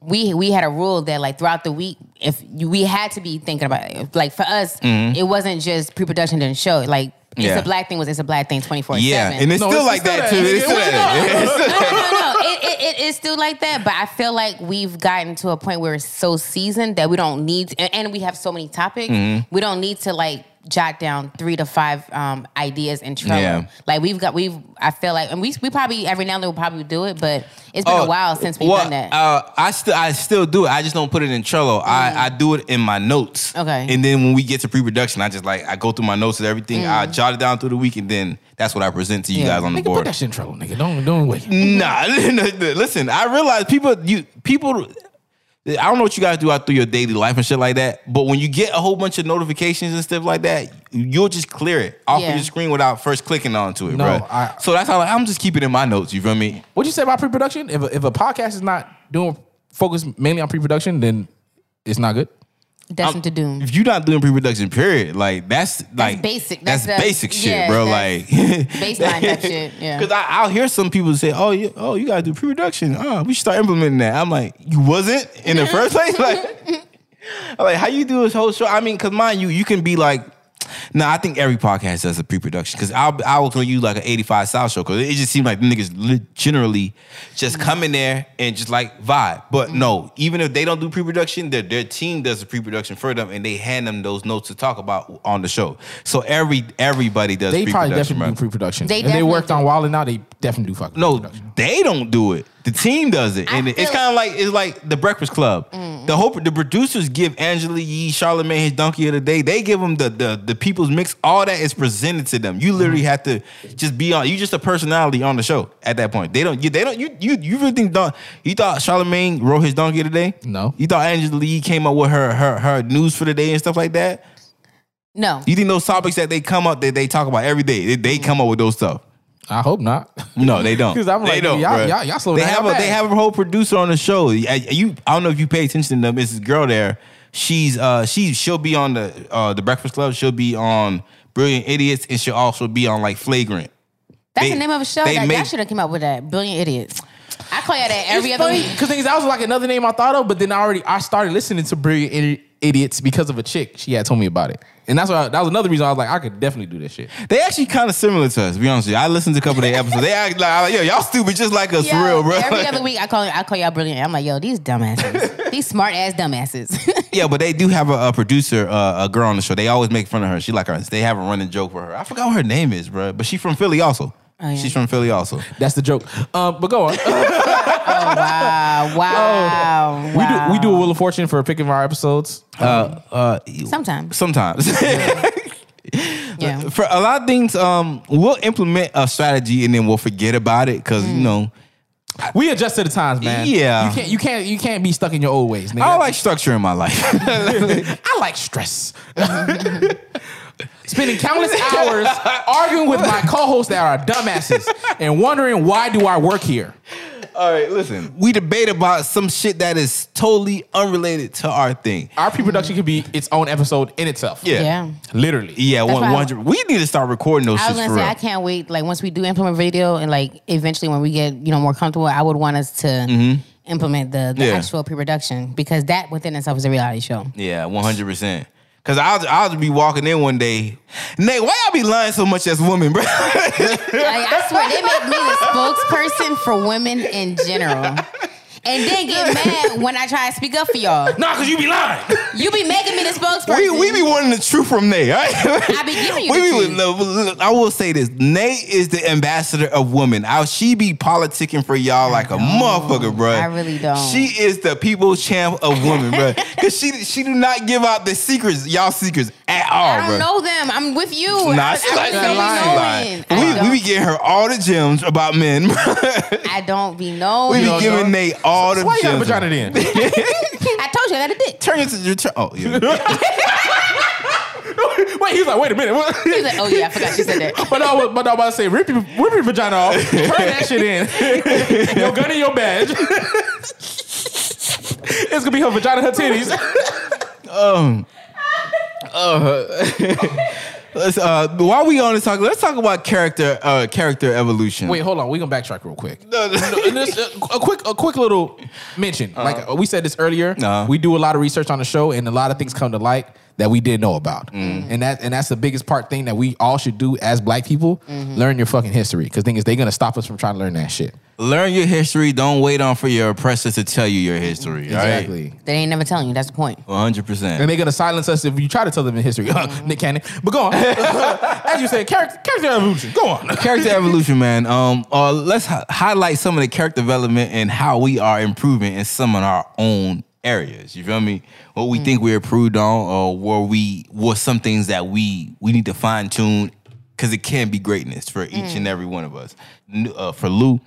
we we had a rule that like throughout the week, if you, we had to be thinking about it. like for us,
Mm-hmm.
it wasn't just pre production and show. Like it's
Yeah.
a black thing was it's a black thing twenty four
yeah,
seven.
and it's
No,
still
it's
like
still
that
that.
too.
Nigga,
It's still
what you
that.
know?
It's
no, no, no. It, it, it is still like that, but I feel like we've gotten to a point where it's so seasoned that we don't need, and, and we have so many topics,
Mm-hmm.
we don't need to like jot down three to five um, ideas in Trello.
Yeah.
Like we've got, we've, I feel like, and we, we probably every now and then we'll probably do it, but it's been
Oh,
a while since we've
well,
done that.
Uh, I still I still do it. I just don't put it in Trello. I, I do it in my notes.
Mm. Okay.
And then when we get to pre-production, I just like I go through my notes and everything. I jot it down through the week, and then that's what I present to you
Mm. Yeah.
guys on the
Nigga, put
board.
that shit in trouble, nigga. Don't don't wait.
Nah, <laughs> listen. I realize people you people. I don't know what you guys do out through your daily life and shit like that, but when you get a whole bunch of notifications and stuff like that, you'll just clear it off
Yeah.
of your screen without first clicking onto it,
No,
bro.
I-
so that's how like, I'm just keeping it in my notes. You feel me?
What'd you say about pre-production? If a, if a podcast is not doing focus mainly on pre-production, then it's not good.
Destined to Doom.
if you're not doing pre-production, period, like that's like
basic.
That's,
Mm-hmm. That's the-
basic shit,
yeah,
bro.
that's
like
Baseline type
<laughs>
shit. Yeah.
Because I'll hear some people say, "Oh, you, oh, you gotta do pre-production. Oh, we should start implementing that." I'm like, "You wasn't
<laughs>
in the first place." <laughs> Like, I'm like, how you do this whole show? I mean, because mind you, you can be like, "Nah, I think every podcast does a pre-production." Because I'll I was gonna use like an '85 South show because it just seemed like the niggas li- generally just come in there and just like vibe. But no, even if they don't do pre-production, their their team does the pre-production for them and they hand them those notes to talk about on the show. So every everybody does.
They probably
pre-production, bro.
definitely do pre-production.
They
If they
definitely
worked
do.
on Wild and Out, they definitely do fucking
No,
pre-production.
they don't do it. The team does it,
I
and it's
feel- Mm.
kind of like it's like the Breakfast Club. The whole the producers give Angela Yee, Charlamagne his donkey of the day. They give them the the the people's mix. All that is presented to them. You
Mm-hmm.
literally have to just be on. You just a personality on the show at that point. They don't. You, they don't. You you you really think Don? You thought Charlamagne wrote his donkey of the day?
No.
You thought Angela Yee came up with her her her news for the day and stuff like that?
no.
You think those topics that they come up that they talk about every day? They,
Mm.
they come up with those stuff.
I hope not.
No, they don't.
'Cause I'm
they
like,
don't,
y'all-
bruh.
y'all- y'all slow
they
down
Have a,
your
they
bag.
have a whole producer on the show. I, you, I don't know if you pay attention to them. It's this girl there. She's uh, she she'll be on the uh, the Breakfast Club. She'll be on Brilliant Idiots, and she'll also be on like Flagrant.
That's
they-
the name of a show
they
that y'all
make-
should have came up with that. Brilliant Idiots. I call y'all that <laughs> every other week.
because things that was like another name I thought of, but then I already I started listening to Brilliant Idi- Idiots because of a chick she had told me about it, and that's why that was another reason I was like I could definitely do this shit.
They actually kind of similar to us. To be honest with you, I listened to a couple of their episodes. They act like, I'm like, yo, y'all stupid, just like us, for
Yo,
real, bro.
Every
<laughs>
other week, I call I call y'all brilliant. I'm like, yo, these dumbasses, these smart ass dumbasses. <laughs>
Yeah, but they do have a, a producer, uh, a girl on the show. They always make fun of her. She like her. They have a running joke for her. I forgot what her name is, bro. But she from Philly also.
Oh, yeah.
She's from Philly also.
That's the joke. Um, but go on. <laughs>
wow, wow,
we do we do a Wheel of Fortune for picking our episodes.
Sometimes,
Sometimes.
yeah.
<laughs> for a lot of things, um, we'll implement a strategy and then we'll forget about it because
Mm.
you know
We adjust to the times, man.
Yeah. Oh,
you can't you can't you can't be stuck in your old ways. Nigga.
I don't like structure in my life. <laughs>
<laughs> I like stress. <laughs> Spending countless hours arguing with my co-hosts that are dumbasses and wondering why do I work here.
All right, listen. We debate about some shit that is totally unrelated to our thing.
Our pre-production could be its own episode in itself.
Yeah.
yeah.
literally.
Yeah,
That's
one
why I-
hundred. We need to start recording those
I was
shits for
gonna say
real.
I can't wait. Like once we do implement video, and like eventually when we get you know more comfortable, I would want us to implement the, the
Mm-hmm. Yeah.
actual pre-production because that within itself is a reality
<laughs>
show.
Yeah, one hundred percent. Cause I'll I'll be walking in one day. Nate, why y'all be lying so much as women, bro? <laughs>
Like, I swear, they make me the spokesperson for women in general. And then
<laughs>
get mad when I try to speak up for y'all.
Nah, cause you be lying.
You be making me the spokesperson.
we, we be wanting the truth from Nate. all Right? <laughs>
I be giving you
We
the
be-
truth.
look, look, I will say this: Nate is the ambassador of women. How she be politicking for y'all like a motherfucker, bro.
I really don't.
She is the people's champ of
<laughs>
women, bro. Cause she she do not give out the secrets, y'all secrets at all,
I
bro.
don't know them. I'm with you.
Nah,
I,
she
I
like
really
that
don't
lying.
be knowing. I
We, we be
don't,
getting her all the gems about men.
I don't be
Oh,
we
knowing.
be giving Nate all the
Why you got a
gems.
vagina then?
I told you I got a dick.
Turn into your turn. Oh
<laughs>
yeah.
<laughs> Wait, he's like, wait a minute. What?
He's like, oh yeah, I forgot you said that.
But I was, but I was about to say, rip your, rip your vagina off, turn that shit in, <laughs> your gun in your badge. <laughs> it's gonna be her vagina, her titties.
let's, uh, while we on this talk, let's talk about character uh, character evolution.
Wait, hold on, we gonna backtrack real quick.
No, no.
No, and this- uh, a quick, a quick little mention. Like uh, we said this earlier,
Uh-huh.
we do a lot of research on the show, and a lot of things come to light that we didn't know about.
Mm.
And that, and that's the biggest part thing that we all should do as Black people:
Mm-hmm.
learn your fucking history. Because thing is, they're gonna stop us from trying to learn that shit.
Learn your history. Don't wait on for your oppressors to tell you your history. Exactly.
Exactly.
They ain't never telling you. That's the <laughs> point.
One hundred percent.
And they're gonna silence us if you try to tell them in history. <laughs>
Mm-hmm.
Nick Cannon. But go on. <laughs> As you said, character, character evolution. Go on. <laughs>
Character evolution, man. Um, uh, let's hi- highlight some of the character development and how we are improving in some of our own areas. You feel me? What
Mm.
we think we improved on, or where we, what some things that we we need to fine tune, because it can be greatness for each
Mm.
and every one of us. N- Uh, for Lou,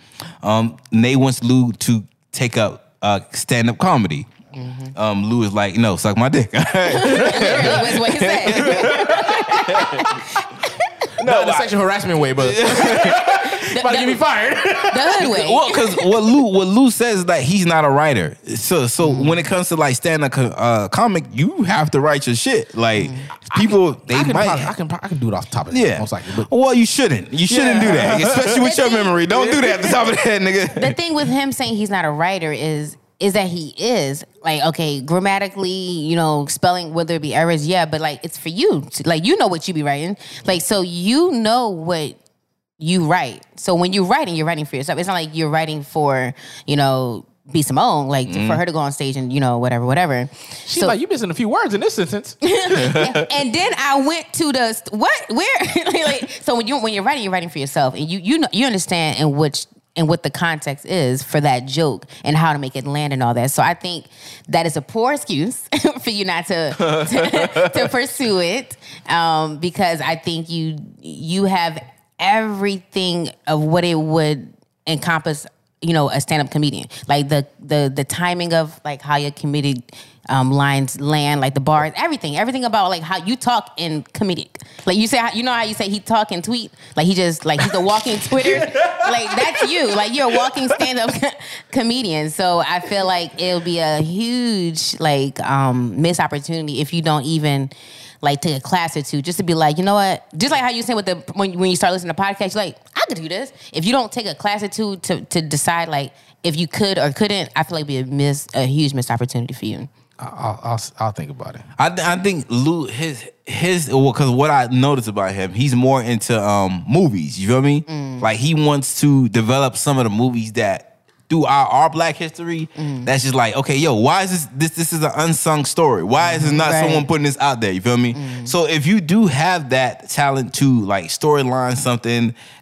um, Nay wants Lou to take up uh, stand up comedy.
Mm-hmm.
Um, Lou is like, no, suck my dick. <laughs>
Literally was what he <laughs> said.
No, the sexual harassment
<laughs>
way, but <laughs> about to get me fired.
The hood way.
well, because what Lou what Lou says is that he's not a writer. So so
Mm-hmm.
when it comes to like stand up uh, comic, you have to write your shit. Like people, they
Mm-hmm. I can,
might.
probably, I can, pro- I can do it off the top of the head,
yeah.
most likely. But
well, you shouldn't. You shouldn't do that, especially with
<laughs>
your memory. Don't do that at the top of the head, nigga.
the thing with him saying he's not a writer is is that he is like okay grammatically you know spelling whether it be errors yeah but like it's for you to, like you know what you be writing like so you know what you write so when you're writing you're writing for yourself it's not like you're writing for you know B Simone like for her to go on stage and you know whatever whatever
she's
So-
like, you missing a few words in this <laughs> sentence.
<laughs> and then I went to the st- what where <laughs> like, so when you when you're writing you're writing for yourself and you you know you understand in which and what the context is for that joke and how to make it land and all that. So I think that is a poor excuse <laughs> for you not to to, to pursue it um, because I think you you have everything of what it would encompass you know a stand-up comedian like the the the timing of like how your comedic um, lines land like the bars everything everything about like how you talk in comedic like you say how, you know how you say he talk and tweet like he just like he's a walking <laughs> twitter like that's you like you're a walking stand-up <laughs> comedian so i feel like it'll be a huge like um missed opportunity if you don't even like take a class or two just to be like, you know what? Just like how you said with the when when you start listening to podcasts, you're like, I could do this. If you don't take a class or two to to decide like if you could or couldn't, I feel like it'd be a miss a huge missed opportunity for you.
I'll, I'll, I'll think about it.
I th- I think Lou his his well because what I noticed about him, he's more into um movies. You feel me?
Mm.
Like he wants to develop some of the movies that. Through our, our black history,
Mm.
that's just like, okay, yo, why is this this this is an unsung story? Why is this not
Mm-hmm. Right. Mm.
someone putting this out there? You feel me? So if you do have that talent to like storyline something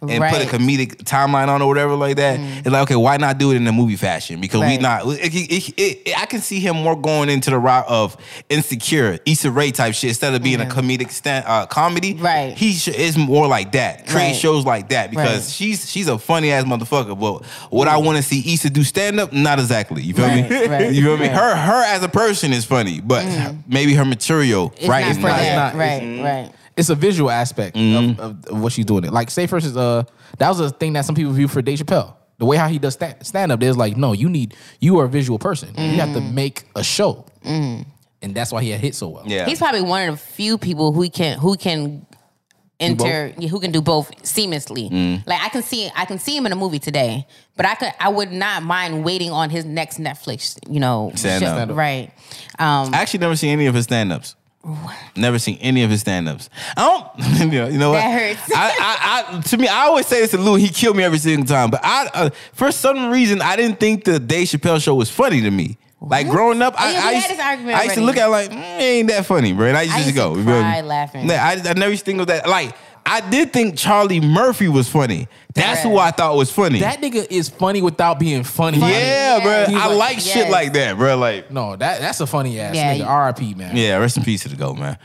and put a
Right.
comedic timeline on or whatever like that, it's like, okay, why not do it in a movie fashion? Because we
Mm. Right.
not uh, it- it- it- it- I can see him more going into the route of insecure, Issa Rae type shit instead of being a comedic stand, uh, comedy.
Right.
He sh- is more like that. Create
Right.
shows like that because
Right.
she's she's a funny ass motherfucker. But what I want to see Issa do stand up, not exactly. You feel me?
Right, right,
<laughs> you feel me?
right. Mm.
Her her as a person is funny, but maybe her material
It's
right
not
is
for
not.
that.
not-
right, right.
It's a visual aspect
Mm-hmm.
of, of, of what she's doing. It like say for instance, uh, that was a thing that some people view for Dave Chappelle. The way how he does stand, stand up, there's like, no, you need you are a visual person. You have to make a show, Mm. and that's why he had hit so well.
Yeah.
He's probably one of the few people who can who can inter yeah, who can do both seamlessly.
Mm.
Like I can see I can see him in a movie today, but I could I would not mind waiting on his next Netflix, you know,
Stand
show.
up.
right. Um
I actually never seen any of his stand ups. Never seen any of his stand ups. I don't, <laughs> you know, you know what?
That hurts.
I, I, I, to me, I always say this to Lou. He killed me every single time. But I, uh, for some reason, I didn't think the Dave Chappelle show was funny to me. Like growing up, I,
Oh, yeah, we
I,
had
used,
this argument
I used to
already.
look at it like, mm, it ain't that funny, bro. And I used,
I
to
used to
go, you
cry
feel me?
laughing.
Nah, I, I never used to think of that. Like, I did think Charlie Murphy was funny. That's who
Bruh.
I thought was funny.
That nigga is funny without being funny.
yeah,
Yeah.
bro.
He's
I
like-
like shit
yes.
like that, bro. Like,
No, that that's a funny ass
Yeah, you-
nigga. RIP man.
Yeah, rest in peace to the goat, man.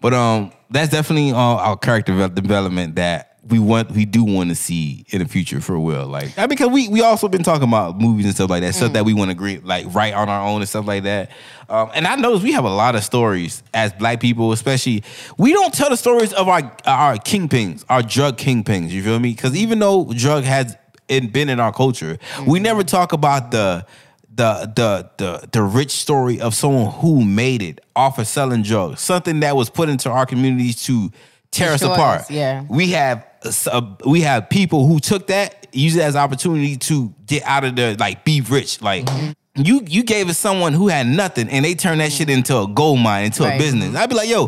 But um, that's definitely uh, our character devel- development that we want, we do want to see in the future for real. Like, I mean, because we we also been talking about movies and stuff like that, stuff that we want to agree, like write on our own and stuff like that. Um, and I noticed we have a lot of stories as Black people, especially we don't tell the stories of our our kingpins, our drug kingpins. You feel me? Because even though drug has it been in our culture, we never talk about the the the the the rich story of someone who made it off of selling drugs, something that was put into our communities to tear us
Destroy
apart.
us, yeah.
we have a s- a- we have people who took that, use it as an opportunity to get out of the like be rich, like.
Mm-hmm.
You you gave it someone who had nothing and they turned that shit into a gold mine, into a
Right.
business. I'd be like, yo,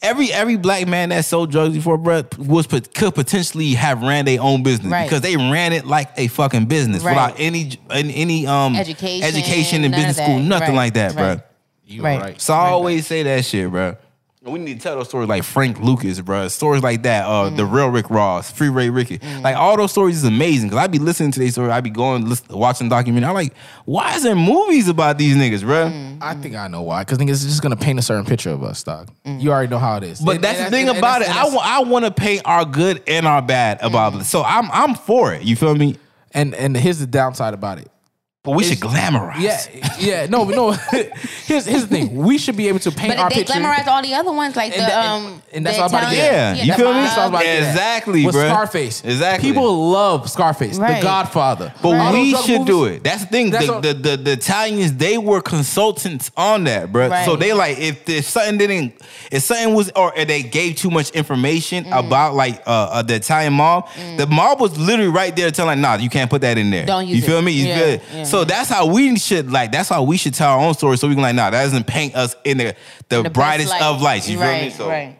every every black man that sold drugs before, bro, was pot- could potentially have ran their own business
Right.
because they ran it like a fucking business
Right.
without any any- any um
Education,
education in
none of
business school,
that.
nothing
Right,
like that,
right.
bro.
You
Right.
So I always say that shit, bro. We need to tell those stories like Frank Lucas, bro. Stories like that, uh, the real Rick Ross, Free Ray Ricky, like all those stories is amazing. Cause I be listening to these stories, I be going listen, watching documentary. I'm like, why is there movies about these niggas, bro?
I think I know why. Because niggas is just gonna paint a certain picture of us, dog. You already know how it is.
But
And-
that's
and
the thing
and
about it.
and
I want I want to paint our good and our bad about it. So I'm I'm for it. You feel me?
and and here's the downside about it.
But we should glamorize.
Yeah, yeah. No, but no. <laughs> here's here's the thing. We should be able to paint
but
our
they
picture.
glamorize all the other ones, like
And
the
that- and-
um,
and that's
the
what I'm about to
Italian-
get.
Yeah, you
that's
feel
what
me?
That's what I was about to get at.
Exactly,
with
bruh.
Scarface.
Exactly.
People love Scarface,
Right.
The Godfather.
But
All
we
those other
should do
movies-
it. That's the thing.
That's
the,
all-
the, the the Italians they were consultants on that, bro.
Right.
So they like if there's something didn't, if something was or if they gave too much information
Mm.
about like uh, uh, the Italian mob, the mob was literally right there telling, nah, you can't put that in there.
Don't use
you feel
it.
me? You
Yeah,
feel it?
yeah.
So that's how we should like. That's how we should tell our own story. So we can like, nah, that doesn't paint us in the the,
the best
brightest
light.
of lights. You
right,
feel me? So
right.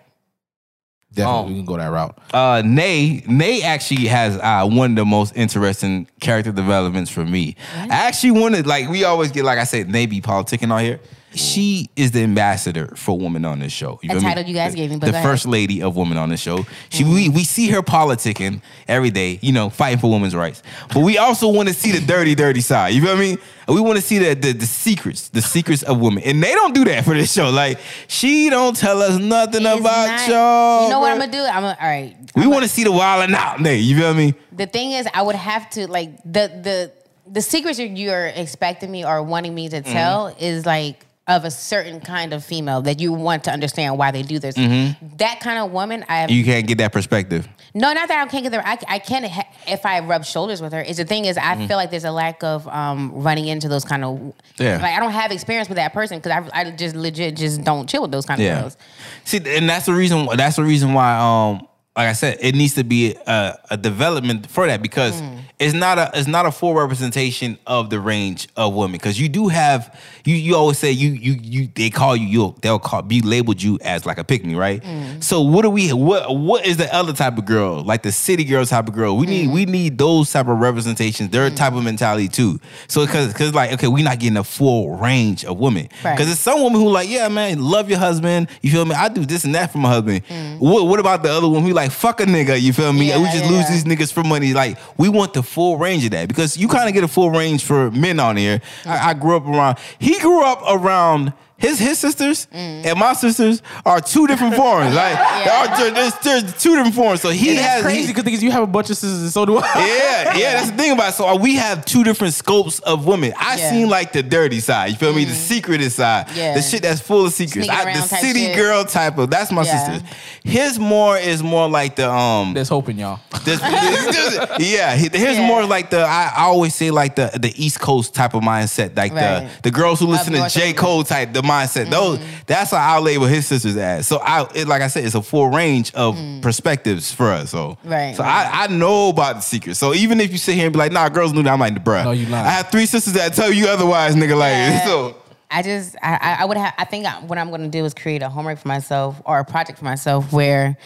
Definitely,
Oh.
we can go that route.
uh, Nay, Nay actually has uh, one of the most interesting character developments for me. I actually wanted, like, we always get, like I said, Nay be politicking out here. She is the ambassador for women on this show. You
A
feel me?
title you guys
The-
gave me, but
the
go ahead. Mm-hmm.
first lady of women on the show. She we, we see her politicking every day, you know, fighting for women's rights. But we also want to see the dirty, dirty side. You feel I mean? We want to see the, the the secrets, the secrets of women, and they don't do that for this show. Like she don't tell us nothing
It's
about
not-
y'all.
You know what
bruh.
I'm gonna do? I'm gonna, all right.
We want to see the wild and out day. You feel me?
The thing is, I would have to like the the the secrets that you're expecting me or wanting me
Mm-hmm.
to tell is like of a certain kind of female that you want to understand why they do this. That kind of woman, I have
Mm-hmm. You can't get that perspective.
No, not that I can't get there. I, I can ha- if I rub shoulders with her. It's the thing is, I
Mm-hmm.
feel like there's a lack of um, running into those kind of.
Yeah.
Like I don't have experience with that person because I, I just legit just don't chill with those kind of
Yeah.
girls.
See, and that's the reason. That's the reason why. Um, like I said, it needs to be a, a development for that because it's not a it's not a full representation of the range of women because you do have you you always say you you you they call you you they'll call be labeled you as like a pick me right so what do we what what is the other type of girl like the city girl type of girl we need we need those type of representations their type of mentality too so because because like okay we're not getting a full range of women
Right.
because it's some woman who like, yeah, man, love your husband. You feel me? I do this and that for my husband. What, what about the other woman who like, fuck a nigga? You feel me?
Mm. Yeah,
we just
yeah,
lose
yeah.
these niggas for money. Like, we want the full range of that because you kind of get a full range for men on here. I, I grew up around. He grew up around. His his sisters
Mm.
and my sisters are two different
<laughs>
forms. Like there are, there's, there's two different forms. So he
That's
has he-
crazy because you have a bunch of sisters, and so do I. <laughs>
yeah, yeah, that's the thing about it. So uh, we have two different scopes of women. I
Yeah. Mm-hmm.
seen like the dirty side, you feel me? The secretive side,
Yeah.
the shit that's full of secrets.
Sneaking
I, the
around type
city
shit.
girl type of that's my
Yeah.
sister. His more is more like the um.
That's hoping y'all.
<laughs>
this- this- yeah, he- his
Yeah.
more like the I, I always say like the the East Coast type of mindset, like
Right.
the the girls who listen to
north Mm-hmm.
J
of-
Cole type, the mindset. Those that's how I label his sisters as. So I it, like I said, it's a full range of perspectives for us. So
Mm. Right,
So
right.
I, I know about the secret. So even if you sit here and be like, nah, girls knew that, I'm like, bruh.
No, you lying.
I have three sisters that tell you otherwise, nigga. Like <laughs> so.
I just I- I, I would have I think I, what I'm going to do is create a homework for myself or a project for myself where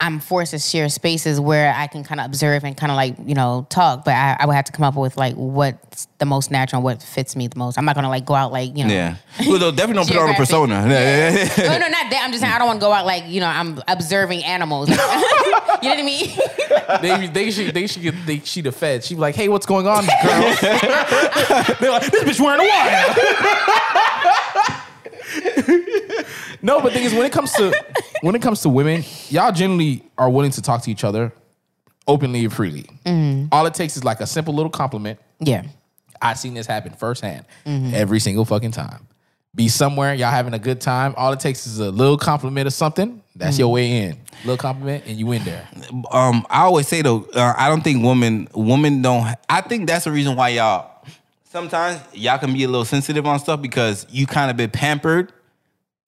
I'm forced to share spaces where I can kind of observe and kind of like you know talk, but I, I would have to come up with like what's the most natural, what fits me the most. I'm not going to like go out like you know.
Yeah. Well, though, definitely don't put on a
Geographic.
persona.
No, no, not that. I'm just saying I don't want to go out like you know I'm observing animals. <laughs> you know what I mean?
They, they should they should get they, she the fed. She be like, hey, what's going on, girl? They're like, this bitch wearing a wire. no, but thing is, when it comes to when it comes to women, y'all generally are willing to talk to each other openly and freely. All it takes is like a simple little compliment.
Yeah.
I've seen this happen firsthand every single fucking time. Be somewhere, y'all having a good time. All it takes is a little compliment or something. That's your way in. Little compliment, and you in there.
um, I always say though, uh, I don't think women women don't. I think that's the reason why y'all sometimes y'all can be a little sensitive on stuff because you kind of been pampered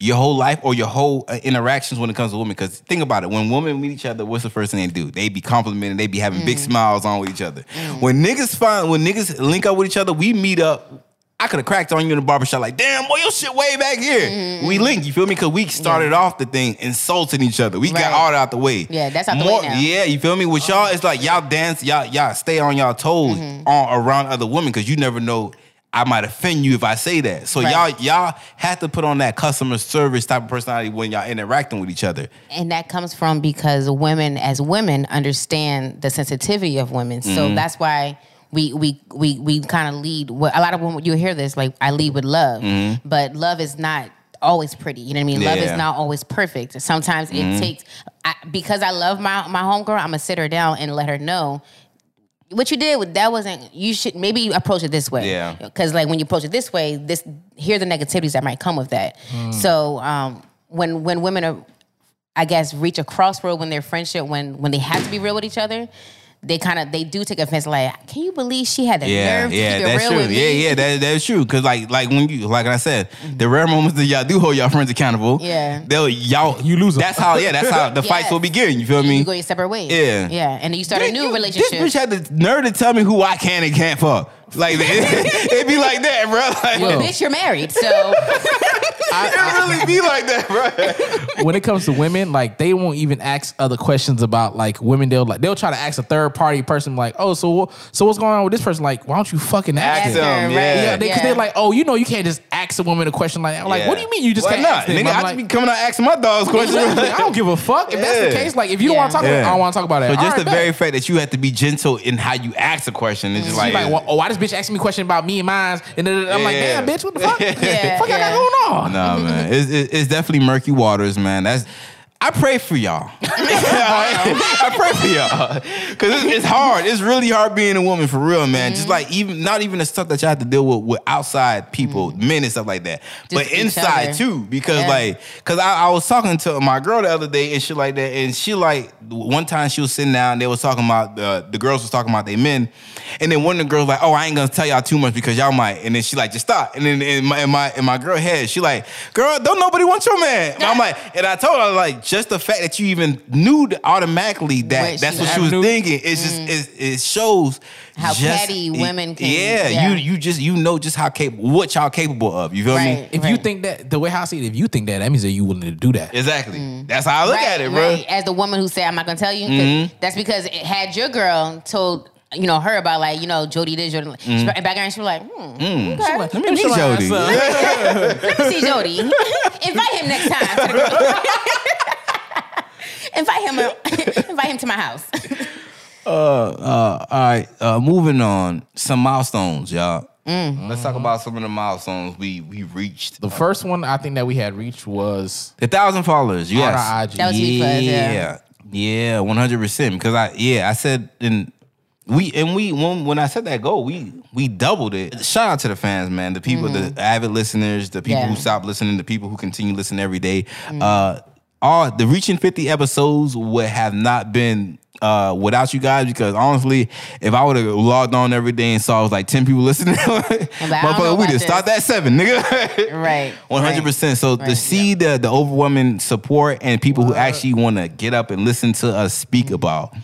your whole life or your whole uh, interactions when it comes to women. Because think about it, when women meet each other, what's the first thing they do? They be complimenting, they be having big smiles on with each other. When niggas find when niggas link up with each other, we meet up. I could have cracked on you in the barbershop, like, damn, boy, your shit way back here. We link, you feel me? Because we started off the thing insulting each other. We
Right.
got all that out the way.
Yeah, that's out the way now.
Yeah, you feel me? With y'all, it's like y'all dance, y'all y'all stay on y'all toes
Mm-hmm.
on around other women because you never know. I might offend you if I say that. So
Right.
y'all y'all have to put on that customer service type of personality when y'all interacting with each other.
and that comes from because women as women understand the sensitivity of women
Mm-hmm.
so that's why we we we, we kind of lead well, a lot of women you hear this like i lead with love but love is not always pretty you know what i mean love
Mm-hmm. Yeah. Mm-hmm.
is not always perfect sometimes it takes I, because i love my my homegirl i'm gonna sit her down and let her know what you did with that wasn't you should maybe you approach it this way
Yeah.
because like when you approach it this way this here are the negativities that might come with that
Mm.
so um when when women are I guess reach a crossroad when their friendship when when they have to be real with each other. They kind of they do take offense. Like, can you believe she had the nerve to keep it real
true.
with me? Mm-hmm.
Yeah, yeah, that, that's true. Cause like like when you like I said, the rare moments that y'all do hold y'all friends accountable.
Yeah.
they'll y'all
You lose 'em.
That's how yeah,
<laughs>
that's how the fights
Yes.
will begin. You feel me?
You go your separate ways.
Yeah.
yeah, and then you start a new
You-
relationship.
This bitch had the nerve to tell me who I can and can't fuck. Like <laughs> it, it be like that, bro. <laughs> Like,
well, bitch, you're married,
<laughs>
so
it really be like that, bro.
when it comes to women, like they won't even ask other questions about like women. They'll like they'll try to ask a third party person like, oh, so wh- so what's going on with this person? Like, why don't you fucking ask,
Ask
them?
them, yeah.
Yeah, because
yeah.
they, are like, oh, you know, you can't just ask a woman a question like that. I'm like,
Yeah.
what do you mean you just
Why
can't ask
not?
them?
Nigga,
I'm
I
like, <laughs>
just be coming out asking my dogs questions.
Exactly. I don't give a fuck if that's the
Yeah.
case. Like, if you don't
Yeah.
want to talk about it, I don't want to talk about it.
So just
All
the
right,
very
bet.
fact that you have to be gentle in how you ask a question is just
She
like,
like, well, oh, why this bitch asking me a question about me and mine? And then I'm like,
Yeah.
damn, bitch, what
<laughs>
the fuck?
Yeah,
fuck, I
yeah.
got going on.
<laughs>
nah, man. It's, it's, it's definitely murky waters, man. That's I pray
<laughs>
for y'all. I pray for y'all because it's, it's hard. It's really hard being a woman for real, man.
Mm-hmm.
Just like even not even the stuff that y'all have to deal with with outside people, men and stuff like that, but
Mm-hmm. each
inside
other.
too. Because
Yeah.
like, because I, I was talking to my girl the other day and shit like that, and she like one time she was sitting down, they was talking about uh, the the girls was talking about their men, and then one of the girls like, oh, I ain't gonna tell y'all too much because y'all might, and then she like just stop, and then in my in my in my girl head, she like, girl, don't nobody want your man. And I'm like, and I told her like just the fact that you even knew that automatically that
What she Mm.
that's what she was
Avenue.
thinking. It's just it, it shows
How
just-
petty women can-
Yeah,
yeah.
you you just you know just how capable what y'all capable of. You feel me?
Right.
If you think that, the way how I see it, if you think that, that means that you willing to do that.
Exactly. That's how I look at it, bro.
Mm.
Mm-hmm.
right. As the woman who said, "I'm not gonna tell you," 'cause that's because it had your girl told you know her about like you know Jody this Jody,
Mm.
she- and back then she was like, hmm, okay.
Let
me
chill out,
Jody.
son.
Let me see Jody. invite him next time. To the girl. invite him. invite him to my house.
uh, all right. Uh, moving on. Some milestones, y'all.
Mm.
Let's talk about some of the milestones we we reached.
The first one I think that we had reached was
The thousand followers. Yes.
our IG.
That was huge for us, yeah.
yeah. Yeah, one hundred percent. Because I yeah, I said and we and we when when I said that goal, we we doubled it. Shout out to the fans, man. The people, the avid listeners, the people who
Mm-hmm. Yeah.
stop listening, the people who continue listening every day. Uh all the reaching 50 episodes would have not been uh, without you guys because honestly, if I would have logged on every day and saw it was like ten people listening, <laughs> motherfucker,
know
we
about
just stopped at seven,
<laughs>
nigga.
Right,
one hundred percent. So to
right,
see the the overwhelming support and people who actually want to get up and listen to us speak about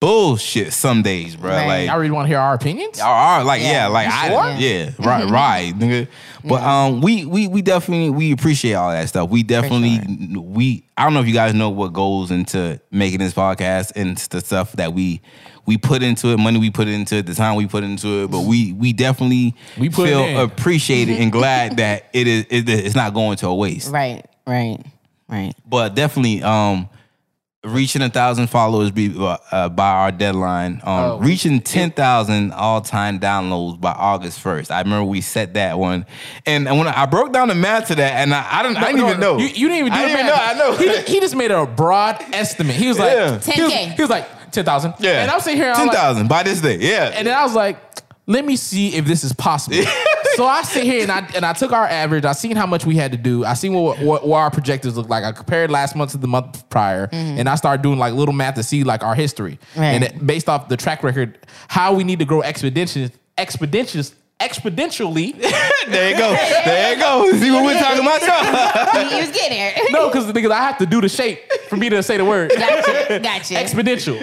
bullshit some days, bro.
Mm-hmm. Right.
Like
I really want to hear our opinions.
all right, like yeah,
Yeah.
like I,
Sure?
yeah, right, right,
Mm-hmm.
nigga. But um, we we we definitely we appreciate all that stuff. We definitely we I don't know if you guys know what goes into making this podcast and the stuff that we we put into it, money we put into it, the time we put into it. But we we definitely
We put it in. Mm-hmm.
feel appreciated and glad that it is it, it's not going to a waste.
Right, right, right.
But definitely um. Reaching a thousand followers be, uh, by our deadline. Um,
Oh.
reaching 10,000 all time downloads by August 1st. I remember we set that one. And when I, I broke down the math to that, and I, I, don't, I didn't even know.
You, you didn't even do
I
the
didn't even
math.
know. I know.
He, ju- he just made a broad estimate. He was like,
Yeah.
10K. He was,
10K.
he was like, 10,000.
<laughs> yeah.
And I'm sitting here, I'm like,
10,000 by this day. Yeah.
And then I was like, let me see if this
<laughs>
is possible. so I sit here and I and I took our average. I seen how much we had to do. I seen what what, what our projectors look like. I compared last month to the month prior, and I started doing like little math to see like our history
Right.
and it, based off the track record, how we need to grow expeditions expeditious exponentially.
there you go. There you go. <laughs> See what we're talking about? y'all?
he, he was getting there.
no, because because I have to do the shape for me to say the word
gotcha, gotcha.
exponential.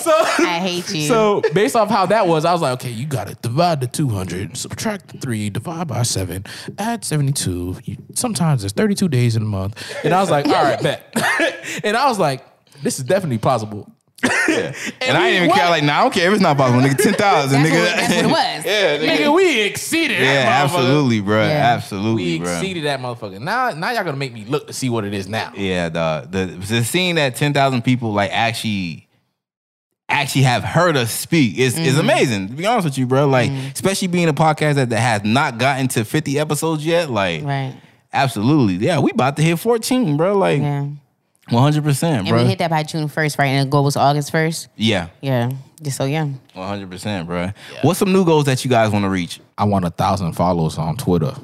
so
I hate you.
So based off how that was, I was like, okay, you got to divide the 200, subtract the three, divide by seven, add 72. You, sometimes there's 32 days in a month. And I was like, all right, bet. <laughs> and I was like, this is definitely plausible. <laughs>
<laughs> And I didn't even
what?
care. Like, nah, I don't care if it's not possible,
<laughs>
nigga. 10,000,
that's,
nigga.
what, that's what it was.
yeah, nigga.
Nigga, we exceeded.
<laughs>
that
Yeah,
motherfucker.
absolutely, bro.
Yeah.
We
Absolutely, bro.
exceeded that motherfucker. Now, now y'all gonna make me look to see what it is now.
Yeah, the the, the seeing that ten thousand people like actually actually have heard us speak is
Mm-hmm.
is amazing. To be honest with you, bro, like especially being a podcast that, that has not gotten to fifty episodes yet, like
Right.
absolutely, yeah, we about to hit fourteen, bro, like
Yeah.
one
And
hundred percent,
we
bro,
hit that by June 1st, right? And the goal was August 1st.
yeah,
Yeah. Just so, yeah.
one hundred percent, bro. What's some new goals that you guys want to reach?
I want a thousand followers on Twitter.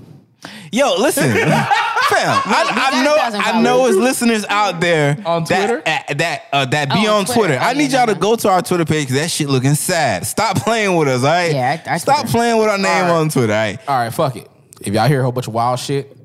Yo,
<laughs>
listen. Fam, I, I
got
know,
1,000
I know, it's listeners out there
On Twitter?
that uh, that, uh, that be
Oh,
on
Twitter.
Twitter. I
Oh,
need
yeah,
y'all to
yeah.
go to our Twitter page. 'cause That shit looking sad. Stop playing with us, all right?
Yeah, our- our
Stop
Twitter.
playing with our name
All right.
on Twitter, all right?
All right, fuck it. If y'all hear a whole bunch of wild shit,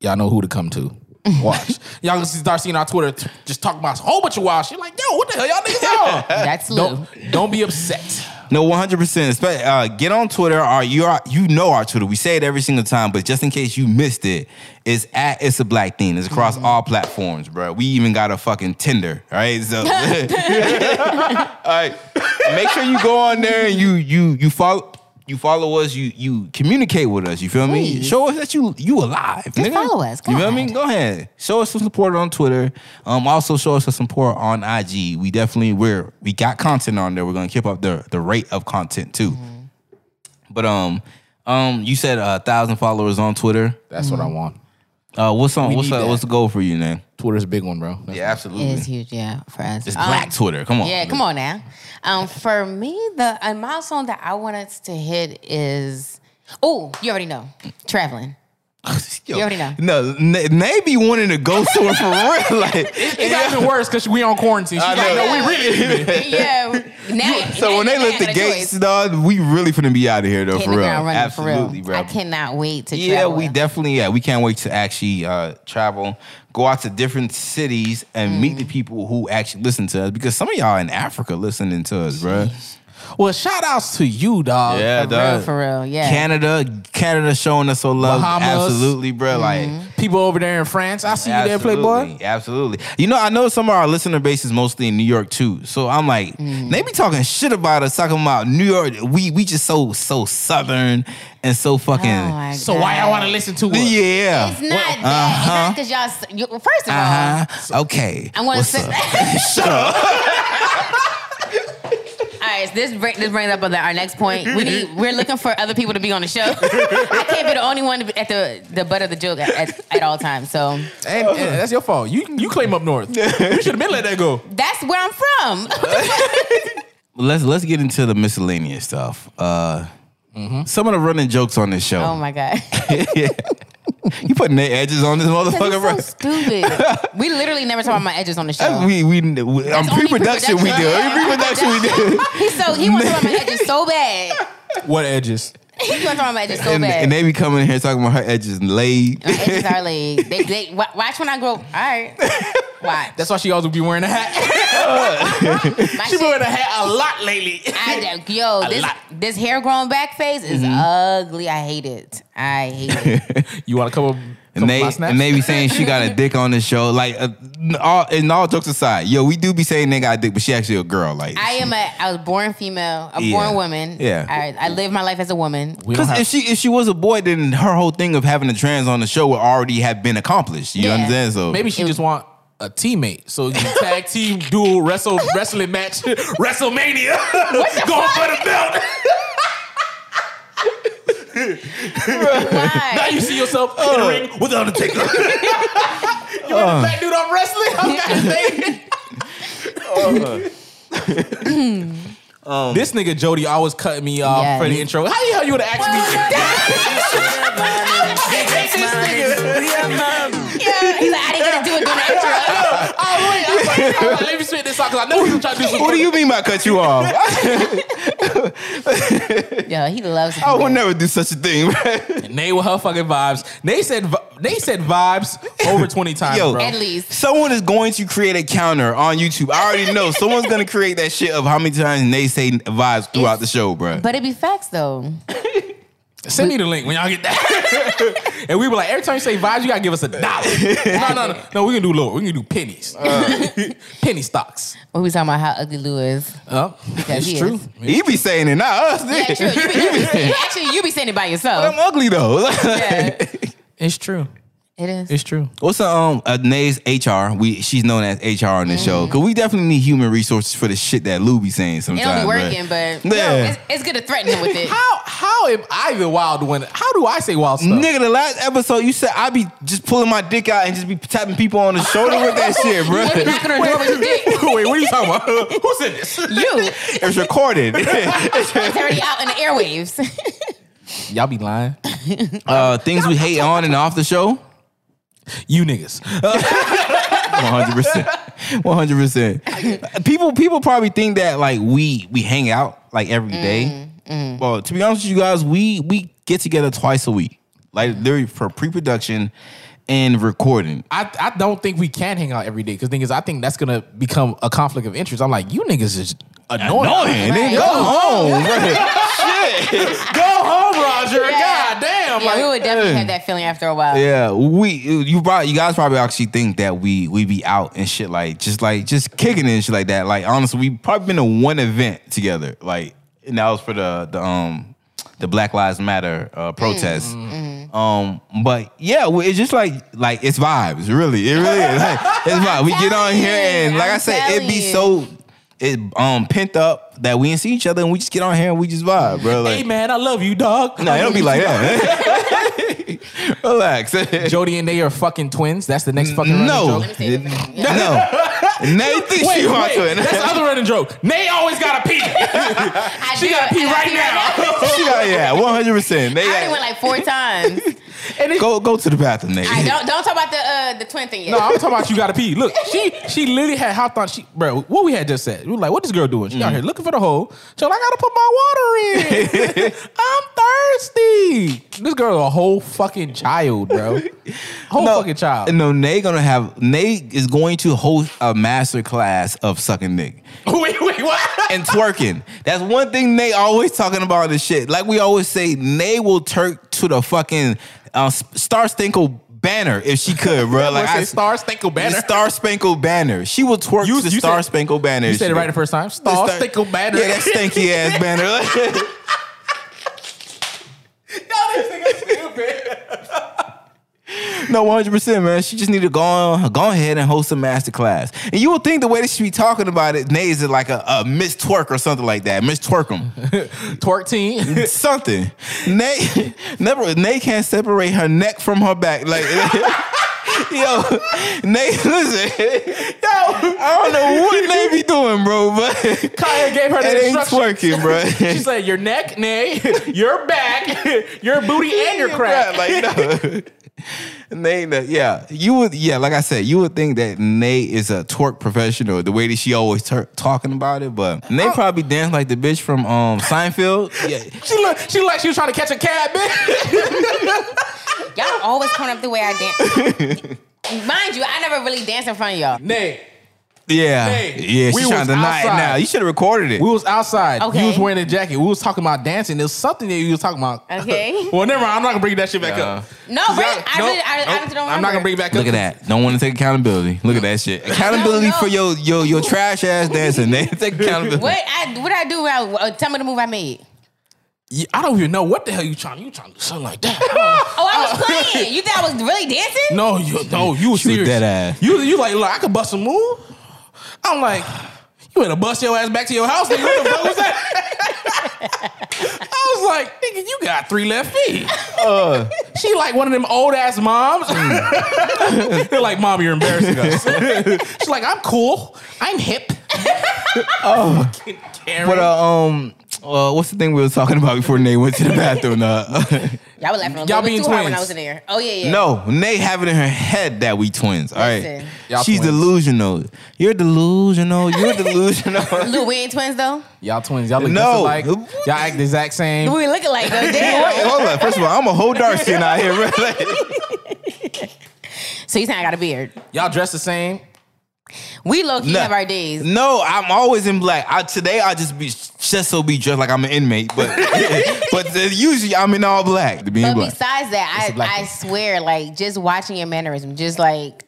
y'all know who to come <laughs> to. Watch. y'all gonna start seeing our Twitter t- just talking about a whole bunch of wild shit. Like, yo, what the hell y'all <laughs> niggas on?
That's Lou.
don't, don't be upset.
No, one hundred percent. Uh, get on Twitter. Or you are you know our Twitter. We say it every single time, but just in case you missed it, it's at it's a black thing. It's across
Mm-hmm.
all platforms, bro. We even got a fucking Tinder, right? So, <laughs> all
<laughs>
right, make sure you go on there and you you you follow. You follow us, you you communicate with us. You feel me?
Please.
Show us that you you alive. nigga.
follow us.
You feel me?
God.
Go ahead. Show us some support on Twitter. Um, also show us some support on IG. We definitely we're we got content on there. We're gonna keep up the the rate of content too.
Mm-hmm.
But um, um, you said a thousand followers on Twitter.
That's what I want.
Uh, what's on? what's
need
uh,
that.
what's the goal for you, man?
Twitter's a big one, bro. That's-
absolutely.
It is huge, yeah, for us.
It's
Um,
black Twitter. Come on.
Yeah, come on now. Um, for me, the a milestone that I want us to hit is oh, you already know,
<laughs>
traveling.
Yo,
You already know.
No, N- Nay be wanting to go somewhere for real. <laughs> Like,
It's got even worse because we on quarantine. She's like,
know.
no, we really
yeah. Now,
so
now
when
you
they
got
lift the
choice.
gates, dog, we really finna be out of here though,
Hit
for
the
real.
ground running, for real.
Absolutely, bro.
I cannot wait to
Yeah,
travel.
we definitely. Yeah, we can't wait to actually uh, travel, go out to different cities, and
Mm.
meet the people who actually listen to us. Because some of y'all in Africa listening to us, bro.
Well, shout outs to you, dog.
Yeah,
for real,
dog.
for real. Yeah.
Canada, Canada showing us so love.
Bahamas.
Absolutely,
Mm-hmm.
bro. Like.
People over there in France. I see you there, Playboy.
Absolutely. You know, I know some of our listener base is mostly in New York too. So I'm like,
Mm.
they be talking shit about us, talking about New York. We we just so so southern and so fucking
Oh my
So why y'all want to listen to us?
yeah.
It's not that. It's not because y'all. You, well, first of all,
Uh-huh. Okay.
I want to
What's
say.
up?
Shut up. <laughs> All right, so this bring, this brings up on the- our next point. We need, we're looking for other people to be on the show. I can't be the only one to be at the the butt of the joke at, at, at all times. So
And, and that's your fault. You you claim up <laughs> north. you should have been let that go.
that's where I'm from. <laughs>
let's let's get into the miscellaneous
Mm-hmm.
<laughs> stuff. Uh, Some of the running jokes on this show.
oh my god.
you putting their edges on this
Because
motherfucker,
you're so
bro.
stupid. we literally never talk about my edges on the show.
we we, we I'm
That's only
pre-production. We do
pre-production.
pre-production.
<laughs>
We do.
He's so he wants to talk about my edges
<laughs>
so bad.
What edges?
He wants to talk about my edges so
And,
bad. Oh,
and they be coming in here talking about her edges laid.
my edges are like they, they wa- watch when I grow. All
<laughs>
right, watch.
That's why she always be wearing a hat.
My
she
shit,
been wearing a hat a lot lately.
I,
<laughs>
yo, this
lot. Mm-hmm.
this hair growing back phase is ugly. I hate it. I hate
<laughs>
it.
<laughs> You want to come up?
And they, and they be saying she got a dick on the show. Like, uh, n- all, and all jokes aside, yo, we do be saying they got a dick, but she actually a girl. Like,
I am a. I was born female, a
Yeah.
born woman.
Yeah.
I, I live my life as a woman.
<laughs> we don't
Because if
have,
she if she was a boy, then her whole thing of having a trans on the show would already have been accomplished. You
Yeah.
understand? So
maybe she just want a teammate. So you tag team <laughs> dual wrestle wrestling match <laughs> WrestleMania. <laughs> Going for the belt.
Why?
Now <laughs> you see yourself in the ring with the Undertaker. <laughs> you remember the fat dude I'm wrestling? I'm <laughs> This nigga Jody always cutting me off
Yes.
for the intro. How the hell you would have asked me?
<laughs>
<laughs> This nigga. <laughs>
Yeah, he's like, I didn't get to do it during the intro.
Oh, wait, I'm like, I'm like, let me spit this out because I know you trying to do
<laughs>
some
what do you mean by cut you off?
<laughs> Yeah, he loves it.
I
Oh.
would never do such a thing.
Nay with her fucking vibes. Nay said vi- Nay said vibes over 20 times,
Yo.
bro.
at least.
Someone is going to create a counter on YouTube. I already
<laughs>
know someone's gonna create that shit of how many times they say vibes throughout the show, bro.
But it be facts though.
Send me the link when y'all get that. <laughs> and we were like, every time you say vibes, you gotta give us
<laughs>
a dollar. no, no, no. No, we can do lower. We can do pennies. <laughs> Penny stocks.
When we talking about how ugly Lou
<laughs>
is.
Oh,
Because he is.
it's true.
he be saying it, not us.
Yeah, true. You be, you be saying, actually, you be saying it by
<laughs> I'm
yourself.
ugly though. <laughs>
Yeah,
It's true.
it is.
<laughs> It's true.
What's the um uh, Nays HR? We she's known as HR on this show. Cause we definitely need human resources for the shit that Lou be saying
Mm-hmm. It
sometimes.
don't be
bruh.
working, but
Yeah.
no, it's, it's good to threaten him with
<laughs>
it.
How how am I the wild one? How do I say wild stuff?
Nigga, the last episode you said I be just pulling my dick out and just be tapping people on the shoulder with that shit, bro.
<laughs>
<laughs>
Maybe knocking on the door with your dick.
Wait, what are you talking about? Who said this?
You,
It's recorded. <laughs>
it's already out in the airwaves.
Y'all be lying.
uh, things we hate on and off the show.
You niggas.
<laughs> One hundred percent. One hundred percent. People, people probably think that like we we hang out like every day. Well, to be honest with you guys, we we get together twice a week, like literally for pre-production and recording.
I, I don't think we can hang out every day because thing is I think that's gonna become a conflict of interest. I'm like, you niggas is annoying.
Annoying,
Right.
nigga. Go home, bruh. Shit.
Go home, Roger.
Yeah.
God damn.
<laughs> yeah,
like,
we would definitely have that feeling after a while.
Yeah, we you probably you guys probably actually think that we we be out and shit like just like just kicking it and shit like that. Like honestly, we probably been to one event together. Like and that was for the the um the Black Lives Matter uh, protest. Um, but yeah, we- it's just like like it's vibes. Really, it really is. Like, it's vibes. We get on here and like I said, it be so it um pent up that we didn't see each other and we just get on here and we just vibe, bro.
hey
Like,
man, I love you, dog.
no, it don't be like that. <laughs> Relax.
<laughs> Jody and they are fucking twins. That's the next fucking
No.
running joke.
Let me see. Yeah.
<laughs>
No. Nay thinks
Wait,
she wants
wait,
it.
that's
<laughs>
the other running joke. Nay always got a <laughs> pee.
I
She
do.
got to pee
I
right now.
She got, yeah, 100%. They
I already went like
<laughs>
four times.
go, go to the bathroom, Nate.
I don't don't talk about the uh, the twin thing yet.
No, I'm talking about you got to pee. Look, she she literally had hopped on. She, bro, what we had just said. We were like, what this girl doing? She out here looking for the hole. So I gotta put my water <laughs> in. I'm thirsty. This girl a whole fucking child, bro. Whole fucking child.
<laughs> No, Nay gonna have Nay is going to host a master class of sucking dick
<laughs> wait, wait,
<laughs>
what?
and twerking. That's one thing Nay always talking about this shit. Like we always say, Nay will twerk to the fucking uh, S- Star Stinkle banner if she could,
<laughs>
bro. Like
Like
I,
I, Star Stinkle
the
Banner.
Star Spangled Banner. She will twerk
You-
to
you
Star
said-
Spangled Banner.
you
if
said
she
it right
could.
the first time. Star
Star-
Stinkle Banner.
Yeah, that stinky ass banner. No, one hundred percent, man. She just need to go on, go ahead and host a master class. And you would think the way that she be talking about it, Nay, is it like a, a Miss Twerk or something like that, Miss Twerkum,
Twerk <laughs> team.
something. Nay, never. Nay can't separate her neck from her back. Like, <laughs> yo, Nay, listen, yo, I don't know what Nay be doing, bro, but
Kaya gave her the
it ain't
instructions.
twerking, bro.
<laughs> She said, <laughs> "Your neck, nay, your back, your booty, and your
<laughs> Right,
crack."
like, no. <laughs> Nate, uh, yeah, you would, yeah, like I said, you would think that Nate is a twerk professional the way that she always tur- talking about it, but
Oh.
Nate probably danced like the bitch from um
<laughs>
Seinfeld. Yeah,
She look, she look like she was trying to catch a cab, bitch.
Y'all always coming up the way I dance.
<laughs>
Mind you, I never really dance in front of y'all.
<laughs> Nay,
yeah,
Hey,
yeah.
we
She's
was
trying to deny it
outside.
now. You should have recorded it.
we was outside.
Okay.
You was wearing a jacket. We was talking about dancing. There's something that you was talking about. <laughs>
Okay.
well, never mind. I'm not gonna bring that shit back
Nah.
up.
No,
Cause
bring-
y'all-
Oh, I really- I- I don't
I'm not
remember.
gonna bring it back
Look
up.
at that. Don't want to take accountability. Look at that shit. Accountability
No, no.
for your your your trash ass dancing. Nate, <laughs> take accountability.
What I what I do? I, uh, tell me the move I made.
Yeah, I don't even know what the hell you trying. You trying to do something like that? I
<laughs>
<laughs> don't-
Oh, I was playing. You thought I was really dancing?
No, you no, you was
She was
serious.
dead ass.
You you like, look, I could bust a move. I'm like, you better bust your ass back to your house. Nigga. What the fuck was that? I was like, nigga, you got three left feet. she like one of them old ass moms. They're like, mom, you're embarrassing us. She's like, I'm cool. I'm hip. oh,
But uh, um, uh, what's the thing we was talking about before Nate went to the bathroom? Uh, <laughs>
Y'all were laughing a little
Y'all
bit
being
too hard when
twins.
I was in there. Oh yeah, yeah.
no, Nate have it in her head that we twins. All right,
Listen.
Y'all
she's
twins.
delusional. You're delusional.
<laughs>
You're delusional.
Lou, we ain't twins though.
y'all twins, y'all look
No.
no. alike. Y'all act the exact same. <laughs>
We look alike though.
Hey,
Damn.
hold up. First of all, I'm a whole dark skin out here.
<laughs>
Really.
so you saying I got a beard?
Y'all dress the same.
We low key
No.
have our days.
No, I'm always in black. I, today I just be just so be dressed like I'm an inmate, but <laughs> but the, usually I'm in all black. To be in
But
black.
besides that,
a black
I, I
thing.
swear, like just watching your mannerism, just like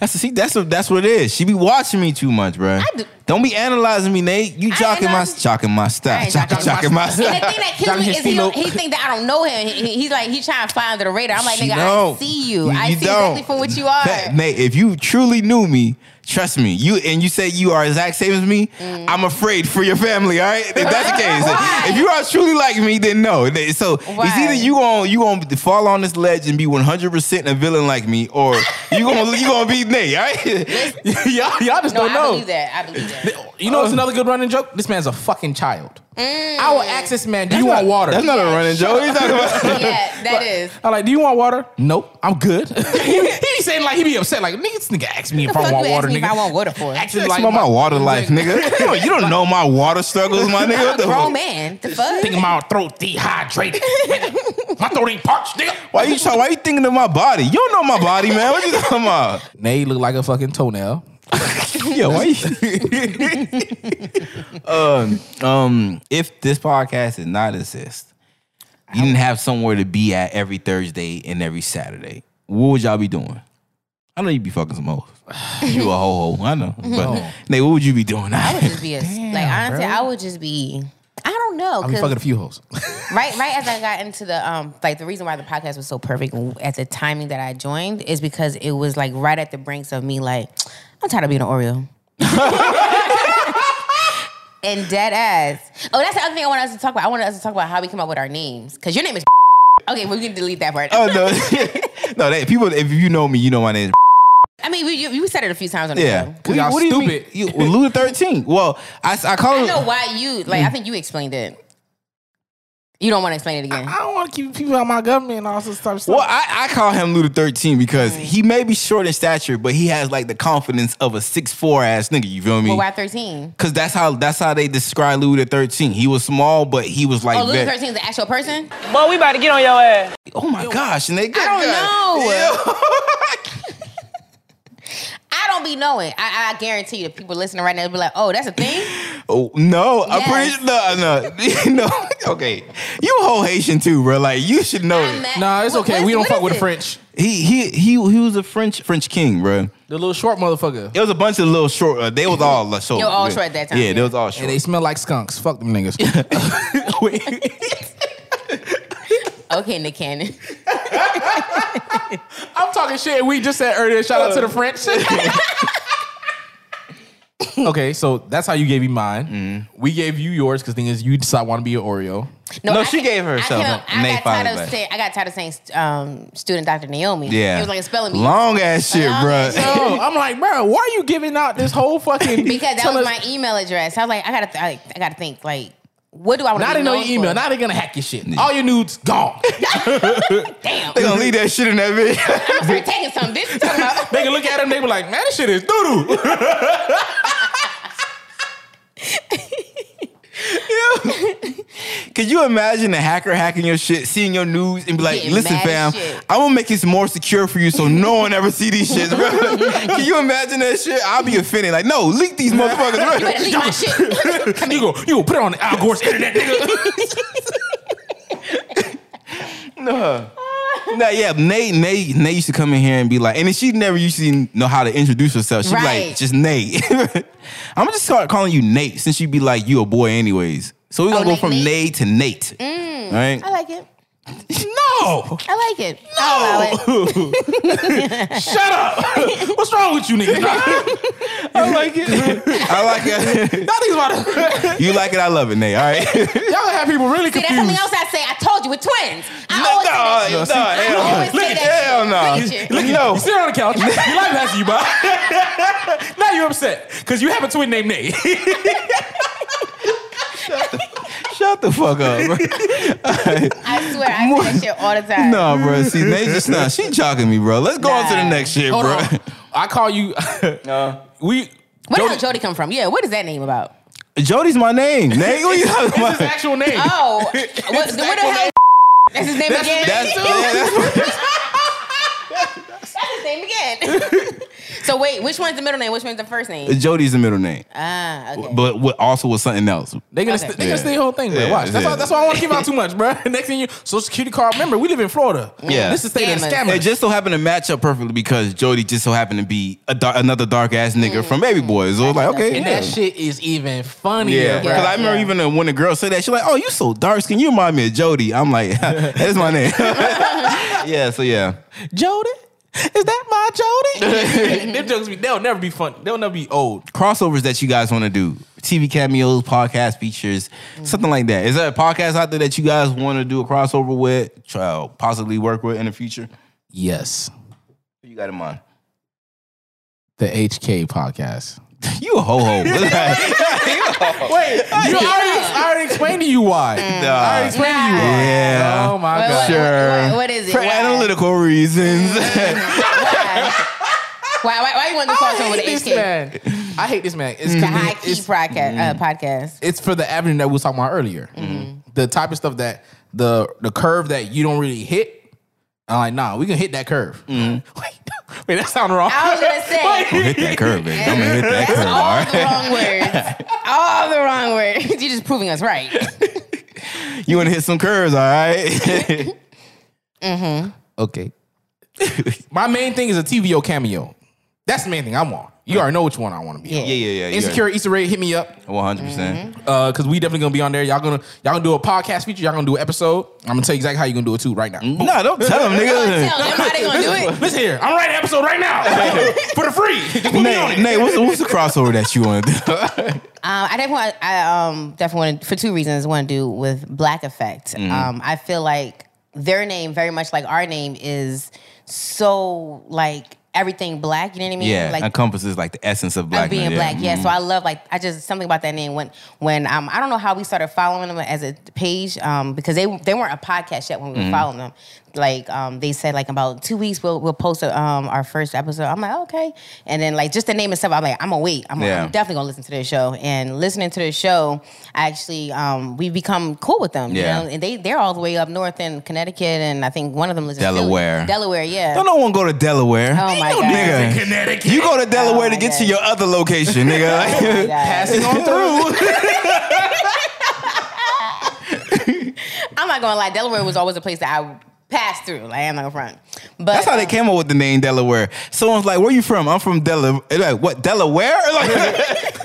That's see, that's what that's what it is. She be watching me too much, bruh.
do-
Don't be analyzing me, Nate. You jocking my
analyze-
jocking my
I
style,
ain't
jocking
jocking my
jocking my
And the thing
style.
that kills me
Jocking
is he,
his
don't,
feet
he think that I don't know him. He, he- he's like he's trying to fly under the radar. I'm like,
She
nigga, I
don't.
see you. I see exactly
don't.
from what you are.
That- Nate. If you truly knew me, trust me. You and you say you are exact same as me. I'm afraid for your family. All right, if that's the case.
Why?
If you are truly like me, then no. So
Why?
it's either you gonna you gonna fall on this ledge and be 100 percent a villain like me, or you gonna you gonna be Nate. All right.
<laughs> y'all, y'all just
no,
don't
I
know.
believe that. I believe that.
You know, it's another good running joke. This man's a fucking child. I will ask this man, "Do you
That's
want
not-
water?"
That's not a running joke. What are you talking about? <laughs>
yeah, that is.
I'm like, "Do you want water?" Nope, I'm good. <laughs> he be saying like he be upset, like nigga, this nigga asked me if
The
I
fuck
want
you
water,
ask me
nigga.
if I want water for?
Actually,
Ask
like,
me about my water life, nigga. You don't, you don't know my water struggles, my nigga. What the
Grown
fuck?
man. The fuck?
Thinking my throat dehydrated. Nigga, my throat ain't parched, nigga.
Why you try, why you thinking of my body? You don't know my body, man. What you talking about?
Nay look like a fucking toenail.
Yeah, why you <laughs> um, um if this podcast did not exist, you didn't have somewhere to be at every Thursday and every Saturday. What would y'all be doing? I know you'd be fucking some <laughs> hoes. You a ho ho, I know. But Nate, what would you be doing?
I would just be a, like honestly, I would just be. I don't know.
I be
'cause
fucking a few hoes.
right, right as I got into the um, like the reason why the podcast was so perfect at the timing that I joined is because it was like right at the brinks of me like I'm tired of being an Oreo. and dead ass. Oh, that's the other thing I wanted us to talk about. I wanted us to talk about how we come up with our names because your name is. <laughs> Okay, well, we can delete that part.
<laughs> oh no. <laughs> no, that people if you know me, you know my name is
I mean, we, you, you said it a few times on the
Yeah.
show.
Cause y'all
What do you mean?
stupid.
You, well, Luda 13. Well, I, I call
I
him.
know why you like. I think you explained it. You don't want to explain it again.
<laughs> I don't want to keep people out my government and all this type of stuff.
Well, I, I call him Luda 13 because he may be short in stature, but he has like the confidence of a 6'4 ass nigga. You feel me?
Well, why 13?
Cause that's how that's how they describe Luda 13. He was small, but he was like
Oh, Louis
very-
13 is an actual person?
Boy, we about to get on your ass.
Oh my gosh, nigga.
don't know.
know.
I don't be knowing. I, I guarantee you, the people listening right now will be like, oh, that's a
<clears throat>
thing?
Oh, no, I'm
Yes.
pretty no, <laughs> no, no. Okay, you a whole Haitian too, bro. Like you should know.
I'm
it.
mad-
nah, it's
What-
okay.
what-
we don't
what
fuck
is
with the
it?
French.
He he he he was a French French king, bro.
The little short motherfucker.
It was a bunch of little short. Uh,
<laughs>
they was all uh, short.
They were all
Yeah.
short that time,
Yeah, they
yeah.
was all
And
short.
they smell like skunks. Fuck them <laughs> niggas.
Okay, Nick Cannon.
I'm talking shit. We just said earlier. Shout out to
Uh.
the French.
<laughs>
okay, so that's how you gave me mine.
Mm-hmm.
We gave you yours because thing is you decide want to be an Oreo.
No,
I
she
can't-
gave herself
I,
up.
can't- I
Nate
got
finally
tired of
back.
saying, I got tired of saying um, student Dr. Naomi.
yeah,
It was like a spelling bee.
Long ass shit,
Long
bro.
ass shit.
Oh, I'm like, bro, why are you giving out this whole fucking?
because that
tell
was
us-
my email address. I was like, I gotta, th- I, I gotta think like What do I want
Now
to
they
be
know
known
your email.
for?
Now they're gonna hack your shit. All your
<laughs>
nudes gone.
Damn. <laughs>
They gonna leave that shit in that bitch.
I'm
<laughs>
sorry, taking some bitch. you Talking about
they can look at them. They be like, man, this shit is doo
<laughs>
doo.
Could you imagine a hacker hacking your shit, seeing your news, and be like,
Getting
"Listen,
mad
fam,
shit.
I'm gonna make this more secure for you, so no one ever see these shits."
<laughs>
Bro. Can you imagine that shit? I'll be offended. Like, no, leak these motherfuckers. Bro.
better leave
<laughs>
my shit.
<laughs> you go, you go put it on the Al Gore's
<laughs>
internet, nigga.
Nah, yeah, Nate, Nate, Nate used to come in here and be like, and then she never used to know how to introduce herself. She'd be like,
Right.
just Nate. <laughs> I'm gonna just start calling you Nate since you'd be like, you a boy anyways. So we're gonna
Oh,
go
Nate,
from
Nate? Mm.
Nate to Nate. All right.
I like it.
<laughs>
no,
I like it. I allow it.
shut up. <laughs> What's wrong with you,
<laughs>
nigga? <laughs>
I like it. I like it. <laughs>
Y'all niggas about to.
You like it, I love it, Nate. All right.
<laughs> Y'all gonna have people really
See, that's something
confused.
else I say. I told you, we're twins. <laughs> I always say that shit. I always
<laughs> no, hell no.
say that
Hell
shit.
no.
Preach it.
Look at no.
You sit on the
<laughs>
couch. Your life has you, bro. <laughs> now you're upset because you have a twin named Nate.
Shut the
<laughs>
fuck up, bro.
I swear, I say that shit all the time.
No, bro. See, Nate just nah, she jogging me, bro. Let's go on to the next shit,
Hold
bro.
on. I call you.
Uh.
we.
Where
Jody-
did Jody come from? Yeah, what is that name about?
<laughs> Jody's my name. Nate, <laughs> what you talking
<laughs>
<laughs> It's his
about?
actual name.
Oh, <laughs> what, what the
actual
hell?
name.
<laughs> That's his name again. <laughs>
That's, yeah, <laughs> that's
That's his name again. <laughs> so wait, which one's the middle name? Which one's the first name?
Jody's the middle name.
Ah, okay.
but what also was something else.
They gonna
Okay.
st- they gonna
Yeah.
steal your whole thing, bro.
Yeah,
Watch. That's,
yeah.
why, that's why I want to give out too much, bro. <laughs> Next thing you, social security card. Remember, we live in Florida.
Yeah.
this is the state of the
Scammers.
scammers.
It just so happened to match up perfectly because Jody just so happened to be a dar- another dark ass nigga from Baby Boys. So it was like, okay,
and
yeah.
Mm. that shit is even funnier,
Yeah,
bro.
because I remember
Yeah.
even uh, when the girl said that, she's like, "Oh, you so dark skin. You remind me of Jody." I'm like, <laughs> "That's my
<laughs>
name." yeah, so yeah,
Jody, is that my Jody? <laughs> Them jokes be they'll never be funny. They'll never be oh, old.
Oh, crossovers that you guys want to do, TV cameos, podcast features,
Mm.
something like that. Is there a podcast out there that you guys want to do a crossover with, try uh, possibly work with in the future?
Yes,
Who you got in mind?
the HK podcast.
<laughs> You a ho ho.
<laughs> Wait, you already, I already explained to you why.
yeah.
Oh my
Wait,
god.
what-
Sure.
what- what is it?
For
Why? Mm.
analytical reasons. <laughs>
Why? why, why? Why you want to call
I
someone
hate
with an
this
HK?
man. I hate this man. It's
The
'cause
high key
it's-
podcast. Uh, podcast.
it's for the avenue that we was talking about earlier. The type of stuff that the the curve that you don't really hit. I'm like, nah, we can hit that curve. <laughs> Wait, wait, that sound wrong.
I was gonna say.
hit that curve, baby. I'm gonna hit that
That's
curve.
all
All
the
right?
wrong <laughs> words. All the wrong words. <laughs> You're just proving us right.
You wanna hit some curves,
<laughs>
all right?
Mm-hmm.
Okay. My main thing is a TVO cameo. That's the main thing I want. You already know which one I want to be.
Yeah.
on.
yeah, yeah, yeah.
Insecure Easter egg, hit me up
100 percent
because we definitely gonna be on there. Y'all gonna y'all gonna do a podcast feature. Y'all gonna do an episode. I'm gonna tell you exactly how you gonna do it too right now.
No, Mm-hmm. don't tell him,
Tell them
nigga.
how they gonna do it.
Listen here, I'm writing an episode right now for the free.
<laughs>
Just put me on
Nate,
it.
Nate, what's, what's the crossover that you want to do?
Um, I definitely, want, I um, definitely want to, for two reasons, want to do with Black Effect. Um, I feel like their name, very much like our name, is so like everything black. You know what I mean?
<laughs> Yeah,
like
encompasses like the essence of black. Mm-hmm.
of being black. Yeah, so I love like I just something about that name when when um I don't know how we started following them as a page um because they they weren't a podcast yet when
Mm-hmm.
we were following them. Like um they said like about two weeks we'll we'll post um our first episode. I'm like okay, and then like just the name itself I'm like I'm gonna wait. I'm,
Yeah.
I'm definitely gonna listen to their show and listening to their show I actually um we become cool with them.
Yeah.
you know? and they they're all the way up north in Connecticut and I think one of them lives in Philly.
Delaware.
Delaware, yeah.
Don't no one go to Delaware.
Oh my
Ain't no
God.
nigga.
Connecticut.
You go to Delaware
Oh
to
my
get to
God.
your other location,
<laughs> Oh
<laughs> nigga.
passing <laughs> on through.
I'm not gonna lie, Delaware was always a place that I passed through. Like I'm not gonna front. But
That's how they
um,
came up with the name Delaware. Someone's like, "Where you from?" I'm from Delaware. Like, what Delaware? <laughs> Like,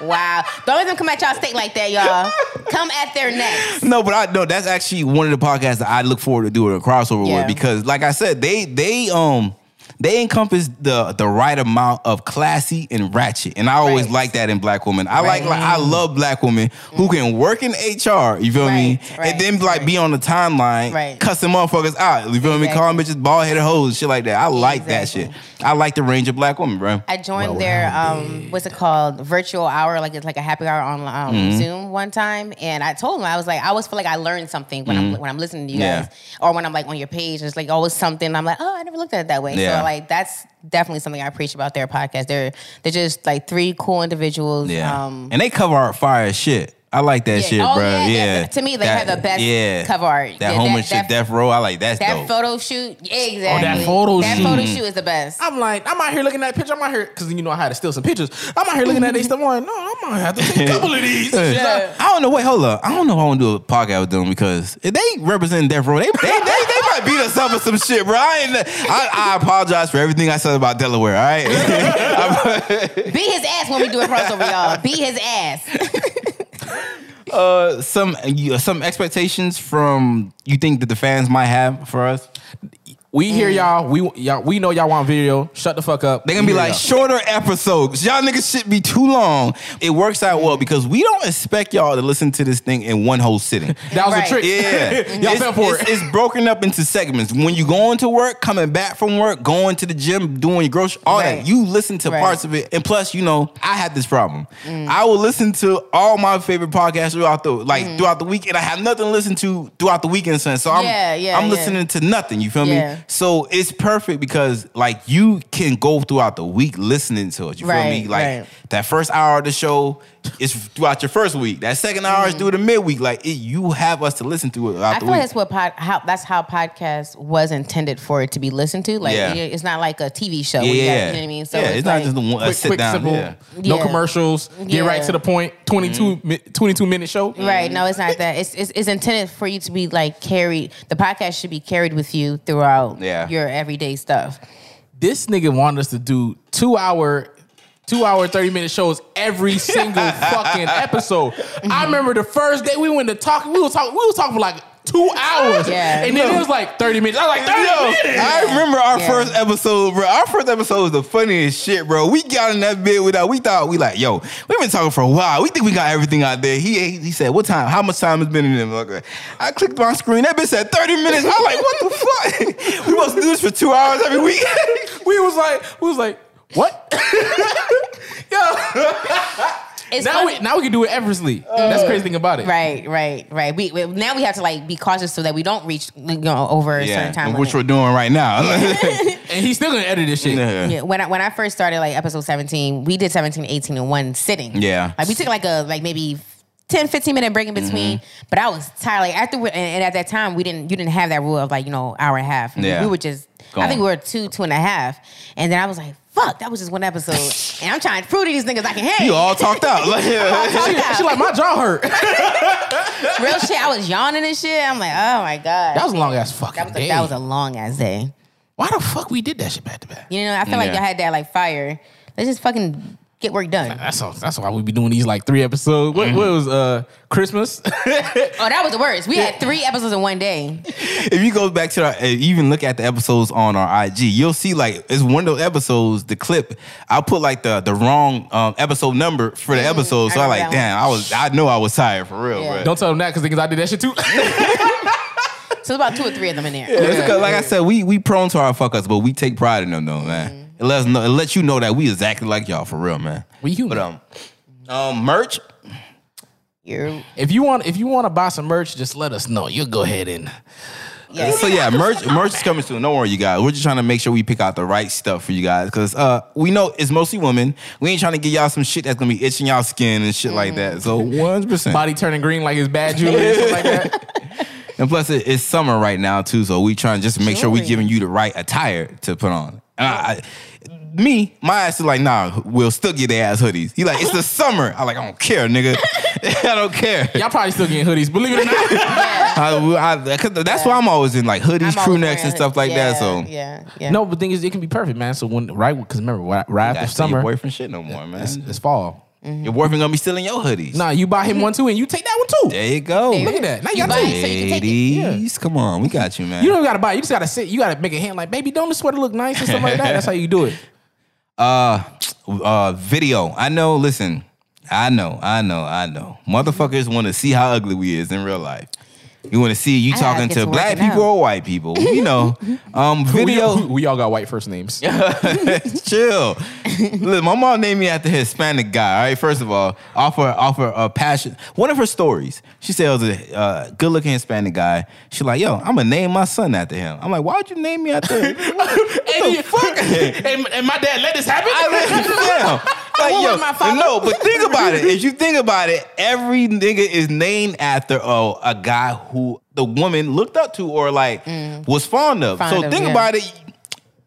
Wow. Don't let them come at y'all state like that,
<laughs>
y'all. come at their necks.
no, but I know that's actually one of the podcasts that I look forward to doing a crossover
Yeah.
with because, like I said, they they um they encompass the the right amount of classy and ratchet. And I always
Right.
like that in black women. I like,
Right. Mm.
like I love black women who can work in HR, you feel me?
Right, right,
and then like be on the timeline,
Right.
cussing motherfuckers out. You feel me?
Exactly.
Calling bitches bald headed hoes, shit like that. I like that
Exactly.
shit. I like the range of black women, bro.
I joined their um, what's it called virtual hour like it's like a happy hour on um,
Mm-hmm.
Zoom one time, and I told them I was like I always feel like I learned something when I'm when I'm listening to you
Mm-hmm. Yeah.
guys or when I'm like on your page. It's like always something I'm like oh I never looked at it that way.
Yeah.
So like that's definitely something I appreciate about their podcast. They're they're just like three cool individuals.
Yeah.
Um,
and they cover art fire as shit. I like that shit,
Oh,
bro.
yeah,
Yeah,
yeah. To me, they have the best cover art.
That
Yeah,
home and
that-
shit,
that-
death row. I like that.
that
dope. Oh,
photo shoot, exactly.
photo
that
shoot.
photo shoot is the best.
I'm like, I'm out here looking at pictures. I'm out here because you know I had to steal some pictures. I'm out here looking at these stuff. I'm like, no, I'm gonna have to take
<laughs>
a couple of these.
I don't know. Wait, hold up. I don't know if I want to do a podcast with them because if they represent Death Row, they they,
<laughs>
they, they might beat us up for some shit, bro. I, ain't, I I apologize for everything I said about Delaware.
<laughs>
All right,
Beat his ass when we do a crossover,
<laughs>
y'all. Beat his ass.
uh, some you- some expectations from you think that the fans might have for us.
We hear y'all. We y'all. We know y'all want video. Shut the fuck up.
They're Mm. gonna be
We hear
like
y'all.
shorter episodes. Y'all niggas shit be too long. It works out well because we don't expect y'all to listen to this thing in one whole sitting.
that was
Right.
a trick.
Yeah, <laughs>
y'all
it's,
fell for
it's-
it.
It's broken up into segments. When you going to work, coming back from work, going to the gym, doing your grocery, all
Right.
that. You listen to
Right. Mm.
parts of it, and plus, you know, I had this problem. I will listen to all my favorite podcasts throughout the like
Mm.
throughout the week, and I have nothing to listen to throughout the weekend. Since so, I'm
Yeah, yeah,
I'm
yeah.
listening to nothing. You feel
Yeah.
me? So it's perfect because like you can go throughout the week listening to it. You feel me?
Right,
Like
right.
that first hour of the show is throughout your first week. That second hour is through the midweek. Like it, you have us to listen to it
Mm-hmm.
throughout
I
the
feel like
week.
that's what pod, how that's how podcast was intended for it to be listened to. Like
Yeah.
you- it's not like a TV show.
yeah,
where you
yeah,
gotta-
yeah.
you know what I mean. So
yeah,
it's,
it's,
like,
not just the one a
Quick,
sit
quick,
down.
simple.
Yeah. Mm-hmm.
No
Yeah.
commercials. Get right
Yeah.
to the point. 22, mi- 22 minute show.
Right? No, it's not that. It's, it's it's intended for you to be like carried. The podcast should be carried with you throughout
Yeah.
your everyday stuff.
This nigga wanted us to do two hour, two hour thirty minute shows
<laughs>
every single fucking episode. I remember the first day we went to talk. We was talking. We was talking for like two hours.
Yeah.
And then it was like thirty minutes. I was like thirty
Yo,
minutes.
I remember our
Yeah.
first episode, bro. Our first episode was the funniest shit, bro. We got in that bed without. We thought we like, yo, we've been talking for a while. We think we got everything out there. He he, he said, what time? How much time has been in them? Like, I clicked my screen. That bitch said thirty minutes. I'm like, what the fuck? <laughs> we must do this for two hours every week. <laughs>
We was like, we was like, <laughs> what? Yo.
It's
Now
funny-
we, now we can do it effortlessly. That's the crazy thing about it.
Right, right, right. We, we now we have to like be cautious so that we don't reach you know, over a certain time.
which
limit.
we're doing
<laughs>
right now. <laughs>
And he's still gonna edit this shit.
Yeah, when I, when I first started like episode 17, we did 17, 18 in one sitting.
Yeah.
Like we took like a like maybe 10, 15 minute break in between. But I was tired. Like after we, and, and at that time we didn't you didn't have that rule of like, you know, hour and a half. We-
Yeah.
We, were just
Go
I think
on.
we were two, two and a half. And then I was like, fuck, that was just one episode. and I'm trying to prove to these niggas I can hang.
You all
<laughs>
talked out. <laughs> Like,
She, she like my jaw hurt. that
Real shit. I was yawning and shit. I'm like, oh my God.
was a long ass fucking
that was a,
day.
that was a long ass day.
Why the fuck we did that shit back to back?
You know, I feel like
Yeah.
y'all had that like fire. Let's just fucking get work
<laughs>
done.
That's all, that's why we be doing these like three episodes. What,
Mm-hmm.
what was uh
<laughs>
Christmas?
Oh, that was the worst. We had three episodes in one day.
if you go back to our, if you even look at the episodes on our IG, you'll see like it's one of those episodes. The clip I put like the the wrong um, episode number for the episode,
Mm-hmm. I
so I
know
like
that
damn, I was I know I was tired for real.
Yeah.
bruh.
Don't tell them that because I did
<laughs>
that shit too.
So about two or three of them in there.
Yeah, it's 'cause, like I said, we we prone to our fuck ups, but we take pride in them though, man.
Mm-hmm.
It lets know, it lets you know that we exactly like y'all for real, man.
we human.
But um, um, merch.
You're,
if you want if you want to buy some merch, just let us know. You'll go ahead and
yeah.
So yeah, merch merch is coming soon. Don't worry, you guys. We're just trying to make sure we pick out the right stuff for you guys because uh, we know it's mostly women. We ain't trying to get y'all some shit that's gonna be itching y'all skin and shit like that. So
Mm-hmm.
one hundred percent.
body turning green like it's bad jewelry and shit
<laughs>
like that.
And plus, it, it's summer right now too, so we trying to just make sure we
Jewelry.
giving you the right attire to put on. And I, I, me, my ass is like, nah, we'll still get their ass hoodies. He like, it's the summer. I like, I don't care, nigga. <laughs> I don't care.
Y'all probably still getting hoodies, believe it or not.
Yeah.
I, I- 'cause that's why I'm always in like hoodies,
I'm
crew
always
necks,
wearing-
and stuff like
yeah,
that. So
yeah, yeah.
no, but the thing is, it can be perfect, man. So when right because remember right, right after
That's not your
summer,
boyfriend shit no more, man.
it's, it's fall.
Your boyfriend gonna be stealing your hoodies.
Nah, you buy him one too, and you take that one too.
There you go.
Look at that. Now Mm-hmm. you
You
got
buy
two.
it, so you can take it.
Ladies, come on, we got you, man.
You don't even gotta buy. it. You just gotta sit. You gotta make a hand like, baby, don't the sweater look nice or something like that. That's how you do it.
uh, uh, video. I know. Listen, I know, I know, I know. Motherfuckers want to see how ugly we is in real life. You want to see you
I gotta
talking
get
to
to
black
working
people
out.
or white people.
<laughs>
You know, um,
<laughs> We,
video.
we all got white first names. Yeah.
<laughs> Chill. Look, my mom named me after Hispanic guy. All right, first of all, offer offer a uh, passion. One of her stories, she says a uh, good looking Hispanic guy. She like, yo, I'm gonna name my son after him. I'm like, why'd you name me after him?
and, <laughs> and, and my dad let this happen.
I
<laughs>
<laughs>
let you down. Like,
won't
yo,
let my father-
no, but think about it. If you think about it, every nigga is named after a, a guy who the woman looked up to or like was fond
Mm.
of.
Fond
so
of,
think
yeah.
about it.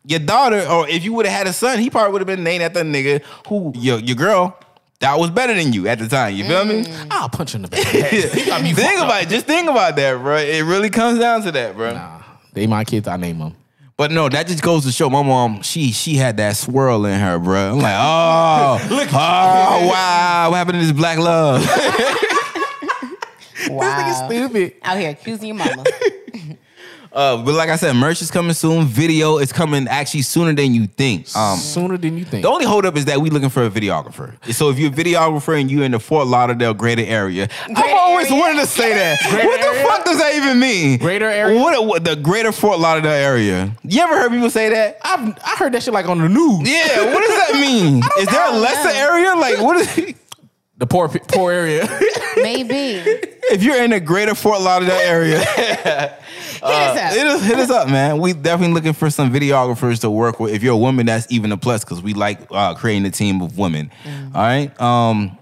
Your daughter, or if you would have had a son, he probably would have been named after a nigga who your your girl that was better than you at the time. You feel me?
Mm.
<laughs>
I'll punch you in the back. You got me
think
fucked
about
up.
it. Just think about that, bro. It really comes down to that, bro.
Nah, they my kids. I name them.
But no, that just goes to show my mom. She she had that swirl in her, bro. I'm like,
<laughs>
oh, oh, wow, what happened to this black love? <laughs>
Wow.
Stupid.
Out here accusing your
<laughs>
mama.
Uh, but like I said, merch is coming soon. Video is coming actually sooner than you think. Um,
Sooner than you think.
the only holdup is that we looking for a videographer. So if you're a videographer and you in the Fort Lauderdale greater area, I've
Greater
always
area.
wanted to say that.
Greater
what the
area?
fuck does that even mean?
Greater area?
What, what the greater Fort Lauderdale area? You ever heard people say that?
I've I heard that shit like on the news.
Yeah, what does that mean? Is there a lesser area? Like, what is?
The poor pe- poor <laughs> area.
Uh,
Maybe. Hit
If you're in the greater Fort Lauderdale area, <laughs>
us up.
hit, us, hit us up, man. We definitely looking for some videographers to work with. If you're a woman, that's even a plus because we like uh, creating a team of women. All right. Um,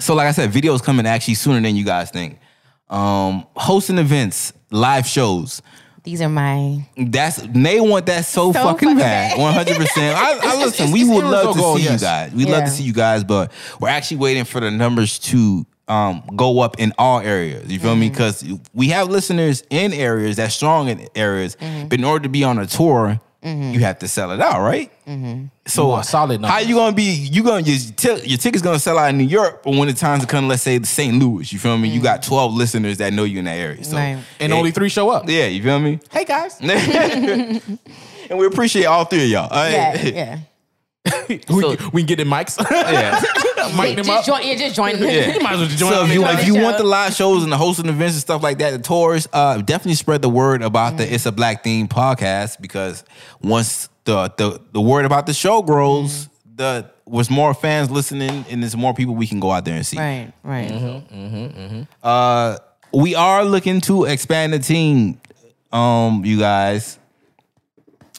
so, like I said, videos coming actually sooner than you guys think. Um, hosting events, live shows.
These are my
That's they want that so,
So
fucking
fucking
bad.
bad.
One hundred percent. I, I listen. We
<laughs> it's
would love
irrevocable,
to see you
yes.
guys. We would love to
Yeah.
see you guys, but we're actually waiting for the numbers to um, go up in all areas. You feel
Mm-hmm.
me? Because we have listeners in areas that's strong in areas,
Mm-hmm.
but in order to be on a tour, you have to sell it out, right?
Mm-hmm.
So
want Oh, solid
How
numbers.
you gonna be? You gonna your, t- your tickets gonna sell out in New York, but when the times come, let's say St. Louis, you feel me? You got twelve listeners that know you in that area, so
Mm-hmm. Right.
and
it-
only three show up.
Yeah, you feel me?
Hey guys.
<laughs> and we appreciate all three of y'all. All
yeah,
<laughs> right?
yeah.
we, we can get them mics.
Yeah.
<laughs> Mic them up.
Just join, yeah, just join.
Yeah.
<laughs> You might as well just join
so
them
if you,
in
if
the
you
show.
want the live shows and the hosting events and stuff like that, the tours, uh, definitely spread the word about the It's a Black Theme podcast because once the the, the word about the show grows, the was more fans listening and there's more people we can go out there and see.
Right, right.
Mm-hmm. We are looking to expand the team, um, you guys.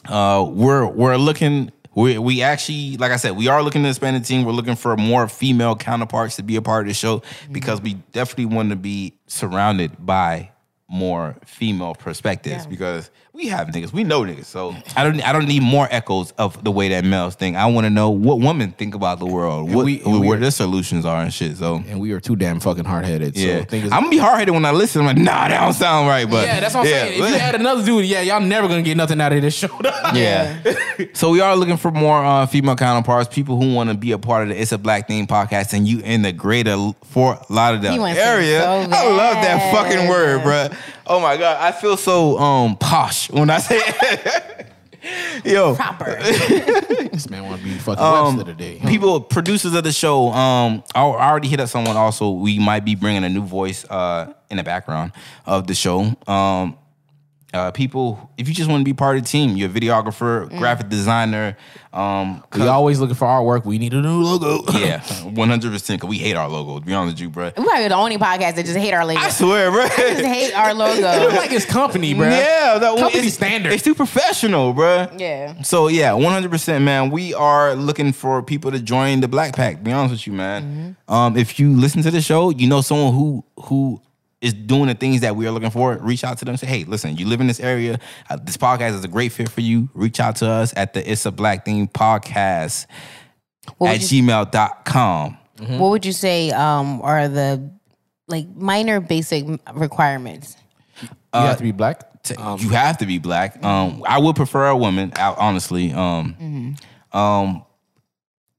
Uh, we're we're looking. We we actually, like I said, we are looking to expand the team. We're looking for more female counterparts to be a part of the show because we definitely want to be surrounded by more female perspectives because we have niggas, we know niggas. So I don't I don't need more echoes of the way that males think. I want to know what women think about the world, what,
we- and we-
where their solutions are and shit. So
And we are too damn fucking hard headed.
yeah,
So think
I'm gonna be hard headed when I listen. I'm like, nah, that don't sound right. But
yeah, that's what I'm saying. If you add another dude, yeah, y'all never gonna get nothing out of this show. <laughs>
yeah. so we are looking for more uh, female counterparts, people who want to be a part of the It's a Black Thing podcast, and you in the greater L- Fort Lauderdale
You want to
area.
so
I love that
bad.
fucking word, bruh. Oh my god, I feel so um posh when I say <laughs> it. Yo,
Proper.
this man wanna be fucking Webster today.
Um, people producers of the show um I I already hit up someone also we might be bringing a new voice uh in the background of the show um uh, people, if you just want to be part of the team, you're a videographer, graphic designer. Um,
we always looking for artwork. We need a new <laughs> logo.
<laughs> yeah, 100%. Cause we hate our logo, to be honest with
<laughs>
you, bro.
We're probably the only podcast that <laughs> just hate our logo.
I swear, bro.
just hate our
<laughs>
Look
logo.
like his company, bro.
Mm, Yeah, that
Company
it's-
standard.
It's too professional, bruh.
Yeah.
So yeah, one hundred percent, man. We are looking for people to join the Black Pack. Be honest with you, man.
Mm-hmm.
Um, if you listen to the show, you know someone who who is doing the things that we are looking for. Reach out to them. Say, hey, listen, you live in this area. Uh, this podcast is a great fit for you. Reach out to us at the It's a Black Thing Podcast
What
at
would, you,
gmail.com.
what would you say um, are the like minor basic requirements?
You have to be black.
t- you have to be
Mm.
black. Um, I would prefer a woman, I- honestly. Um, um,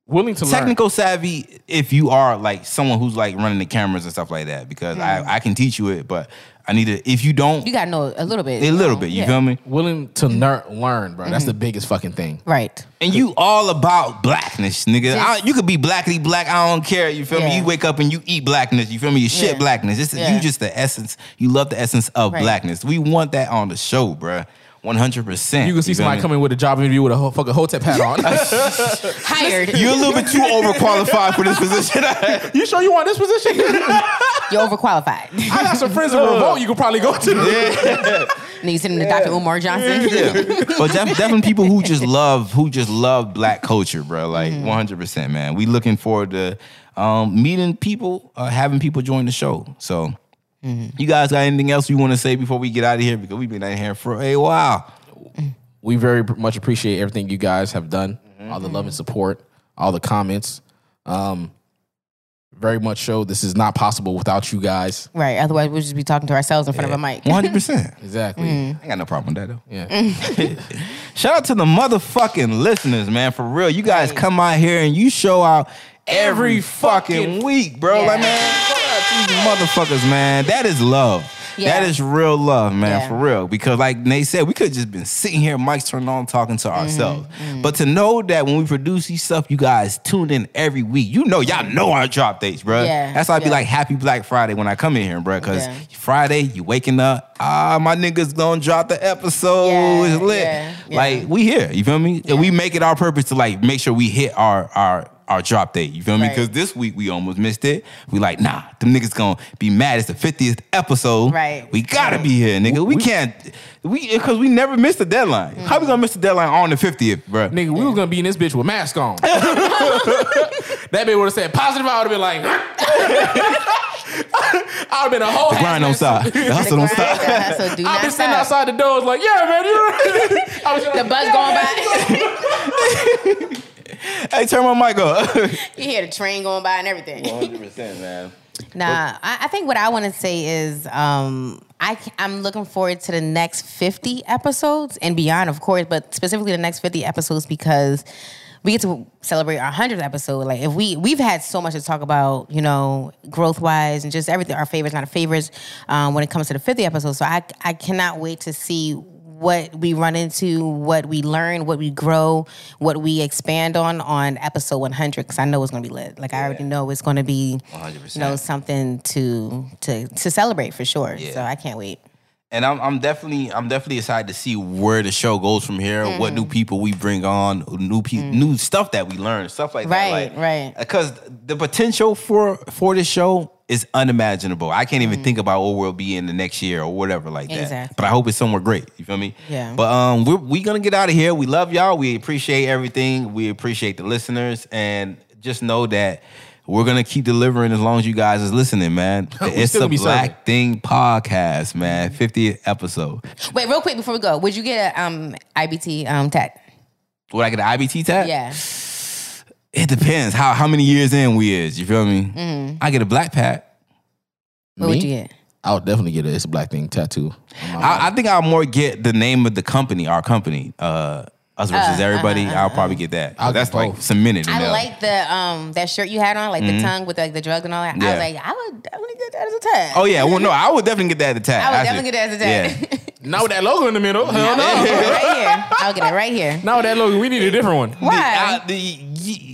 willing to
technical savvy if you are like someone who's like running the cameras and stuff like that because I, I can teach you it but I need to if you don't
Mm-hmm. You got to know a little bit.
a little bit you
Yeah.
feel me
learn, willing to ner- learn, bro. That's the biggest fucking thing.
Right.
and you all about blackness nigga I,
Just-
you could be blackly black I don't care you feel me
Yeah.
you wake up and you eat blackness you feel me you shit
Yeah.
blackness it's,
Yeah.
you just the essence you love the essence of
Right.
blackness we want that on the show bruh 100%
You can see
feel
somebody
me?
coming with a job interview with a whole fucking hotep hat <laughs> on.
Hired.
you're a little bit too overqualified for this position <laughs>
you sure you want this <laughs> position?
<laughs> You're overqualified.
I got some friends in revolt. You could probably go to.
Need to send him to Dr. Umar Johnson.
but def- definitely people who just love who just love black culture, bro. Like one hundred percent, man. We looking forward to um, meeting people, uh, having people join the show. So, you guys got anything else you want to say before we get out of here? Because we've been out here for a while.
we very pr- much appreciate everything you guys have done,
Mm-hmm.
all the love and support, all the comments. Um, very much show this is not possible without you guys.
Right. Otherwise, we'll just be talking to ourselves in front of a mic. <laughs>
One hundred percent.
Exactly.
Mm.
I got no problem with that though.
Yeah.
<laughs> Shout out to the motherfucking listeners, man. For real, you guys come out here and you show out every,
Every
fucking,
fucking-
week, bro.
Yeah.
Like, man, shout out to these motherfuckers, man. That is love.
Yeah.
That is real love, man,
Yeah.
for real. Because like Nate said, we could have just been sitting here, mics turned on, talking
Mm-hmm.
to ourselves. But to know that when we produce these stuff, you guys tune in every week. You know, y'all know our drop dates, bro.
Yeah.
That's why I'd be
Yeah.
like, happy Black Friday when I come in here, bro. Because
Yeah.
Friday, you waking up, ah, my niggas gonna drop the episode.
Yeah,
it's lit.
yeah, yeah.
Like we here, you feel me? And we make it our purpose to like make sure we hit our our our drop date. You feel me?
Right.
Because this week we almost missed it. We like, nah, them niggas gonna be mad. It's the 50th episode.
Right.
We gotta be here, nigga. We, can't we because we never missed the deadline.
Mm.
How we gonna miss the deadline on the 50th, bro?
Nigga, we was gonna be in this bitch with
<laughs>
mask on. that bitch would have said positive. I would have been like, <laughs> I would have been a whole.
Grind
<laughs>
don't stop. The <laughs> hustle don't stop.
so do
I've
not
been sitting
stop.
outside the doors like, yeah, man, you're right. <laughs> I was
The
like,
bus going by. <laughs>
Hey, turn my mic up.
you hear the train going by and everything.
100%, man.
Nah, I, I think what I want to say is um, I, c- I'm looking forward to the next 50 episodes and beyond, of course, but specifically the next 50 episodes because we get to celebrate our 100th episode. Like, if we, we've had so much to talk about, you know, growth wise and just everything, our favorites, not our favorites, um, when it comes to the 50th episode. So I, I cannot wait to see what we run into, what we learn, what we grow, what we expand on on episode 100. Because I know it's going to be lit. Like I already know it's going to be, you know, something to to to celebrate for sure. So I can't wait.
and I'm, I'm definitely I'm definitely excited to see where the show goes from here.
Mm-hmm.
What new people we bring on, new pe- new stuff that we learn, stuff like
Mm. Right,
that.
right.
Because the potential for for this show is unimaginable. I can't even think about what we'll be in the next year or whatever like that.
Mm. Exactly.
But I hope it's somewhere great. You feel me?
Yeah.
But um, we're we gonna get out of here. We love y'all. We appreciate everything. We appreciate the listeners, and just know that. We're gonna keep delivering as long as you guys is listening, man. It's a
still gonna be serving.
black Thing podcast,
Mm.
man. 50th episode.
Wait, real quick before we go, would you get a um IBT um tat?
Would I get an IBT tag?
Yeah.
It depends how how many years in we is. You feel me?
Mm-hmm.
I get a black pack.
What would
Me?
you get?
I would definitely get a it's a black thing tattoo.
Oh,
I, I think I'll more get the name of the company, our company, uh, us versus everybody.
uh,
I'll probably get that.
I'll
That's
get
like
both.
cemented. in
I
there.
like the um that shirt you had on, like the tongue with like the drugs and all that. I
Mm-hmm. Yeah.
was like, I would definitely get that as a tat.
Oh yeah, well
<laughs>
no, I would definitely get that attack.
I would definitely get that as a <laughs>
Yeah.
tat. Oh,
Not with that logo in the middle.
<laughs>
Hell
I'll
no.
get it right here. I'll get it right here.
Not with that logo. We need a different one.
Why?
The- I- the-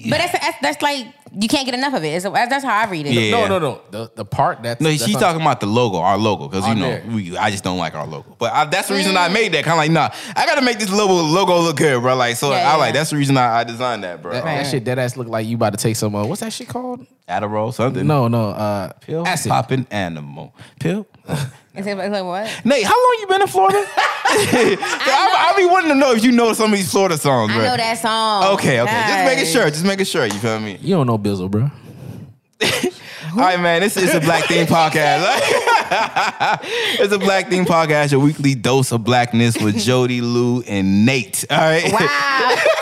But that's, that's that's like you can't get enough of it. It's, that's how I read it.
Yeah.
No, no, no. The the part that's
No,
that's
she's
not- Oh,
talking about the logo, our logo, because you
On
know
there.
we, I just don't like our logo. But I, that's the reason
Mm.
I made that. Kind of like, nah, I gotta make this logo logo look good, bro. Like, so
Yeah,
I
yeah,
like
yeah.
that's the reason I, I designed that, bro.
That,
Um,
that shit dead ass look like you about to take some. Uh, what's that shit called?
Adderall, something.
No, no. Uh,
pill,
acid.
popping animal pill.
It's like, it's like, what?
<laughs> Nate, how long you been in
<laughs>
Florida? I, I be wanting to know if you know some of these Florida songs,
I
bro.
know that song.
Okay, okay, just making
Guys.
sure, just making sure. You feel me?
You don't know Bizzle, bro.
All right, man. This is a Black Thing podcast. <laughs> it's a Black Thing podcast, your weekly dose of blackness with Jody, Lou, and Nate. All right. <laughs>
Wow.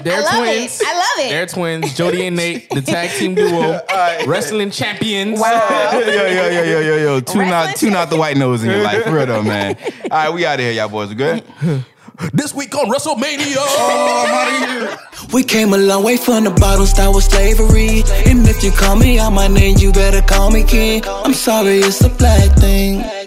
I
They're
love
twins.
it. I love it.
They're twins. Jody and Nate, the tag team <laughs> duo, wrestling champions.
yo, yo, yo, yo, yo, yo. Tune out,
Wrestling
tune out the white nose in your life. For real though, man. All right, we out of here, y'all boys. We good?
This week on WrestleMania.
We came a long way from the bottom, start with slavery. And if you call me out my name, you better call me king. I'm sorry, it's a black thing.